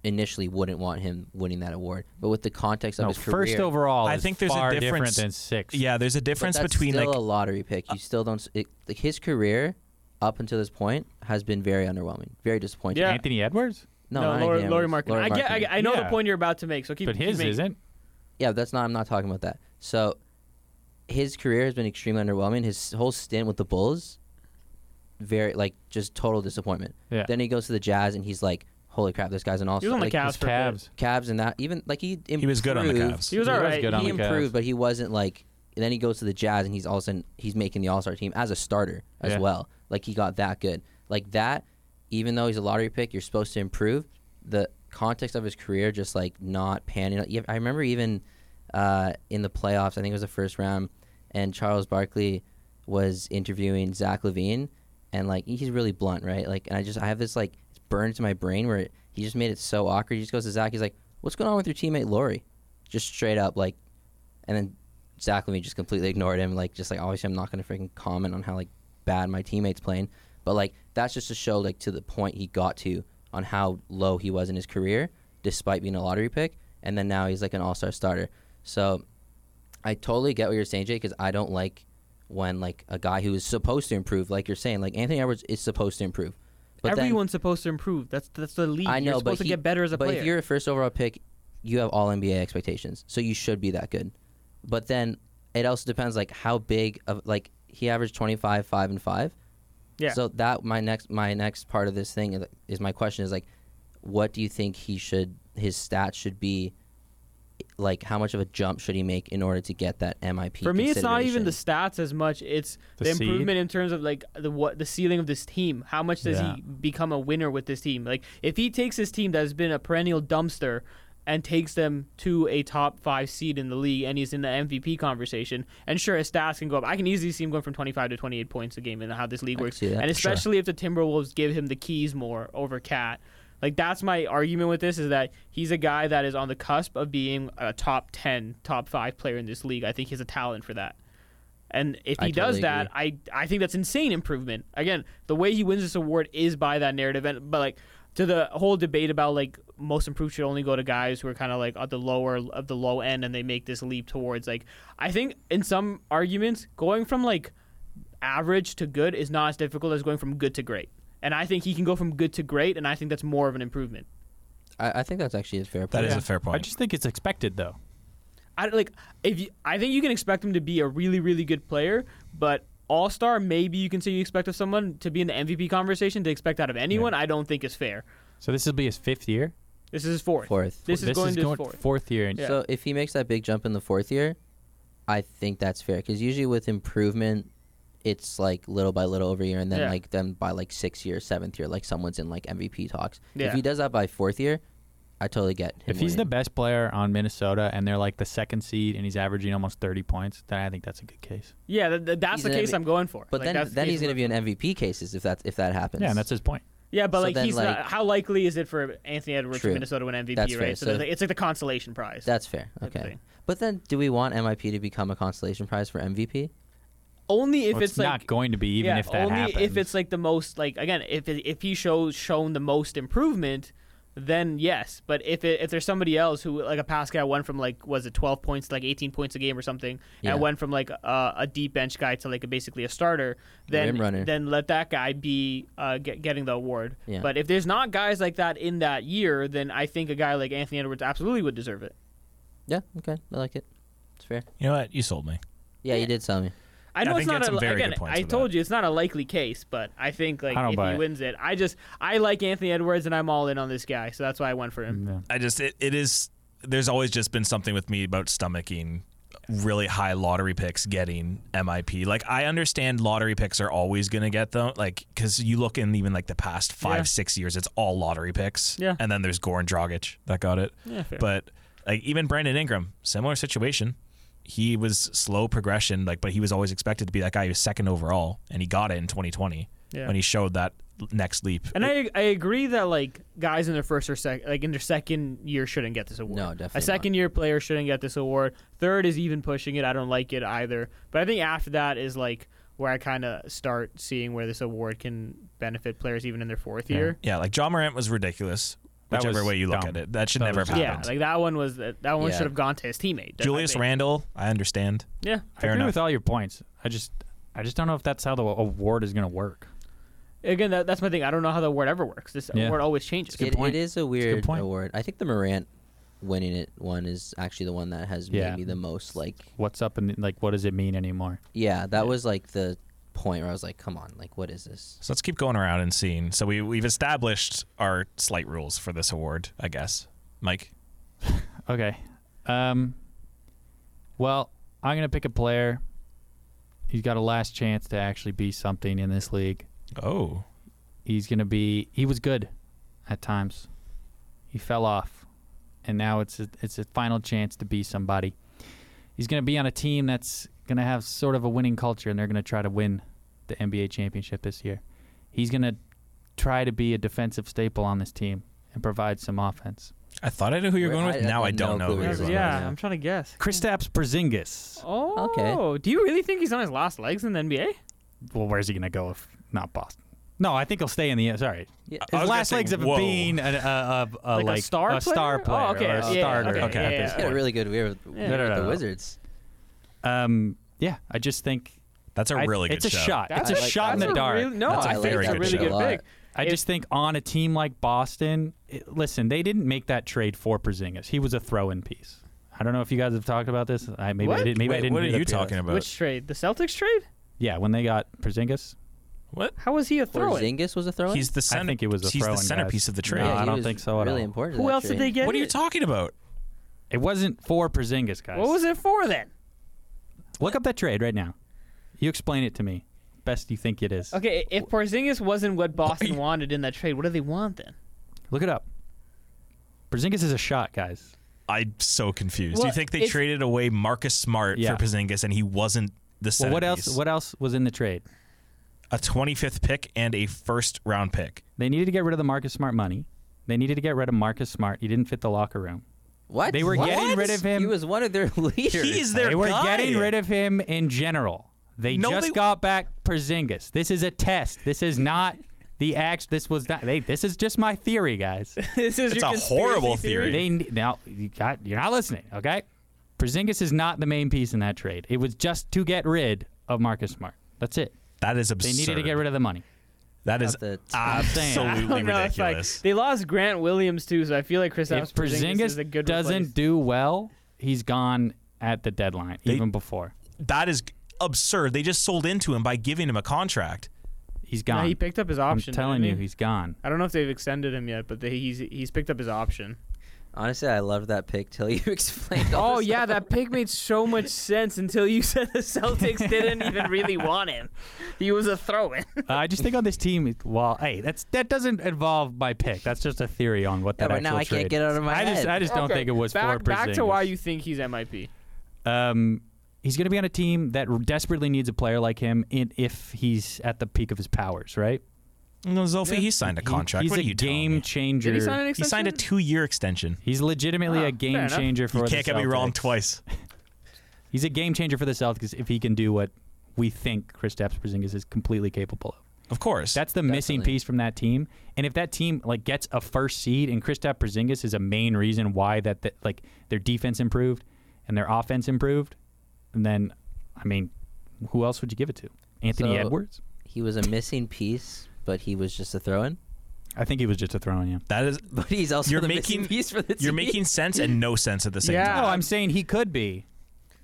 Speaker 3: initially wouldn't want him winning that award, but with the context of
Speaker 4: No,
Speaker 3: his career,
Speaker 4: first overall,
Speaker 1: I
Speaker 4: is
Speaker 1: think there's a
Speaker 4: far
Speaker 1: difference-
Speaker 4: different than six.
Speaker 1: Yeah, there's a difference
Speaker 3: but that's
Speaker 1: between
Speaker 3: still
Speaker 1: like
Speaker 3: a lottery pick. You still don't. s- It, like his career up until this point has been very underwhelming, very disappointing.
Speaker 2: Yeah.
Speaker 4: Anthony Edwards,
Speaker 3: No,
Speaker 2: Lori,
Speaker 3: not Anthony
Speaker 2: Lori
Speaker 3: Edwards,
Speaker 2: Markin. I get. I,
Speaker 3: Markkanen.
Speaker 2: I know
Speaker 4: Yeah.
Speaker 2: the point you're about to make. So keep.
Speaker 4: but
Speaker 2: keep
Speaker 4: his
Speaker 2: making-
Speaker 4: isn't.
Speaker 3: Yeah, that's not. I'm not talking about that. So, his career has been extremely underwhelming. His whole stint with the Bulls, very like just total disappointment.
Speaker 4: Yeah.
Speaker 3: Then he goes to the Jazz and he's like, "Holy crap, this guy's an all
Speaker 2: He was on the Cavs for a bit.
Speaker 4: Cavs.
Speaker 3: Cavs and that even like he improved,
Speaker 1: he was good on the Cavs.
Speaker 2: He was
Speaker 4: He was
Speaker 2: alright.
Speaker 4: good on
Speaker 3: He
Speaker 4: the Cavs.
Speaker 3: improved, but he wasn't like. And then he goes to the Jazz and he's all of a sudden he's making the All Star team as a starter as
Speaker 4: Yeah.
Speaker 3: well. Like he got that good. Like that, even though he's a lottery pick, you're supposed to improve. The context of his career just like not panning. out. Yeah, I remember even uh, in the playoffs, I think it was the first round, and Charles Barkley was interviewing Zach Levine, and like he's really blunt, right? Like, and I just I have this like it's burned into my brain where it, he just made it so awkward. He just goes to Zach, he's like, "What's going on with your teammate Lori?" Just straight up like, and then Zach Levine just completely ignored him, like just like obviously I'm not gonna freaking comment on how like bad my teammates playing, but like that's just to show like to the point he got to on how low he was in his career despite being a lottery pick, and then now he's like an All Star starter. So I totally get what you're saying, Jay, because I don't like when like a guy who is supposed to improve, like you're saying, like Anthony Edwards is supposed to improve. But then-
Speaker 2: Everyone's supposed to improve. That's that's the league.
Speaker 3: I know,
Speaker 2: you're
Speaker 3: but
Speaker 2: supposed
Speaker 3: he-
Speaker 2: to get better as a
Speaker 3: but
Speaker 2: player.
Speaker 3: if you're a first overall pick, you have all NBA expectations, so you should be that good. But then it also depends like how big of like he averaged 25, five and five.
Speaker 2: Yeah.
Speaker 3: So that my next my next part of this thing is- is my question is like, what do you think he should his stats should be? Like how much of a jump should he make in order to get that MIP?
Speaker 2: for me, it's not even the
Speaker 3: consideration?
Speaker 2: stats as much. It's the,
Speaker 4: The
Speaker 2: improvement in terms of like the what the ceiling of this team. How much does
Speaker 4: Yeah.
Speaker 2: he become a winner with this team? Like if he takes his team that has been a perennial dumpster and takes them to a top five seed in the league, and he's in the MVP conversation. And sure, his stats can go up. I can easily see him going from 25 to 28 points a game, and how this league
Speaker 3: I
Speaker 2: works.
Speaker 3: see that.
Speaker 2: And especially if the Timberwolves give him the keys more over Cat. Like that's my argument with this is that he's a guy that is on the cusp of being a top 10, top 5 player in this league. I think he's a talent for that. And if
Speaker 3: I
Speaker 2: he does
Speaker 3: totally
Speaker 2: that, I I think that's insane improvement. Again, the way he wins this award is by that narrative and but like to the whole debate about like most improved should only go to guys who are kind of like at the lower of the low end and they make this leap towards like I think in some arguments going from like average to good is not as difficult as going from good to great. And I think he can go from good to great, and I think that's more of an improvement.
Speaker 3: I, I think that's actually a fair point.
Speaker 1: That is
Speaker 4: Yeah.
Speaker 1: a fair point.
Speaker 4: I just think it's expected though.
Speaker 2: I like if you, I think you can expect him to be a really really good player, but All Star maybe you can say you expect of someone to be in the MVP conversation to expect out of anyone. I don't think is fair.
Speaker 4: So this will be his fifth year.
Speaker 2: This is his fourth.
Speaker 3: Fourth.
Speaker 2: This, is going to his fourth.
Speaker 4: year. And
Speaker 2: Yeah.
Speaker 3: So if he makes that big jump in the fourth year, I think that's fair because usually with improvement, it's like little by little over year, and then
Speaker 2: Yeah.
Speaker 3: like then by like sixth year, seventh year, like someone's in like MVP talks.
Speaker 2: Yeah.
Speaker 3: If he does that by fourth year, I totally get. Him
Speaker 4: if he's the
Speaker 3: winning.
Speaker 4: best player on Minnesota and they're like the second seed and he's averaging almost 30 points, then I think that's a good case.
Speaker 2: Yeah, th- th- that's
Speaker 3: He's
Speaker 2: the
Speaker 3: an
Speaker 2: case
Speaker 3: MVP
Speaker 2: I'm going for.
Speaker 3: but
Speaker 2: Like,
Speaker 3: then
Speaker 2: that's the
Speaker 3: then
Speaker 2: case
Speaker 3: he's
Speaker 2: I'm
Speaker 3: going to be in MVP cases if that's if that happens.
Speaker 4: Yeah, and that's his point.
Speaker 2: Yeah, but
Speaker 3: So
Speaker 2: like
Speaker 3: then,
Speaker 2: he's
Speaker 3: like-
Speaker 2: not, how likely is it for Anthony Edwards
Speaker 3: True.
Speaker 2: from Minnesota to win MVP?
Speaker 3: That's
Speaker 2: right,
Speaker 3: fair.
Speaker 2: so,
Speaker 3: So-
Speaker 2: there's, like, it's like the consolation prize.
Speaker 3: that's fair.
Speaker 2: Type
Speaker 3: Okay.
Speaker 2: thing.
Speaker 3: But then, do we want MIP to become a consolation prize for MVP?
Speaker 2: only if
Speaker 4: Well,
Speaker 2: it's,
Speaker 4: it's,
Speaker 2: like
Speaker 4: not going to be even
Speaker 2: yeah,
Speaker 4: if that
Speaker 2: only
Speaker 4: happens.
Speaker 2: if it's like the most like again if it, if he shows shown the most improvement, then yes. But if it, if there's somebody else who like a Pascal went from like was it 12 points to like 18 points a game or something,
Speaker 3: Yeah.
Speaker 2: and went from like a, a deep bench guy to like a, basically a starter, then
Speaker 3: Rim runner.
Speaker 2: then let that guy be uh, get, getting the award.
Speaker 3: Yeah.
Speaker 2: But if there's not guys like that in that year, then I think a guy like Anthony Edwards absolutely would deserve it.
Speaker 3: Yeah. Okay. I like it. It's fair.
Speaker 1: you know what? You sold me.
Speaker 3: Yeah, you did tell me.
Speaker 2: I know
Speaker 1: I think
Speaker 2: it's not
Speaker 1: you had
Speaker 2: a,
Speaker 1: some very
Speaker 2: again.
Speaker 1: good points
Speaker 2: I
Speaker 1: with
Speaker 2: told you it's not a likely case, but I think like
Speaker 4: I don't
Speaker 2: if
Speaker 4: buy
Speaker 2: he
Speaker 4: it.
Speaker 2: wins it, I just I like Anthony Edwards and I'm all in on this guy, so that's why I went for him.
Speaker 4: Yeah.
Speaker 1: I just it, it is. There's always just been something with me about stomaching really high lottery picks getting MIP. Like I understand lottery picks are always going to get them, like because you look in even like the past five
Speaker 2: Yeah.
Speaker 1: six years, it's all lottery picks.
Speaker 2: Yeah.
Speaker 1: and then there's Goran Dragic that got it.
Speaker 2: Yeah, fair.
Speaker 1: But like even Brandon Ingram, similar situation. He was slow progression, like, but he was always expected to be that guy who was second overall, and he got it in 2020
Speaker 2: Yeah.
Speaker 1: when he showed that next leap.
Speaker 2: and I I agree that like guys in their first or second like in their second year shouldn't get this award.
Speaker 3: No, definitely
Speaker 2: A
Speaker 3: not.
Speaker 2: second year player shouldn't get this award. Third is even pushing it. I don't like it either. But I think after that is like where I kind of start seeing where this award can benefit players even in their fourth year.
Speaker 1: Yeah, like John Morant was ridiculous.
Speaker 4: That
Speaker 1: Whichever
Speaker 4: was
Speaker 1: way you look
Speaker 4: dumb.
Speaker 1: at it, that should
Speaker 4: That
Speaker 1: never have
Speaker 4: was
Speaker 1: happened.
Speaker 4: just
Speaker 2: Yeah, like that one was that one
Speaker 3: Yeah.
Speaker 2: should have gone to his teammate. That's
Speaker 1: Julius
Speaker 2: my thing.
Speaker 1: Randle, I understand.
Speaker 2: Yeah,
Speaker 4: I
Speaker 1: Fair
Speaker 4: agree
Speaker 1: enough.
Speaker 4: with all your points. I just I just don't know if that's how the award is going to work.
Speaker 2: again, that, that's my thing. I don't know how the award ever works. This
Speaker 4: Yeah.
Speaker 2: award always changes.
Speaker 3: It-
Speaker 4: point.
Speaker 3: it is a
Speaker 4: good
Speaker 3: weird
Speaker 4: point.
Speaker 3: award. I think the Morant winning it one is actually the one that has
Speaker 4: Yeah.
Speaker 3: maybe the most like
Speaker 4: What's up and like what does it mean anymore?
Speaker 3: yeah, that was like the point where I was like, come on, like what is this?
Speaker 1: So let's keep going around and seeing. So we we've established our slight rules for this award, I guess. Mike,
Speaker 4: Okay. Um well, I'm going to pick a player. He's got a last chance to actually be something in this league.
Speaker 1: oh,
Speaker 4: he's going to be he was good at times he fell off and now it's a, it's a final chance to be somebody he's going to be on a team that's going to have sort of a winning culture and they're going to try to win the NBA championship this year he's going to try to be a defensive staple on this team and provide some offense
Speaker 1: I thought I knew who you were
Speaker 3: Where-
Speaker 1: going with.
Speaker 3: I- I
Speaker 1: now I
Speaker 3: have
Speaker 1: don't
Speaker 3: no
Speaker 1: know.
Speaker 3: clue
Speaker 1: Who
Speaker 3: where
Speaker 1: you're going
Speaker 3: you're going
Speaker 1: with.
Speaker 2: yeah,
Speaker 3: yeah.
Speaker 2: I'm trying to guess.
Speaker 4: Kristaps Porzingis
Speaker 2: Oh,
Speaker 3: Okay.
Speaker 2: Do you really think he's on his last legs in the NBA?
Speaker 4: well where's he going to go if not Boston no, I think he'll stay in the sorry.
Speaker 1: I
Speaker 3: Yeah.
Speaker 4: His
Speaker 1: was gonna
Speaker 4: last
Speaker 1: say,
Speaker 4: legs of
Speaker 1: whoa.
Speaker 4: being a, a, a, a,
Speaker 2: Like a
Speaker 4: like
Speaker 2: star
Speaker 4: a star
Speaker 2: player? Oh, okay,
Speaker 4: player or a
Speaker 2: yeah,
Speaker 4: starter.
Speaker 2: okay,
Speaker 4: at
Speaker 1: yeah,
Speaker 4: this
Speaker 2: yeah.
Speaker 3: He had a really good year with,
Speaker 2: Yeah.
Speaker 3: with
Speaker 4: No, no,
Speaker 3: the
Speaker 4: no.
Speaker 3: Wizards.
Speaker 4: Um, yeah, I just think
Speaker 1: That's a
Speaker 4: I-
Speaker 1: really
Speaker 4: it's
Speaker 1: good
Speaker 4: a
Speaker 1: show.
Speaker 4: shot.
Speaker 2: That's
Speaker 4: it's a
Speaker 3: like
Speaker 4: shot in
Speaker 2: that's
Speaker 4: the
Speaker 2: a
Speaker 4: dark.
Speaker 2: really- no,
Speaker 3: That's
Speaker 2: I
Speaker 3: a
Speaker 2: think
Speaker 1: very
Speaker 2: that's a
Speaker 1: good
Speaker 2: really
Speaker 1: show.
Speaker 2: good
Speaker 3: A
Speaker 2: pick.
Speaker 3: lot.
Speaker 4: I
Speaker 2: If-
Speaker 4: just think on a team like Boston, it, listen, they didn't make that trade for Porzingis. He was a throw-in piece. I don't know if you guys have talked about this. I maybe
Speaker 2: What?
Speaker 4: I didn't. Maybe I
Speaker 1: Wait,
Speaker 4: didn't.
Speaker 1: what are
Speaker 4: hear the
Speaker 1: you
Speaker 4: previous-
Speaker 1: talking about?
Speaker 2: Which trade? The Celtics trade?
Speaker 4: Yeah, when they got Porzingis,
Speaker 1: what?
Speaker 2: How was he a throw in?
Speaker 3: Porzingis was a throw-in.
Speaker 1: He's the center.
Speaker 4: think it was a
Speaker 1: he's the
Speaker 4: throw-in, guys.
Speaker 1: centerpiece of the trade.
Speaker 4: No, I
Speaker 3: he
Speaker 4: don't
Speaker 3: was
Speaker 4: think so at
Speaker 3: really
Speaker 4: all.
Speaker 3: important. to
Speaker 2: Who
Speaker 3: that
Speaker 2: else did
Speaker 3: trade.
Speaker 2: they get?
Speaker 1: what are you talking about?
Speaker 4: it wasn't for Porzingis, guys.
Speaker 2: What was it for then?
Speaker 4: Look up that trade right now. You explain it to me, best you think it is.
Speaker 2: Okay, if Porzingis wasn't what Boston wanted in that trade, what do they want then?
Speaker 4: Look it up. Porzingis is a shot, guys.
Speaker 1: I'm so confused.
Speaker 2: Well,
Speaker 1: you think they
Speaker 2: it's-
Speaker 1: traded away Marcus Smart
Speaker 4: Yeah.
Speaker 1: for Porzingis and he wasn't the
Speaker 4: Well,
Speaker 1: centerpiece?
Speaker 4: what else? What else was in the trade?
Speaker 1: a 25th pick and a first round pick.
Speaker 4: They needed to get rid of the Marcus Smart money. They needed to get rid of Marcus Smart. He didn't fit the locker room.
Speaker 3: What?
Speaker 4: They were
Speaker 3: What?
Speaker 4: getting rid of him.
Speaker 3: He was one of their leaders.
Speaker 1: He's their
Speaker 4: they were
Speaker 1: guy.
Speaker 4: getting rid of him in general. They
Speaker 1: No,
Speaker 4: just
Speaker 1: they-
Speaker 4: got back Porzingis. This is a test. This is not the act. This was not. They, this is just my theory, guys.
Speaker 2: this is
Speaker 1: It's
Speaker 2: your
Speaker 1: a horrible
Speaker 2: conspiracy
Speaker 1: theory.
Speaker 4: They now you got you're not listening, okay? Porzingis is not the main piece in that trade. It was just to get rid of Marcus Smart. That's it.
Speaker 1: That is absurd.
Speaker 4: They needed to get rid of the money.
Speaker 1: That is
Speaker 3: Not the- I'm
Speaker 4: saying.
Speaker 2: I
Speaker 1: absolutely
Speaker 2: don't know. It's like
Speaker 1: ridiculous.
Speaker 2: they lost Grant Williams too, so I feel like Chris
Speaker 4: If Porzingis
Speaker 2: is a good
Speaker 4: doesn't
Speaker 2: replace.
Speaker 4: do well, he's gone at the deadline, even before
Speaker 1: that is absurd. They just sold into him by giving him a contract.
Speaker 4: he's
Speaker 2: No,
Speaker 4: gone.
Speaker 2: he picked up his
Speaker 4: I'm
Speaker 2: option.
Speaker 4: telling
Speaker 2: didn't
Speaker 4: you,
Speaker 2: he?
Speaker 4: he's gone.
Speaker 2: I don't know if they've extended him yet, but they, he's he's picked up his option.
Speaker 3: Honestly, I loved that pick till you explained. All
Speaker 2: Oh
Speaker 3: this
Speaker 2: yeah,
Speaker 3: stuff.
Speaker 2: that pick made so much sense until you said the Celtics didn't even really want him. He was a throw-in.
Speaker 4: Uh, I just think on this team, it- well, hey, that's that doesn't involve my pick. That's just a theory on what
Speaker 3: Yeah,
Speaker 4: that
Speaker 3: but
Speaker 4: actual
Speaker 3: now I can't
Speaker 4: trade
Speaker 3: get it out
Speaker 4: is.
Speaker 3: of my
Speaker 4: I just,
Speaker 3: head.
Speaker 4: I just don't think it was
Speaker 2: back,
Speaker 4: for
Speaker 2: back to why
Speaker 4: Porzingis.
Speaker 2: you think he's MIP.
Speaker 4: Um, he's going to be on a team that desperately needs a player like him in, if he's at the peak of his powers, right?
Speaker 1: No, Zolfi, he signed a
Speaker 4: He-
Speaker 1: contract.
Speaker 4: he's
Speaker 1: what
Speaker 4: a
Speaker 1: are you telling
Speaker 4: game
Speaker 1: me?
Speaker 4: changer.
Speaker 2: Did he sign an
Speaker 1: He
Speaker 2: extension?
Speaker 1: signed a two-year extension.
Speaker 4: He's legitimately
Speaker 2: Ah,
Speaker 4: a
Speaker 2: fair
Speaker 4: game
Speaker 2: enough.
Speaker 4: changer for
Speaker 1: You
Speaker 4: the
Speaker 1: can't get me wrong
Speaker 4: Celtics.
Speaker 1: twice.
Speaker 4: He's a game changer for the Celtics if he can do what we think Kristaps Porzingis is completely capable of.
Speaker 1: Of course.
Speaker 4: That's the missing
Speaker 3: Definitely.
Speaker 4: piece from that team. And if that team like gets a first seed and Kristaps Porzingis is a main reason why that, that like their defense improved and their offense improved, and then I mean, who else would you give it to? Anthony
Speaker 3: So-
Speaker 4: Edwards?
Speaker 3: he was a missing piece, but he was just a throw-in.
Speaker 4: I think he was just a throw in. Yeah.
Speaker 1: that is.
Speaker 3: But he's also
Speaker 1: You're
Speaker 3: the
Speaker 1: making
Speaker 3: missing piece for the team.
Speaker 1: you're making sense and no sense at the same
Speaker 2: Yeah.
Speaker 1: time.
Speaker 4: No, Oh, I'm saying he could be.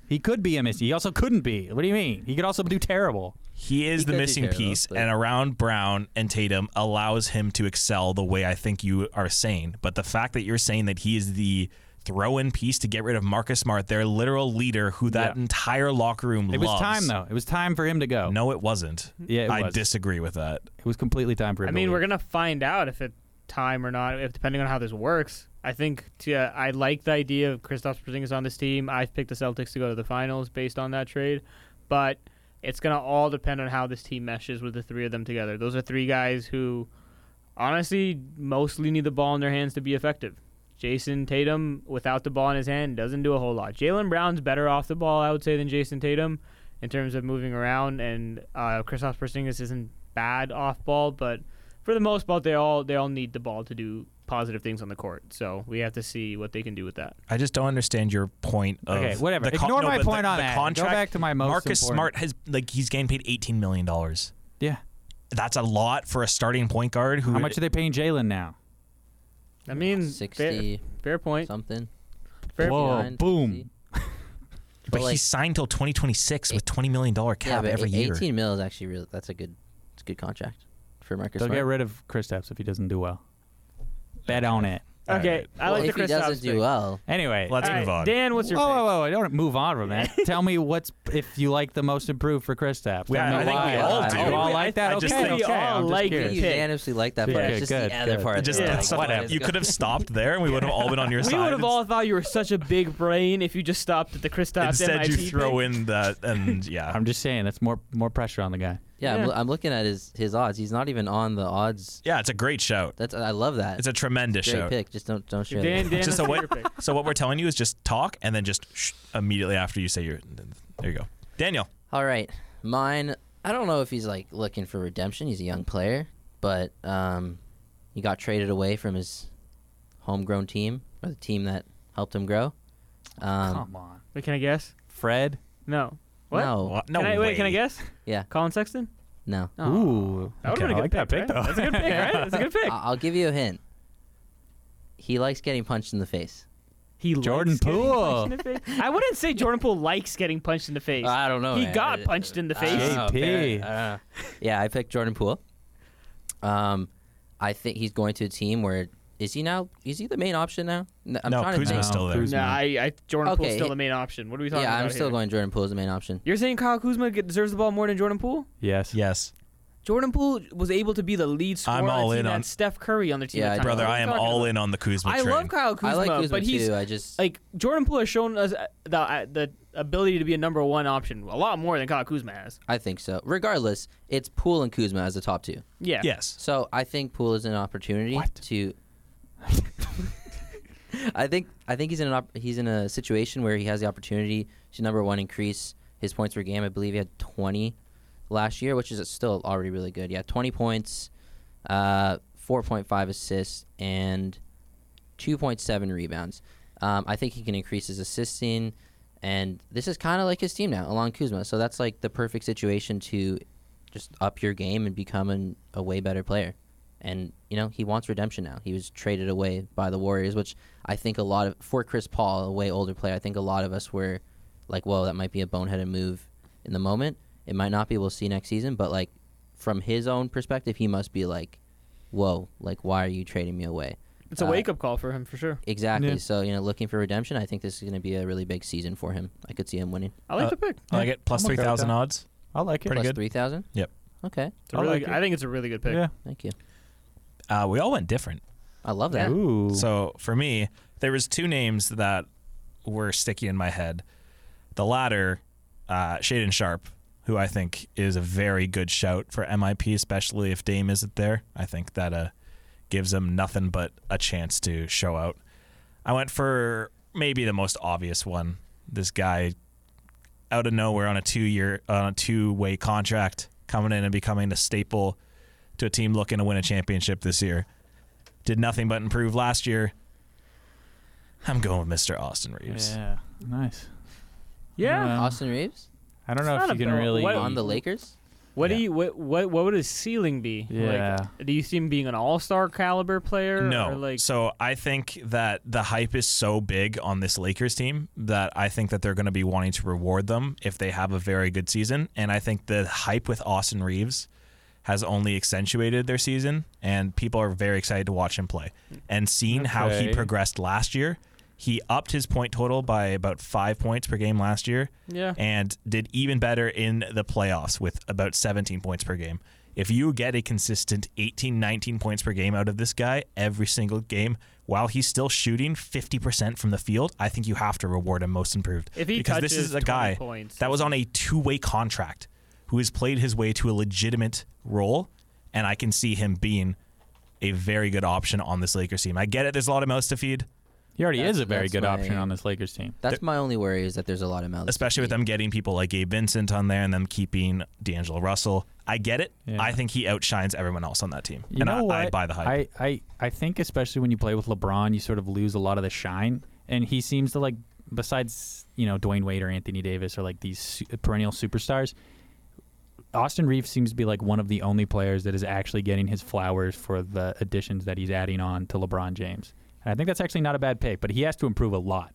Speaker 4: He could be a missing. He also couldn't be. What do you mean? He could also do terrible.
Speaker 1: He is
Speaker 3: He
Speaker 1: the
Speaker 3: could be
Speaker 1: missing
Speaker 3: terrible,
Speaker 1: piece,
Speaker 3: but-
Speaker 1: and around Brown and Tatum allows him to excel the way I think you are saying. But the fact that you're saying that he is the throw-in piece to get rid of Marcus Smart, their literal leader, who that
Speaker 4: Yeah.
Speaker 1: entire locker room
Speaker 4: It was
Speaker 1: loves.
Speaker 4: time though. It was time for him to go.
Speaker 1: No, it wasn't.
Speaker 4: Yeah, it
Speaker 1: I
Speaker 4: was.
Speaker 1: disagree with that.
Speaker 4: It was completely time for him.
Speaker 2: I
Speaker 4: to
Speaker 2: mean,
Speaker 4: leave.
Speaker 2: we're gonna find out if it's time or not, if depending on how this works. I think yeah, I like the idea of Kristaps Porzingis on this team. I've picked the Celtics to go to the finals based on that trade, but it's gonna all depend on how this team meshes with the three of them together. Those are three guys who, honestly, mostly need the ball in their hands to be effective. Jason Tatum, without the ball in his hand, doesn't do a whole lot. Jalen Brown's better off the ball, I would say, than Jason Tatum in terms of moving around. And uh, Kristaps Porzingis isn't bad off ball, but for the most part, they all they all need the ball to do positive things on the court. So we have to see what they can do with that.
Speaker 1: I just don't understand your point of
Speaker 4: Okay, whatever.
Speaker 1: the con-
Speaker 4: Ignore
Speaker 1: no,
Speaker 4: my
Speaker 1: but the-
Speaker 4: point on
Speaker 1: the
Speaker 4: that.
Speaker 1: Contract,
Speaker 4: Go back to my most
Speaker 1: Marcus
Speaker 4: important.
Speaker 1: Smart has like he's getting paid eighteen million dollars.
Speaker 4: Yeah.
Speaker 1: That's a lot for a starting point guard. Who
Speaker 4: How much are they paying Jalen now?
Speaker 2: I mean, Mm, fair,
Speaker 3: sixty
Speaker 2: fair point.
Speaker 3: something.
Speaker 2: Fair
Speaker 4: Whoa,
Speaker 2: point.
Speaker 3: Nine,
Speaker 4: boom.
Speaker 3: 60.
Speaker 1: But
Speaker 3: like-
Speaker 1: he's signed till twenty twenty six with twenty million dollar
Speaker 3: Yeah,
Speaker 1: cap
Speaker 3: but e-
Speaker 1: every
Speaker 3: eight-
Speaker 1: year.
Speaker 3: eighteen mil is actually really that's a good it's a good contract for Marcus.
Speaker 4: They'll
Speaker 3: Smart.
Speaker 4: get rid of Kristaps if he doesn't do well. Bet on it.
Speaker 2: Okay,
Speaker 1: Alright.
Speaker 2: I
Speaker 3: Well,
Speaker 2: like the
Speaker 3: if he
Speaker 2: Chris
Speaker 3: doesn't do well,
Speaker 4: Anyway,
Speaker 1: Let's
Speaker 2: All right,
Speaker 1: move on.
Speaker 2: Dan, what's your
Speaker 4: whoa,
Speaker 2: pick?
Speaker 4: whoa, whoa! Don't move on from that. Tell me what's if you like the most improved for Kristaps.
Speaker 1: Yeah,
Speaker 4: Tell me
Speaker 1: I think we
Speaker 4: why.
Speaker 1: all do.
Speaker 4: You all
Speaker 2: I
Speaker 4: Oh, like that?
Speaker 1: I just
Speaker 4: okay,
Speaker 1: think-
Speaker 4: okay.
Speaker 1: We
Speaker 2: all
Speaker 4: I'm just
Speaker 2: like
Speaker 4: curious.
Speaker 2: it.
Speaker 3: you unanimously like that
Speaker 4: Yeah,
Speaker 3: part.
Speaker 4: good,
Speaker 3: it's just
Speaker 4: good,
Speaker 3: the other
Speaker 4: good.
Speaker 3: part.
Speaker 1: Just
Speaker 3: that I
Speaker 4: Yeah,
Speaker 3: like.
Speaker 1: whatever. You could have stopped there, and we would have all been on your
Speaker 2: We
Speaker 1: side.
Speaker 2: would have all thought you were such a big brain if you just stopped at the Kristaps
Speaker 1: Instead,
Speaker 2: MIP
Speaker 1: you throw
Speaker 2: pick.
Speaker 1: in that, and yeah,
Speaker 4: I'm just saying that's more more pressure on the guy.
Speaker 3: Yeah,
Speaker 2: Yeah.
Speaker 3: I'm, I'm looking at his his odds. He's not even on the odds.
Speaker 1: yeah, it's a great shout.
Speaker 3: That's I love that.
Speaker 1: It's a tremendous
Speaker 3: great
Speaker 1: shout.
Speaker 3: pick. Just don't don't share.
Speaker 2: Dan,
Speaker 3: that.
Speaker 2: Dan,
Speaker 1: Just
Speaker 2: what's
Speaker 1: a what-
Speaker 2: your pick?
Speaker 1: So what we're telling you is just talk, and then just shh, immediately after you say your. There you go, Daniel.
Speaker 3: All right, mine. I don't know if he's like looking for redemption. He's a young player, but um, he got traded away from his homegrown team or the team that helped him grow. Um,
Speaker 4: Come on,
Speaker 2: Wait, can I guess?
Speaker 4: Fred.
Speaker 2: No. What?
Speaker 3: No,
Speaker 1: No
Speaker 2: can I,
Speaker 1: way.
Speaker 2: Wait, can I guess?
Speaker 3: Yeah.
Speaker 2: Colin Sexton?
Speaker 3: no.
Speaker 2: No.
Speaker 4: Ooh,
Speaker 2: That would've been a
Speaker 4: okay, I
Speaker 2: good
Speaker 4: like that pick
Speaker 2: pick,
Speaker 4: though.
Speaker 2: right? That's a good pick, right? That's a good pick.
Speaker 3: I- I'll give you a hint. He likes getting punched in the face.
Speaker 2: He
Speaker 4: Jordan
Speaker 2: likes getting
Speaker 4: Poole.
Speaker 2: punched in the face. I wouldn't say Jordan Poole likes getting punched in the face.
Speaker 3: Oh, I don't know.
Speaker 2: He
Speaker 3: man.
Speaker 2: got
Speaker 3: I-
Speaker 2: punched in the
Speaker 3: I don't
Speaker 2: face.
Speaker 3: know,
Speaker 4: JP.
Speaker 3: apparently. I don't know. yeah, I picked Jordan Poole. Um, I think he's going to a team where is he now? Is he the main option now? N- I'm
Speaker 1: No,
Speaker 3: trying to
Speaker 1: Kuzma's
Speaker 3: think.
Speaker 1: still there.
Speaker 2: No, I, I Jordan Poole's
Speaker 3: Okay,
Speaker 2: still
Speaker 3: he-
Speaker 2: the main option. What are we talking
Speaker 3: yeah,
Speaker 2: about?
Speaker 3: I'm still
Speaker 2: here?
Speaker 3: going Jordan Poole as the main option.
Speaker 2: You're saying Kyle Kuzma get- deserves the ball more than Jordan Poole?
Speaker 4: Yes.
Speaker 1: Yes,
Speaker 2: Jordan Poole was able to be the lead scorer
Speaker 1: I'm
Speaker 2: on a
Speaker 1: all
Speaker 2: team
Speaker 1: in
Speaker 2: that
Speaker 1: on-
Speaker 2: had Steph Curry on the team.
Speaker 3: Yeah,
Speaker 2: at
Speaker 3: I
Speaker 2: the time.
Speaker 1: brother,
Speaker 3: know.
Speaker 2: What
Speaker 1: I
Speaker 2: are
Speaker 1: am
Speaker 2: we talking
Speaker 1: all
Speaker 2: about?
Speaker 1: in on the Kuzma
Speaker 2: I
Speaker 1: train.
Speaker 2: love Kyle Kuzma,
Speaker 3: I like Kuzma
Speaker 2: but he's
Speaker 3: too. I just
Speaker 2: like Jordan Poole has shown us uh, the uh, the ability to be a number one option a lot more than Kyle Kuzma has.
Speaker 3: I think so. Regardless, it's Poole and Kuzma as the top two.
Speaker 2: Yeah,
Speaker 1: yes,
Speaker 3: So I think Poole is an opportunity
Speaker 4: What?
Speaker 3: to I think I think he's in an op- he's in a situation where he has the opportunity to number one increase his points per game. I believe he had 20 last year, which is still already really good. Yeah, 20 points, uh, 4.5 assists, and 2.7 rebounds. Um, I think he can increase his assisting, and this is kind of like his team now, along Kuzma. So that's like the perfect situation to just up your game and become an, a way better player. And you know he wants redemption now. He was traded away by the Warriors, which I think a lot of for Chris Paul, a way older player. I think a lot of us were like, "Whoa, that might be a boneheaded move." In the moment, it might not be. We'll see next season. But like from his own perspective, he must be like, "Whoa, like why are you trading me away?"
Speaker 2: It's a
Speaker 3: Uh,
Speaker 2: wake up call for him for sure.
Speaker 3: Exactly.
Speaker 4: Yeah.
Speaker 3: So, you know, looking for redemption, I think this is going to be a really big season for him. I could see him winning.
Speaker 2: I like
Speaker 1: uh,
Speaker 2: the pick.
Speaker 1: I like it. Plus
Speaker 4: I'm okay with
Speaker 1: 3,000
Speaker 4: that.
Speaker 1: odds.
Speaker 4: I like it.
Speaker 1: Pretty
Speaker 3: Plus
Speaker 1: good.
Speaker 3: 3,000?
Speaker 1: Yep.
Speaker 3: Okay.
Speaker 2: It's a really,
Speaker 4: I like
Speaker 2: good-
Speaker 4: it.
Speaker 2: I think it's a really good pick.
Speaker 4: Yeah.
Speaker 3: Thank you.
Speaker 1: Uh, we all went different.
Speaker 3: I love that.
Speaker 4: Ooh.
Speaker 1: So for me, there was two names that were sticky in my head. The latter, uh, Shaden Sharp, who I think is a very good shout for MIP, especially if Dame isn't there. I think that uh, gives him nothing but a chance to show out. I went for maybe the most obvious one. This guy out of nowhere on a two-year, on a two-way contract, coming in and becoming a staple to a team looking to win a championship this year did nothing but improve last year. I'm going with Mr. Austin Reeves.
Speaker 4: yeah. Nice.
Speaker 2: Yeah.
Speaker 4: Um,
Speaker 3: Austin Reeves
Speaker 4: I don't know
Speaker 2: It's
Speaker 4: if
Speaker 2: not
Speaker 4: you can
Speaker 2: about-
Speaker 4: really.
Speaker 2: what-
Speaker 3: on the Lakers?
Speaker 2: What
Speaker 1: Yeah.
Speaker 2: do you what what what would his ceiling be?
Speaker 4: Yeah.
Speaker 2: Like, do you see him being an all star caliber player?
Speaker 1: No,
Speaker 2: Or like
Speaker 1: so I think that the hype is so big on this Lakers team that I think that they're going to be wanting to reward them if they have a very good season, and I think the hype with Austin Reeves has only accentuated their season, and people are very excited to watch him play. And seeing how he
Speaker 4: Okay.
Speaker 1: progressed last year, he upped his point total by about five points per game last year.
Speaker 2: yeah.
Speaker 1: and did even better in the playoffs with about 17 points per game. If you get a consistent 18, 19 points per game out of this guy every single game while he's still shooting 50% from the field, I think you have to reward him most improved.
Speaker 2: If he
Speaker 1: because this
Speaker 2: touches
Speaker 1: is a
Speaker 2: 20
Speaker 1: guy
Speaker 2: points,
Speaker 1: that was on a two way contract who has played his way to a legitimate role, and I can see him being a very good option on this Lakers team. I get it, there's a lot of mouths to feed,
Speaker 4: He already
Speaker 3: That's-
Speaker 4: is a very
Speaker 3: that's
Speaker 4: good
Speaker 3: my-
Speaker 4: option on this Lakers team.
Speaker 3: That's my only worry is that there's a lot of mouths.
Speaker 1: especially with them getting people like Gabe Vincent on there and them keeping D'Angelo Russell. I get it.
Speaker 4: Yeah.
Speaker 1: I think he outshines everyone else on that team.
Speaker 4: You
Speaker 1: and
Speaker 4: know
Speaker 1: I,
Speaker 4: what?
Speaker 1: I buy the hype.
Speaker 4: I, I, I think especially when you play with LeBron, you sort of lose a lot of the shine. And he seems to like, besides you know Dwayne Wade or Anthony Davis or like these su- perennial superstars, Austin Reeves seems to be like one of the only players that is actually getting his flowers for the additions that he's adding on to LeBron James. And I think that's actually not a bad pick, but he has to improve a lot.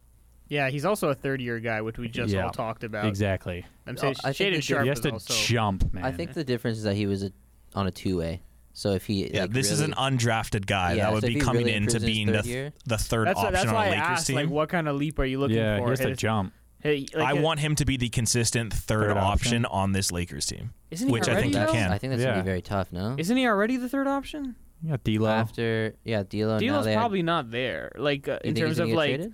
Speaker 2: yeah, he's also a third year guy, which we just
Speaker 4: Yeah.
Speaker 2: all talked about.
Speaker 4: Exactly.
Speaker 2: I'm saying
Speaker 3: I think
Speaker 2: Shaden
Speaker 3: it's-
Speaker 2: Sharp
Speaker 4: he has
Speaker 2: is
Speaker 4: to
Speaker 2: also
Speaker 4: jump, man.
Speaker 3: I think the difference is that he was a, on a two way. So if he.
Speaker 1: yeah,
Speaker 3: like,
Speaker 1: this is
Speaker 3: really-
Speaker 1: an undrafted guy
Speaker 3: Yeah,
Speaker 1: that
Speaker 3: so
Speaker 1: would
Speaker 3: if
Speaker 1: be
Speaker 3: he
Speaker 1: coming
Speaker 3: really
Speaker 1: into
Speaker 3: improves in his
Speaker 1: being
Speaker 3: third
Speaker 1: the,
Speaker 3: year-
Speaker 1: the third
Speaker 2: that's,
Speaker 1: option
Speaker 2: that's
Speaker 1: on
Speaker 2: why
Speaker 1: a
Speaker 2: I
Speaker 1: Lakers
Speaker 2: asked
Speaker 1: team.
Speaker 2: like what kind of leap are you looking
Speaker 4: yeah,
Speaker 2: for?
Speaker 4: he has to
Speaker 2: His-
Speaker 4: jump.
Speaker 2: hey, like,
Speaker 1: I
Speaker 2: his-
Speaker 1: want him to be the consistent third,
Speaker 4: Third
Speaker 1: option.
Speaker 4: option.
Speaker 1: on this Lakers team.
Speaker 2: Isn't he
Speaker 1: which I
Speaker 2: already
Speaker 1: think he
Speaker 2: though?
Speaker 1: can.
Speaker 3: I think that's going
Speaker 4: Yeah.
Speaker 3: to be very tough, no?
Speaker 2: Isn't he already the third option?
Speaker 4: Yeah, D'Lo.
Speaker 3: After. Yeah, D'Lo. now
Speaker 2: D'Lo's
Speaker 3: they had-
Speaker 2: probably not there. Like uh,
Speaker 3: you
Speaker 2: in
Speaker 3: think he's
Speaker 2: terms of
Speaker 3: gonna get
Speaker 2: like,
Speaker 3: traded?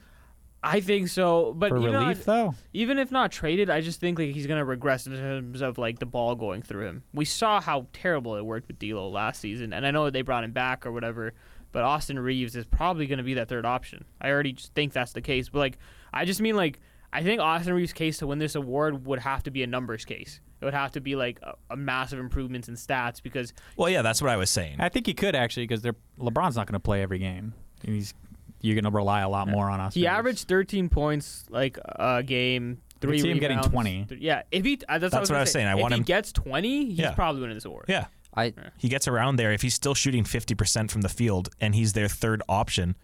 Speaker 2: I think so. But
Speaker 4: for
Speaker 2: even
Speaker 4: relief,
Speaker 2: on-
Speaker 4: though.
Speaker 2: even if not traded, I just think like he's gonna regress in terms of like the ball going through him. We saw how terrible it worked with D'Lo last season, and I know they brought him back or whatever. But Austin Reeves is probably gonna be that third option. I already just think that's the case. But like, I just mean like, I think Austin Reeves' case to win this award would have to be a numbers case. It would have to be like a, a massive improvements in stats because
Speaker 1: Well, yeah, that's what I was saying.
Speaker 4: I think he could actually because they're LeBron's not going to play every game. And he's you're going to rely a lot more on us.
Speaker 2: He averaged 13 points like a game.
Speaker 4: could
Speaker 2: Three
Speaker 4: see him getting
Speaker 2: rebounds.
Speaker 4: 20.
Speaker 2: Th- Yeah, if he uh, that's,
Speaker 1: That's what I was
Speaker 2: gonna
Speaker 1: saying. I
Speaker 2: say.
Speaker 1: want
Speaker 2: if
Speaker 1: him-
Speaker 2: he gets 20, he's
Speaker 1: Yeah.
Speaker 2: probably winning this award.
Speaker 1: yeah.
Speaker 3: I,
Speaker 1: He gets around there. If he's still shooting 50% from the field and he's their third option,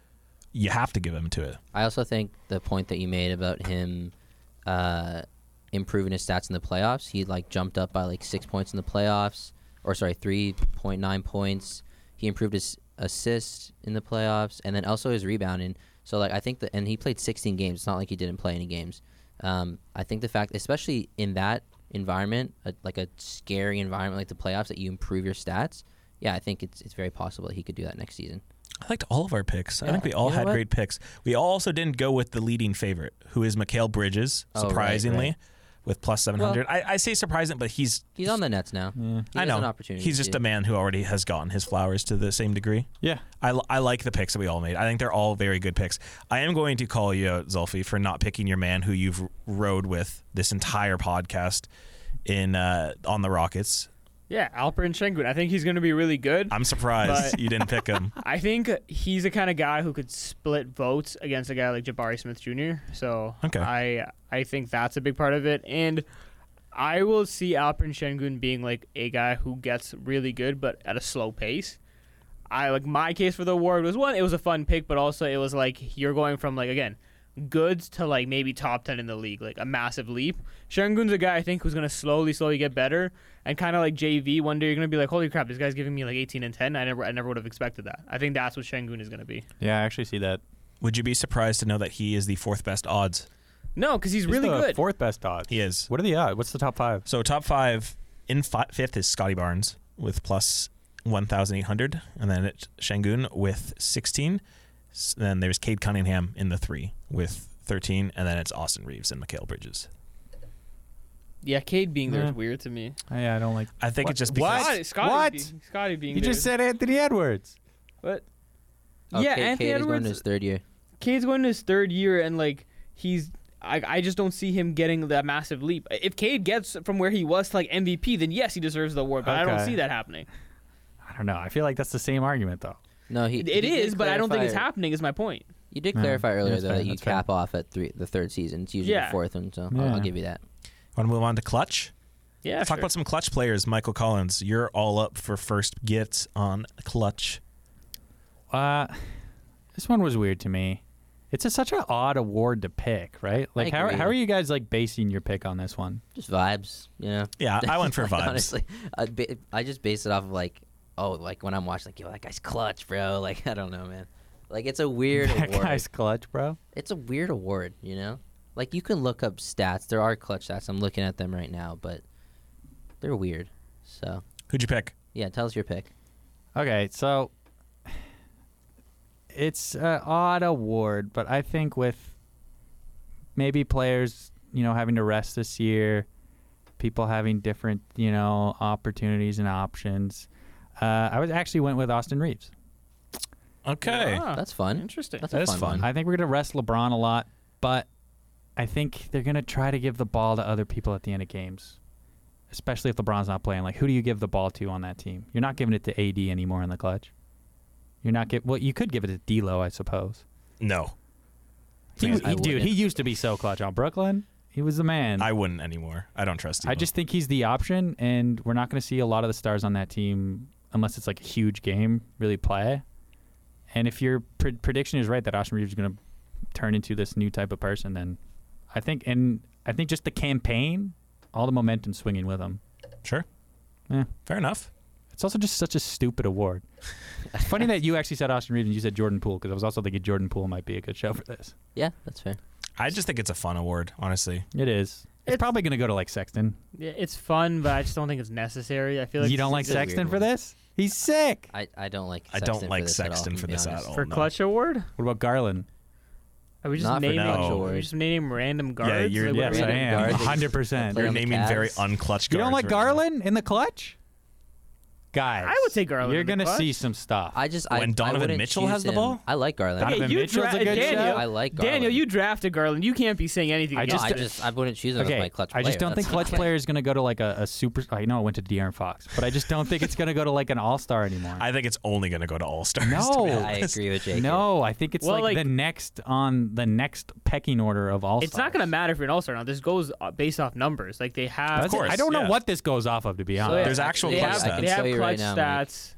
Speaker 1: you have to give him to it.
Speaker 3: I also think the point that you made about him uh, improving his stats in the playoffs, he like jumped up by like six points in the playoffs, or sorry, three point nine points. He improved his assist in the playoffs, and then also his rebounding. So like I think that, and he played sixteen games. It's not like he didn't play any games. Um, I think the fact, especially in that environment, a, like a scary environment like the playoffs, that you improve your stats. Yeah, I think it's it's very possible that he could do that next season.
Speaker 1: I liked all of our picks. I
Speaker 3: Yeah.
Speaker 1: think we all
Speaker 3: You know
Speaker 1: had
Speaker 3: what?
Speaker 1: great picks. We all also didn't go with the leading favorite, who is Mikhail Bridges,
Speaker 3: Oh, right,
Speaker 1: surprisingly.
Speaker 3: right.
Speaker 1: with plus 700. I, I say surprising, but he's
Speaker 3: He's on the Nets now.
Speaker 4: Yeah.
Speaker 3: He
Speaker 1: I
Speaker 3: has
Speaker 1: know
Speaker 3: an opportunity
Speaker 1: he's just
Speaker 3: to.
Speaker 1: a man who already has gotten his flowers to the same degree.
Speaker 4: Yeah.
Speaker 1: I, l- I like the picks that we all made. I think they're all very good picks. I am going to call you out, Zulfi, for not picking your man who you've r- rode with this entire podcast in uh, on the Rockets.
Speaker 2: Yeah, Alperin Shengun. I think he's going to be really good.
Speaker 1: I'm surprised
Speaker 2: But-
Speaker 1: you didn't pick him.
Speaker 2: I think he's the kind of guy who could split votes against a guy like Jabari Smith Jr. So
Speaker 1: Okay.
Speaker 2: I I think that's a big part of it, and I will see Alperin Shengun being like a guy who gets really good, but at a slow pace. I like my case for the award was one. It was a fun pick, but also it was like you're going from like again goods to like maybe top 10 in the league like a massive leap shengun's a guy i think who's going to slowly slowly get better and kind of like jv one day you're going to be like holy crap this guy's giving me like 18 and 10 i never i never would have expected that i think that's what shengun is going to be
Speaker 4: Yeah, I actually see that.
Speaker 1: Would you be surprised to know that he is the fourth best odds?
Speaker 2: no because he's, really
Speaker 4: the
Speaker 2: good
Speaker 4: Fourth best odds.
Speaker 1: He is.
Speaker 4: What are the odds? What's the top five?
Speaker 1: So top five in fi- fifth is Scotty Barnes with plus one thousand eight hundred, and then it's Shangun with sixteen. S- Then there's Cade Cunningham in the three with thirteen, and then it's Austin Reeves and Mikhail Bridges.
Speaker 2: yeah cade being there is
Speaker 4: Yeah.
Speaker 2: weird to me
Speaker 4: Uh, Yeah, I don't like.
Speaker 1: I think
Speaker 4: What-
Speaker 1: it's just because
Speaker 4: What?
Speaker 2: Scotty, Scotty
Speaker 4: What?
Speaker 2: being, Scotty being
Speaker 4: You
Speaker 2: there
Speaker 4: just
Speaker 2: is-
Speaker 4: said Anthony Edwards.
Speaker 2: what
Speaker 3: Okay,
Speaker 2: yeah
Speaker 3: Cade
Speaker 2: anthony
Speaker 3: Oh, is going
Speaker 2: edwards
Speaker 3: to his third year.
Speaker 2: Cade's going to his third year, and like he's, I, I just don't see him getting that massive leap. If Cade gets from where he was to like MVP, then yes, he deserves the award. But I don't
Speaker 4: Okay.
Speaker 2: see that happening.
Speaker 4: I don't know. I feel like that's the same argument though.
Speaker 3: No, he.
Speaker 2: It
Speaker 3: you
Speaker 2: it
Speaker 3: did
Speaker 2: is, but I don't think it's
Speaker 3: clarify-
Speaker 2: happening. Is my point.
Speaker 3: You did
Speaker 4: Yeah,
Speaker 1: Mm.
Speaker 3: clarify earlier
Speaker 4: that's
Speaker 3: though
Speaker 4: fair,
Speaker 3: that you
Speaker 4: that's fair.
Speaker 3: cap off at three, the third season. It's usually
Speaker 2: Yeah.
Speaker 3: the fourth one, so I'll- I'll,
Speaker 4: Yeah.
Speaker 3: give you that.
Speaker 1: want to move on to clutch.
Speaker 2: Yeah.
Speaker 1: Let's
Speaker 2: sure.
Speaker 1: talk about some clutch players. Michael Collins, you're all up for first gets on clutch.
Speaker 4: Uh, this one was weird to me. It's a, such an odd award to pick, right? Like, how,
Speaker 3: agree.
Speaker 4: how are you guys like basing your pick on this one?
Speaker 3: Just vibes, you know.
Speaker 1: Yeah, I went for
Speaker 3: Like,
Speaker 1: vibes.
Speaker 3: Honestly, I, ba- I just base it off of like, oh, like when I'm watching, like yo, that guy's clutch, bro. Like I don't know, man. Like it's a weird
Speaker 4: that
Speaker 3: award.
Speaker 4: guy's clutch, bro.
Speaker 3: It's a weird award, you know. Like you can look up stats. There are clutch stats. I'm looking at them right now, but they're weird. So
Speaker 1: Who'd you pick?
Speaker 3: yeah, tell us your pick.
Speaker 4: Okay, so it's an odd award, but I think with maybe players, you know, having to rest this year, people having different, you know, opportunities and options. Uh, I was actually went with Austin Reeves.
Speaker 1: Okay.
Speaker 2: Ah,
Speaker 3: That's fun.
Speaker 2: Interesting.
Speaker 3: That's
Speaker 1: That
Speaker 3: a
Speaker 1: is
Speaker 3: fun,
Speaker 1: fun.
Speaker 3: one.
Speaker 4: I think we're gonna rest LeBron a lot, but I think they're gonna try to give the ball to other people at the end of games, especially if LeBron's not playing. Like, who do you give the ball to on that team? You're not giving it to AD anymore in the clutch. You're not give. Well, you could give it to D'Lo, I suppose.
Speaker 1: No,
Speaker 4: He,
Speaker 3: Yeah,
Speaker 4: was-
Speaker 3: I
Speaker 4: he- dude,
Speaker 3: wouldn't.
Speaker 4: he used to be so clutch on Brooklyn. He was the man.
Speaker 1: I wouldn't anymore. I don't trust you.
Speaker 4: I just think he's the option, and we're not going to see a lot of the stars on that team unless it's like a huge game really play. And if your pre- prediction is right that Austin Reeves is going to turn into this new type of person, then I think, and I think just the campaign, all the momentum swinging with him.
Speaker 1: sure.
Speaker 4: Yeah.
Speaker 1: Fair enough.
Speaker 4: It's also just such a stupid award. It's funny that you actually said Austin Reeves and you said Jordan Poole because I was also thinking Jordan Poole might be a good show for this.
Speaker 3: Yeah, that's fair.
Speaker 1: I just think it's a fun award, honestly.
Speaker 4: It is. It's,
Speaker 2: It's-
Speaker 4: probably going to go to like Sexton.
Speaker 2: Yeah, it's fun, but I just don't think it's necessary. I feel like
Speaker 4: you don't like
Speaker 2: it's-
Speaker 3: a weird
Speaker 4: Sexton for
Speaker 3: one.
Speaker 4: this? He's sick.
Speaker 3: I, I don't like.
Speaker 1: I
Speaker 3: Sexton
Speaker 1: don't like
Speaker 3: for this
Speaker 1: Sexton
Speaker 3: at all,
Speaker 1: for
Speaker 3: I'm gonna
Speaker 1: this
Speaker 3: be
Speaker 1: at
Speaker 3: honest.
Speaker 1: all.
Speaker 2: for
Speaker 1: no.
Speaker 2: clutch award.
Speaker 4: What about Garland?
Speaker 2: Are we just
Speaker 3: Not for
Speaker 2: naming?
Speaker 1: clutch
Speaker 2: Are
Speaker 3: award.
Speaker 2: we just naming random guards?
Speaker 1: you're-
Speaker 2: Like, what
Speaker 4: Yes,
Speaker 2: are we
Speaker 4: I
Speaker 3: Random
Speaker 2: doing?
Speaker 4: am.
Speaker 3: guards.
Speaker 4: 100%.
Speaker 3: Play
Speaker 1: You're
Speaker 3: on the
Speaker 1: naming very
Speaker 3: Cavs.
Speaker 1: unclutch.
Speaker 4: You don't
Speaker 1: guards
Speaker 4: like
Speaker 1: right now.
Speaker 4: Garland in the clutch? Guys.
Speaker 2: I would say Garland
Speaker 4: You're
Speaker 2: in the
Speaker 4: gonna
Speaker 2: clutch.
Speaker 4: see some stuff.
Speaker 3: I just
Speaker 1: When
Speaker 3: I,
Speaker 1: Donovan
Speaker 3: I wouldn't
Speaker 1: Mitchell
Speaker 3: choose
Speaker 1: has the
Speaker 3: him.
Speaker 1: ball?
Speaker 3: I like Garland.
Speaker 4: Donovan
Speaker 2: you
Speaker 4: Mitchell's a
Speaker 2: dra-
Speaker 4: good
Speaker 2: Daniel,
Speaker 4: show.
Speaker 3: I like
Speaker 2: Daniel,
Speaker 3: Garland.
Speaker 2: you drafted Garland. You can't be saying anything.
Speaker 4: I
Speaker 2: against
Speaker 4: just-
Speaker 3: no, I
Speaker 2: him.
Speaker 3: just I wouldn't choose him as my
Speaker 4: Okay,
Speaker 3: clutch
Speaker 4: I
Speaker 3: player.
Speaker 4: just don't
Speaker 3: That's
Speaker 4: think clutch
Speaker 3: not-
Speaker 4: player is gonna go to like a, a super. I know it went to De'Aaron Fox, but I just don't think it's gonna go to like an All Star anymore.
Speaker 1: I think it's only going to go to All Stars.
Speaker 4: No.
Speaker 1: to be
Speaker 3: I
Speaker 1: honest.
Speaker 3: agree with Jake.
Speaker 4: Oh. no, I think it's
Speaker 2: Well, like-
Speaker 4: like, the next on the next pecking order of All Stars.
Speaker 2: It's not going to matter if you're an all-star or not. This goes uh, based off numbers. Like they have,
Speaker 1: Of course,
Speaker 4: I don't know
Speaker 1: yeah.
Speaker 4: what this goes off of to be honest.
Speaker 2: yeah,
Speaker 1: There's actual
Speaker 2: they
Speaker 1: clutch
Speaker 2: have,
Speaker 1: stats.
Speaker 2: They
Speaker 3: I can
Speaker 2: have
Speaker 3: show you right
Speaker 2: clutch
Speaker 3: now, Mike.
Speaker 2: stats.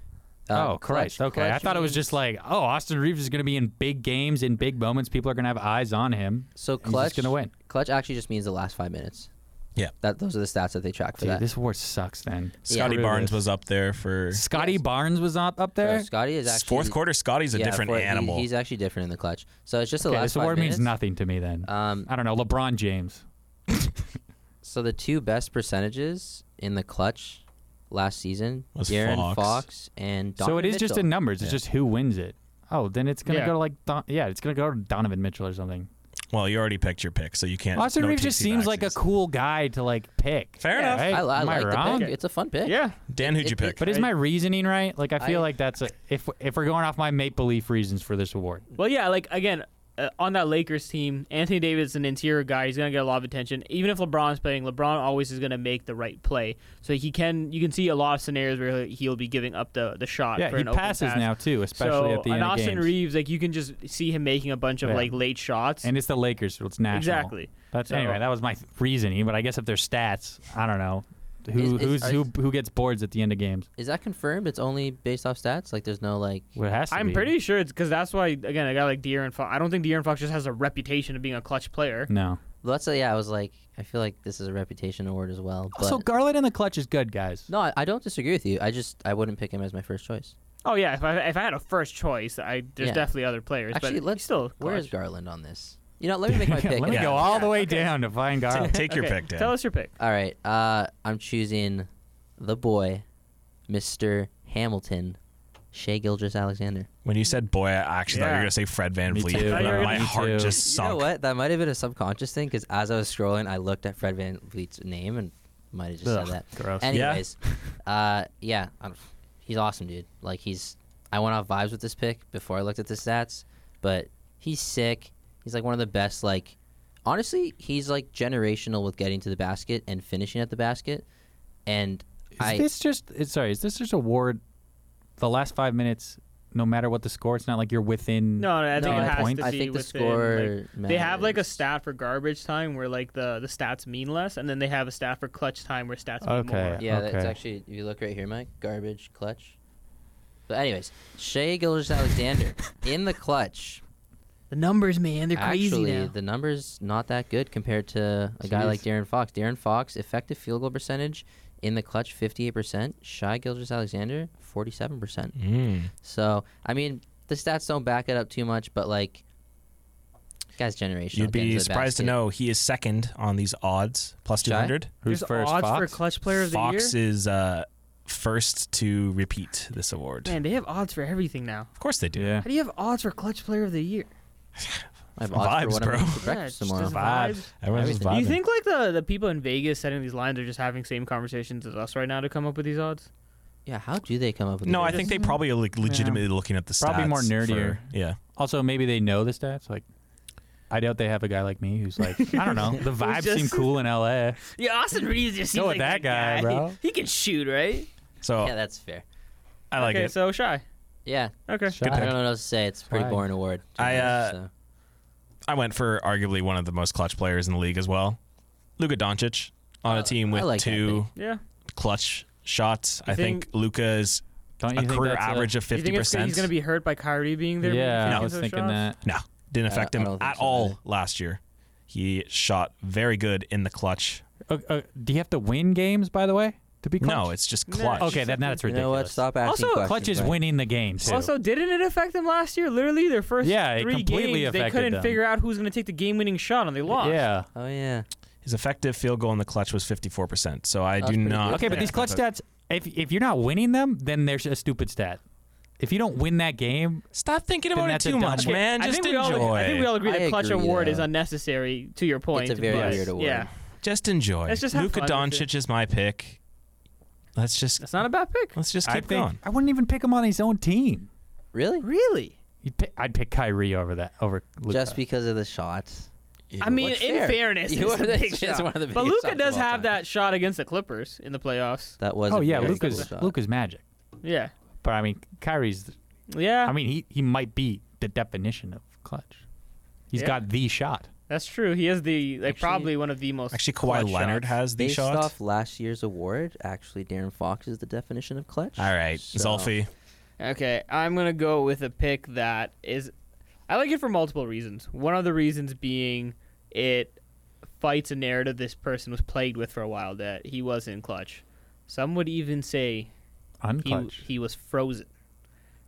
Speaker 3: Uh,
Speaker 4: oh Christ!
Speaker 3: clutch-
Speaker 4: okay, I
Speaker 3: clutch
Speaker 4: thought it was
Speaker 3: means-
Speaker 4: just like, oh, Austin Reeves is going to be in big games, in big moments. People are going to have eyes on him.
Speaker 3: So
Speaker 4: and he's
Speaker 3: clutch
Speaker 4: just going to win.
Speaker 3: Clutch actually just means the last five minutes.
Speaker 1: Yeah.
Speaker 3: That those are the stats that they track for
Speaker 4: Dude,
Speaker 3: that.
Speaker 4: this war sucks. Then
Speaker 1: Scotty
Speaker 4: Screw
Speaker 1: Barnes
Speaker 4: this.
Speaker 1: was up there for
Speaker 4: Scotty Barnes was up up
Speaker 3: So
Speaker 4: there.
Speaker 3: Scotty is actually
Speaker 1: fourth quarter. Scotty's a
Speaker 3: yeah,
Speaker 1: different
Speaker 3: fourth- he-
Speaker 1: animal.
Speaker 3: he's actually different in the clutch. So it's just the
Speaker 4: Okay,
Speaker 3: last
Speaker 4: this
Speaker 3: five
Speaker 4: award
Speaker 3: minutes.
Speaker 4: means nothing to me then.
Speaker 3: Um,
Speaker 4: I don't know. LeBron James.
Speaker 3: so the two best percentages in the clutch last season,
Speaker 1: Was
Speaker 3: De'Aaron
Speaker 1: Fox.
Speaker 3: Fox. and Donovan
Speaker 4: so it is just in
Speaker 3: Mitchell.
Speaker 4: numbers. It's just who wins it. Oh, then it's gonna
Speaker 2: Yeah.
Speaker 4: go to like Don- yeah, it's gonna go to Donovan Mitchell or something.
Speaker 1: Well, you already picked your pick, so you can't.
Speaker 4: Austin
Speaker 1: no
Speaker 4: Reeves just
Speaker 1: TC
Speaker 4: seems like a
Speaker 1: vaccines.
Speaker 4: cool guy to like pick.
Speaker 1: Fair
Speaker 2: Yeah,
Speaker 1: enough.
Speaker 4: Right?
Speaker 3: I, I
Speaker 4: Am I
Speaker 3: like
Speaker 4: wrong?
Speaker 3: the pick. It's a fun pick.
Speaker 2: Yeah.
Speaker 1: Dan, who'd
Speaker 3: It-
Speaker 1: you
Speaker 3: it-
Speaker 1: pick?
Speaker 4: But is my
Speaker 2: I-
Speaker 4: reasoning right? Like I feel
Speaker 3: I-
Speaker 4: like that's a, if if we're going off my make believe reasons for this award.
Speaker 2: Well, yeah, like again, uh, on that Lakers team, Anthony Davis is an interior guy. He's gonna get a lot of attention. Even if LeBron's playing, LeBron always is gonna make the right play. So he can. You can see a lot of scenarios where he'll- he'll be giving up the the shot.
Speaker 4: Yeah,
Speaker 2: for
Speaker 4: he
Speaker 2: an open
Speaker 4: passes
Speaker 2: pass.
Speaker 4: now too, especially
Speaker 2: so
Speaker 4: at the
Speaker 2: an
Speaker 4: end
Speaker 2: Austin
Speaker 4: of games.
Speaker 2: Reeves, like you can just see him making a bunch of
Speaker 4: Yeah.
Speaker 2: like late shots.
Speaker 4: and it's the Lakers, so it's national.
Speaker 2: exactly.
Speaker 4: That's
Speaker 2: So-
Speaker 4: anyway. That was my th- reasoning, but I guess if there's stats, I don't know who
Speaker 3: Is- is-
Speaker 4: who's
Speaker 3: are-
Speaker 4: who who gets boards at the end of games.
Speaker 3: Is that confirmed? It's only based off stats. Like there's no like.
Speaker 4: Well, it has to
Speaker 2: I'm
Speaker 4: be.
Speaker 2: pretty sure it's because that's why again a guy like De'Aaron Fox. I don't think De'Aaron Fox just has a reputation of being a clutch player.
Speaker 4: No.
Speaker 3: Let's say yeah. I was like, I feel like this is a reputation award as well. But
Speaker 4: Also, Garland in the clutch is good, guys.
Speaker 3: no, I, I don't disagree with you. I just I wouldn't pick him as my first choice.
Speaker 2: Oh yeah, if I, if I had a first choice, I there's
Speaker 3: Yeah.
Speaker 2: definitely other players.
Speaker 3: Actually,
Speaker 2: but
Speaker 3: let's
Speaker 2: he's still
Speaker 3: Where is
Speaker 2: clutch.
Speaker 3: Garland on this? You know, let me make my pick.
Speaker 4: Let me
Speaker 1: Yeah.
Speaker 4: go all the way
Speaker 2: Yeah, okay.
Speaker 4: down to find
Speaker 1: Ta-
Speaker 4: Garland.
Speaker 1: Take your
Speaker 2: Okay,
Speaker 1: pick, Dan.
Speaker 2: Tell us your pick.
Speaker 3: All right. Uh, I'm choosing the boy, Mr. Hamilton, Shea Gilgis Alexander.
Speaker 1: When you said boy, I actually thought you were
Speaker 2: Yeah.
Speaker 1: going to say Fred Van
Speaker 4: Me
Speaker 1: Vliet.
Speaker 4: too,
Speaker 1: and
Speaker 2: bro.
Speaker 1: My
Speaker 4: Me
Speaker 1: heart
Speaker 4: too.
Speaker 1: just
Speaker 3: You know
Speaker 1: sunk.
Speaker 3: what? That might have been a subconscious thing because as I was scrolling, I looked at Fred Van Vliet's name and might have just
Speaker 4: Ugh,
Speaker 3: said that.
Speaker 4: gross.
Speaker 3: Anyways, uh, yeah, I don't- he's awesome, dude. Like he's, I went off vibes with this pick before I looked at the stats, but he's sick. He's like one of the best. Like, honestly, he's like generational with getting to the basket and finishing at the basket. And
Speaker 4: Is
Speaker 3: I,
Speaker 4: this just is- sorry? Is this just award? The last five minutes, no matter what the score, it's not like you're within.
Speaker 2: No, no I think
Speaker 3: No,
Speaker 2: it
Speaker 3: I-
Speaker 2: has
Speaker 4: point-
Speaker 2: to
Speaker 3: I
Speaker 2: be
Speaker 3: think the
Speaker 2: within,
Speaker 3: score
Speaker 2: like, they have like a
Speaker 3: matters.
Speaker 2: stat for garbage time where like the the stats mean less, and then they have a stat for clutch time where stats
Speaker 4: Okay.
Speaker 2: mean more.
Speaker 3: Yeah, that's
Speaker 4: Okay.
Speaker 3: actually. If you look right here, Mike, garbage clutch. But anyways, Shea Gilgis Alexander in the clutch.
Speaker 2: The numbers, man, they're crazy
Speaker 3: actually,
Speaker 2: now.
Speaker 3: the numbers not that good compared to a guy like Darren Fox. Darren Fox effective field goal percentage in the clutch fifty eight percent. Shea Gilgis Alexander forty seven percent.
Speaker 1: Mm.
Speaker 3: So I mean, the stats don't back it up too much, but like, guys, generation.
Speaker 1: You'd be surprised to know he is second on these odds, plus
Speaker 3: Shy?
Speaker 1: 200.
Speaker 4: Who's
Speaker 2: There's
Speaker 4: first?
Speaker 2: odds
Speaker 4: Fox?
Speaker 2: for clutch player of the
Speaker 1: Fox
Speaker 2: year.
Speaker 1: is uh, first to repeat this award.
Speaker 2: Man, they have odds for everything now.
Speaker 1: Of course they do.
Speaker 4: yeah.
Speaker 2: How do you have odds for clutch player of the year?
Speaker 3: I have odds for
Speaker 1: Vibes,
Speaker 3: what I'm
Speaker 1: bro.
Speaker 3: gonna eat for
Speaker 2: Yeah,
Speaker 3: breakfast
Speaker 2: it's
Speaker 3: tomorrow.
Speaker 2: just
Speaker 4: Vibes.
Speaker 1: Everyone's just
Speaker 3: Everything.
Speaker 2: Do you
Speaker 1: vibing.
Speaker 2: think like the the people in Vegas setting these lines are just having same conversations as us right now to come up with these odds?
Speaker 3: Yeah, how do they come up with?
Speaker 1: no,
Speaker 3: these
Speaker 1: I
Speaker 3: odds?
Speaker 1: think they probably are like, legitimately looking at the stats.
Speaker 4: Probably more
Speaker 1: for-
Speaker 4: nerdier.
Speaker 1: yeah.
Speaker 4: Also, maybe they know the stats. Like, I doubt they have a guy like me who's like, I don't know. The vibes seem
Speaker 2: just-
Speaker 4: cool in LA.
Speaker 2: Yeah, Austin Reeves just
Speaker 4: Go seems with like that that guy, guy. bro.
Speaker 2: He can shoot, right?
Speaker 1: So
Speaker 3: Yeah, that's fair.
Speaker 1: I like
Speaker 2: okay,
Speaker 1: it.
Speaker 2: so shy.
Speaker 3: Yeah,
Speaker 2: Okay.
Speaker 4: Shy.
Speaker 3: I
Speaker 4: pick.
Speaker 3: don't know what else to say. It's a pretty
Speaker 4: Fine.
Speaker 3: boring award. to be
Speaker 1: I,
Speaker 3: honest,
Speaker 1: uh,
Speaker 3: so.
Speaker 1: I went for arguably one of the most clutch players in the league as well. Luka Doncic on
Speaker 3: I-
Speaker 1: a team
Speaker 3: Uh, I
Speaker 1: with
Speaker 3: like that
Speaker 1: two
Speaker 2: Yeah.
Speaker 1: clutch shots.
Speaker 2: You
Speaker 1: I think, Luka is
Speaker 4: Don't you
Speaker 1: a
Speaker 4: think
Speaker 1: career
Speaker 4: that's a-
Speaker 1: average of
Speaker 2: You think
Speaker 1: fifty
Speaker 2: it's 'cause
Speaker 1: percent.
Speaker 2: He's gonna be hurt by Kyrie being there.
Speaker 4: Yeah,
Speaker 2: making
Speaker 4: I was
Speaker 2: those
Speaker 4: thinking
Speaker 2: shots?
Speaker 4: that.
Speaker 1: No, didn't
Speaker 3: I-
Speaker 1: affect
Speaker 3: I
Speaker 1: him
Speaker 3: don't think
Speaker 1: at
Speaker 3: so
Speaker 1: all
Speaker 3: either.
Speaker 1: last year. He shot very good in the clutch.
Speaker 4: Uh, uh, do you have to win games, by the way, to be clutch?
Speaker 1: No, it's just
Speaker 2: No.
Speaker 1: clutch.
Speaker 4: okay. That, that's
Speaker 3: You
Speaker 4: ridiculous.
Speaker 3: know what? Stop asking
Speaker 2: Also,
Speaker 3: questions.
Speaker 4: Clutch is
Speaker 3: Mike.
Speaker 4: winning the game too.
Speaker 2: Also, didn't it affect them last year? Literally, their first
Speaker 4: Yeah, it
Speaker 2: three
Speaker 4: completely
Speaker 2: games, they
Speaker 4: affected
Speaker 2: couldn't
Speaker 4: them.
Speaker 2: figure out who was going to take the game-winning shot, and they lost.
Speaker 4: yeah.
Speaker 3: Oh yeah.
Speaker 1: His effective field goal in the clutch was fifty four percent. So I
Speaker 3: That's
Speaker 1: do
Speaker 3: pretty
Speaker 1: not.
Speaker 3: good.
Speaker 4: Okay, but
Speaker 1: think
Speaker 4: these clutch
Speaker 1: that-
Speaker 4: stats, if if you're not winning them, then there's a stupid stat. If you don't win that game,
Speaker 1: Stop thinking
Speaker 4: Then
Speaker 1: about it
Speaker 4: that's a
Speaker 1: too
Speaker 4: dumb
Speaker 1: much,
Speaker 4: one.
Speaker 1: man.
Speaker 2: I
Speaker 1: Just
Speaker 2: think
Speaker 1: enjoy.
Speaker 2: we all I think we all agree
Speaker 3: I
Speaker 2: that clutch
Speaker 3: agree,
Speaker 2: award is
Speaker 3: though.
Speaker 2: unnecessary to your point.
Speaker 3: a very
Speaker 2: but-
Speaker 3: weird award.
Speaker 2: Yeah,
Speaker 1: Just enjoy.
Speaker 2: Let's just have
Speaker 1: Luka
Speaker 2: fun with it.
Speaker 1: Doncic is my pick. Let's just
Speaker 2: that's not a bad pick.
Speaker 1: let's just
Speaker 4: I
Speaker 1: keep
Speaker 4: think
Speaker 1: going.
Speaker 4: I wouldn't even pick him on his own team.
Speaker 3: Really?
Speaker 2: Really?
Speaker 4: You'd pick, I'd pick Kyrie over that over Luka.
Speaker 3: Just because of the shots.
Speaker 2: I mean,
Speaker 3: What's
Speaker 2: in
Speaker 3: fair?
Speaker 2: fairness,
Speaker 3: You
Speaker 2: it's
Speaker 3: are
Speaker 2: a
Speaker 3: the-
Speaker 2: big
Speaker 3: it's
Speaker 2: shot.
Speaker 3: one of the
Speaker 2: but
Speaker 3: biggest
Speaker 2: Luca
Speaker 3: shots
Speaker 2: does
Speaker 3: of all
Speaker 2: have
Speaker 3: time.
Speaker 2: that shot against the Clippers in the playoffs.
Speaker 3: That was.
Speaker 4: oh
Speaker 3: a
Speaker 4: yeah,
Speaker 3: very
Speaker 2: Luka's-
Speaker 3: cool
Speaker 4: Luca's
Speaker 3: shot.
Speaker 4: Luca's magic.
Speaker 2: Yeah,
Speaker 4: But I mean, Kyrie's.
Speaker 2: yeah,
Speaker 4: I mean, he he might be the definition of clutch. He's
Speaker 2: Yeah.
Speaker 4: got the shot.
Speaker 2: that's true. He is the like
Speaker 3: Actually-
Speaker 2: probably one of the most
Speaker 1: Actually, Kawhi
Speaker 2: clutch
Speaker 1: Leonard
Speaker 2: shots.
Speaker 1: has the
Speaker 3: Based
Speaker 1: shot.
Speaker 3: off last year's award, actually, Darren Fox is the definition of clutch.
Speaker 1: All right,
Speaker 3: So-
Speaker 1: Zolfi.
Speaker 2: Okay, I'm gonna go with a pick that is. I like it for multiple reasons. One of the reasons being it fights a narrative this person was plagued with for a while that he was in clutch. Some would even say he,
Speaker 4: Unclutch.
Speaker 2: he was frozen.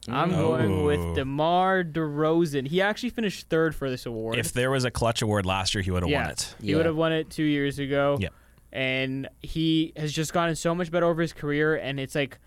Speaker 2: I'm
Speaker 1: Mm.
Speaker 2: going
Speaker 1: Oh.
Speaker 2: with DeMar DeRozan. He actually finished third for this award.
Speaker 1: If there was a clutch award last year, he would have
Speaker 2: yeah,
Speaker 1: won it.
Speaker 2: he
Speaker 3: Yeah.
Speaker 2: would have won it two years ago.
Speaker 1: Yep.
Speaker 2: And he has just gotten so much better over his career, and it's like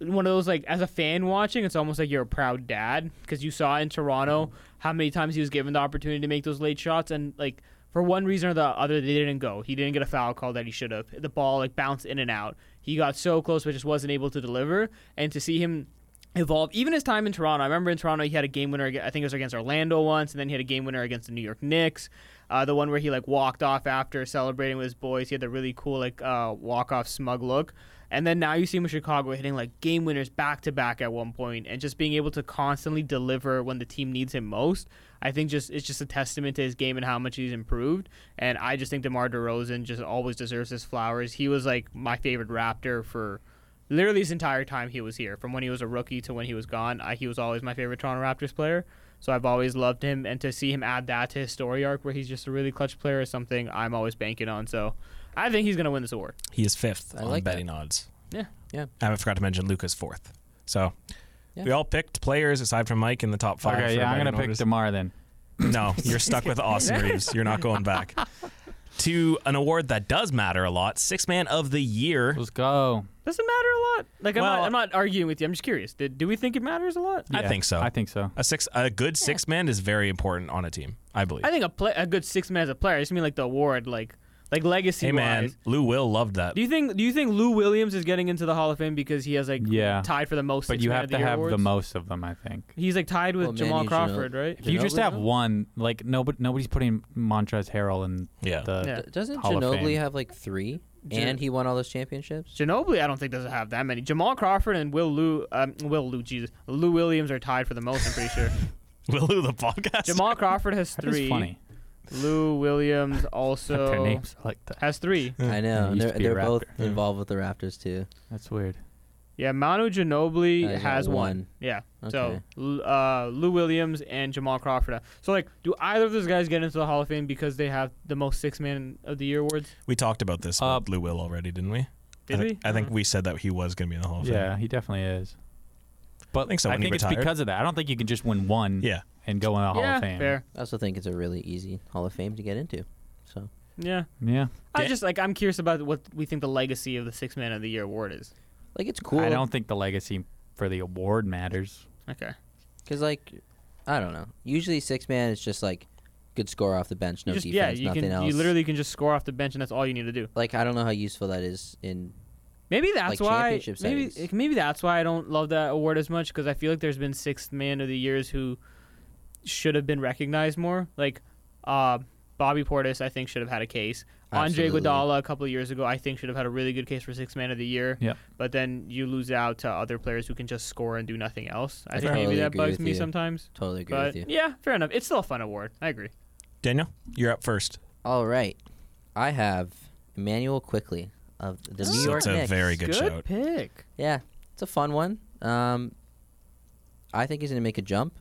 Speaker 2: one of those like as a fan watching, it's almost like you're a proud dad because you saw in Toronto how many times he was given the opportunity to make those late shots and like for one reason or the other they didn't go. He didn't get a foul call that he should have. The ball like bounced in and out. He got so close but just wasn't able to deliver. And to see him evolve, even his time in Toronto, I remember in Toronto he had a game winner. ag- I think it was against Orlando once, and then he had a game winner against the New York Knicks. Uh, the one where he like walked off after celebrating with his boys. He had the really cool like uh, walk off smug look. And then now you see him in Chicago hitting like game winners back to back at one point and just being able to constantly deliver when the team needs him most. I think just it's just a testament to his game and how much he's improved. And I just think DeMar DeRozan just always deserves his flowers. He was like my favorite Raptor for literally his entire time he was here, from when he was a rookie to when he was gone. I, he was always my favorite Toronto Raptors player. So I've always loved him, and to see him add that to his story arc, where he's just a really clutch player, is something I'm always banking on. So I think he's gonna win this award.
Speaker 1: He is fifth
Speaker 3: I
Speaker 1: on
Speaker 3: like that.
Speaker 1: betting odds.
Speaker 2: Yeah.
Speaker 3: Yeah.
Speaker 1: And I forgot to mention Luca's fourth. So
Speaker 3: Yeah.
Speaker 1: we all picked players aside from Mike in the top five.
Speaker 4: Okay,
Speaker 1: for
Speaker 4: yeah, I'm
Speaker 1: betting
Speaker 4: gonna pick
Speaker 1: orders.
Speaker 4: Demar then.
Speaker 1: No, you're stuck with Austin Reeves. You're not going back. To an award that does matter a lot, Six Man of the Year.
Speaker 4: Let's go.
Speaker 2: Doesn't matter a lot. Like I'm,
Speaker 1: Well-
Speaker 2: not, I'm not arguing with you. I'm just curious. Did, do we think it matters a lot?
Speaker 1: I think so.
Speaker 4: I think so.
Speaker 1: A six, a good six man is very important on a team. I believe.
Speaker 2: I think a play, a good six man as a player. I just mean like the award, like like legacy
Speaker 1: hey man,
Speaker 2: wise.
Speaker 1: Lou Will loved that.
Speaker 2: Do you think do you think Lou Williams is getting into the Hall of Fame because he has like
Speaker 4: Yeah.
Speaker 2: tied for the most?
Speaker 4: But
Speaker 2: six
Speaker 4: you
Speaker 2: man
Speaker 4: have
Speaker 2: of the
Speaker 4: to
Speaker 2: year
Speaker 4: have the
Speaker 2: awards?
Speaker 4: most of them, I think.
Speaker 2: He's like tied with
Speaker 3: Well,
Speaker 2: Jamal
Speaker 3: Manu Ginobili.
Speaker 2: Crawford, right?
Speaker 4: If you just
Speaker 3: Ginobili,
Speaker 4: have
Speaker 3: no?
Speaker 4: one, like nobody, nobody's putting Montrez Harrell in
Speaker 1: Yeah.
Speaker 4: the.
Speaker 2: Yeah.
Speaker 3: D- doesn't
Speaker 4: Uh, Hall of
Speaker 3: Ginobili
Speaker 4: Fame.
Speaker 3: have like three?
Speaker 2: Gin-
Speaker 3: and he won all those championships.
Speaker 2: Ginobili, I don't think doesn't have that many. Jamal Crawford and Will Lou, um, Will Lou, Jesus, Lou Williams are tied for the most. I'm pretty sure.
Speaker 1: Will Lou the podcast?
Speaker 2: Jamal Crawford has
Speaker 4: That is
Speaker 2: three.
Speaker 4: funny.
Speaker 2: Lou Williams
Speaker 4: that their
Speaker 2: also
Speaker 4: names are like that.
Speaker 2: has three.
Speaker 3: I
Speaker 4: He
Speaker 3: know. and
Speaker 4: used
Speaker 3: They're,
Speaker 4: to be a
Speaker 3: they're both
Speaker 4: Raptor.
Speaker 3: involved with the Raptors too.
Speaker 4: That's weird.
Speaker 2: Yeah, Manu Ginobili
Speaker 3: Uh, yeah,
Speaker 2: has one.
Speaker 3: one.
Speaker 2: Yeah.
Speaker 3: Okay.
Speaker 2: So L- uh, Lou Williams and Jamal Crawford. So like, do either of those guys get into the Hall of Fame because they have the most six man of the year awards?
Speaker 1: we talked about this
Speaker 4: Uh, Uh-huh.
Speaker 1: with Lou Will already, didn't we?
Speaker 2: Did
Speaker 1: I think,
Speaker 2: we?
Speaker 1: I think we said that he was going to be in the Hall of Fame.
Speaker 4: Yeah, he definitely is. But
Speaker 1: I think so, when he
Speaker 4: it's
Speaker 1: retired.
Speaker 4: because of that. I don't think you can just win one
Speaker 1: Yeah.
Speaker 4: and go in the Hall
Speaker 2: yeah,
Speaker 4: of Fame.
Speaker 2: fair.
Speaker 3: I also think it's a really easy Hall of Fame to get into. So
Speaker 2: Yeah.
Speaker 4: Yeah.
Speaker 2: I
Speaker 1: Yeah.
Speaker 2: just like I'm curious about what we think the legacy of the six man of the year award is.
Speaker 3: like it's cool.
Speaker 4: I don't think the legacy for the award matters.
Speaker 2: Okay.
Speaker 3: Because, like, I don't know. Usually, six man is just like good score off the bench, no
Speaker 2: you just, yeah,
Speaker 3: defense,
Speaker 2: you
Speaker 3: nothing
Speaker 2: can
Speaker 3: else.
Speaker 2: you literally can just score off the bench and that's all you need to do.
Speaker 3: like, I don't know how useful that is in.
Speaker 2: Maybe that's
Speaker 3: Like
Speaker 2: why
Speaker 3: championship
Speaker 2: maybe
Speaker 3: settings.
Speaker 2: maybe that's why I don't love that award as much because I feel like there's been sixth man of the years who should have been recognized more. Like uh, Bobby Portis, I think should have had a case.
Speaker 3: Absolutely.
Speaker 2: Andre Iguodala a couple of years ago, I think should have had a really good case for sixth man of the year.
Speaker 4: Yep.
Speaker 2: But then you lose out to other players who can just score and do nothing else. I,
Speaker 3: I
Speaker 2: think
Speaker 3: totally
Speaker 2: maybe that
Speaker 3: agree
Speaker 2: bugs
Speaker 3: with
Speaker 2: me
Speaker 3: you.
Speaker 2: sometimes.
Speaker 3: Totally agree
Speaker 2: But
Speaker 3: with you.
Speaker 2: yeah, fair enough. It's still a fun award. I agree.
Speaker 1: Daniel, you're up first.
Speaker 3: All right. I have Emmanuel Quickly of the New
Speaker 1: So
Speaker 3: York
Speaker 1: it's
Speaker 3: Knicks.
Speaker 1: a very good, shout.
Speaker 2: pick.
Speaker 3: Yeah, it's a fun one. Um, I think he's going to make a jump.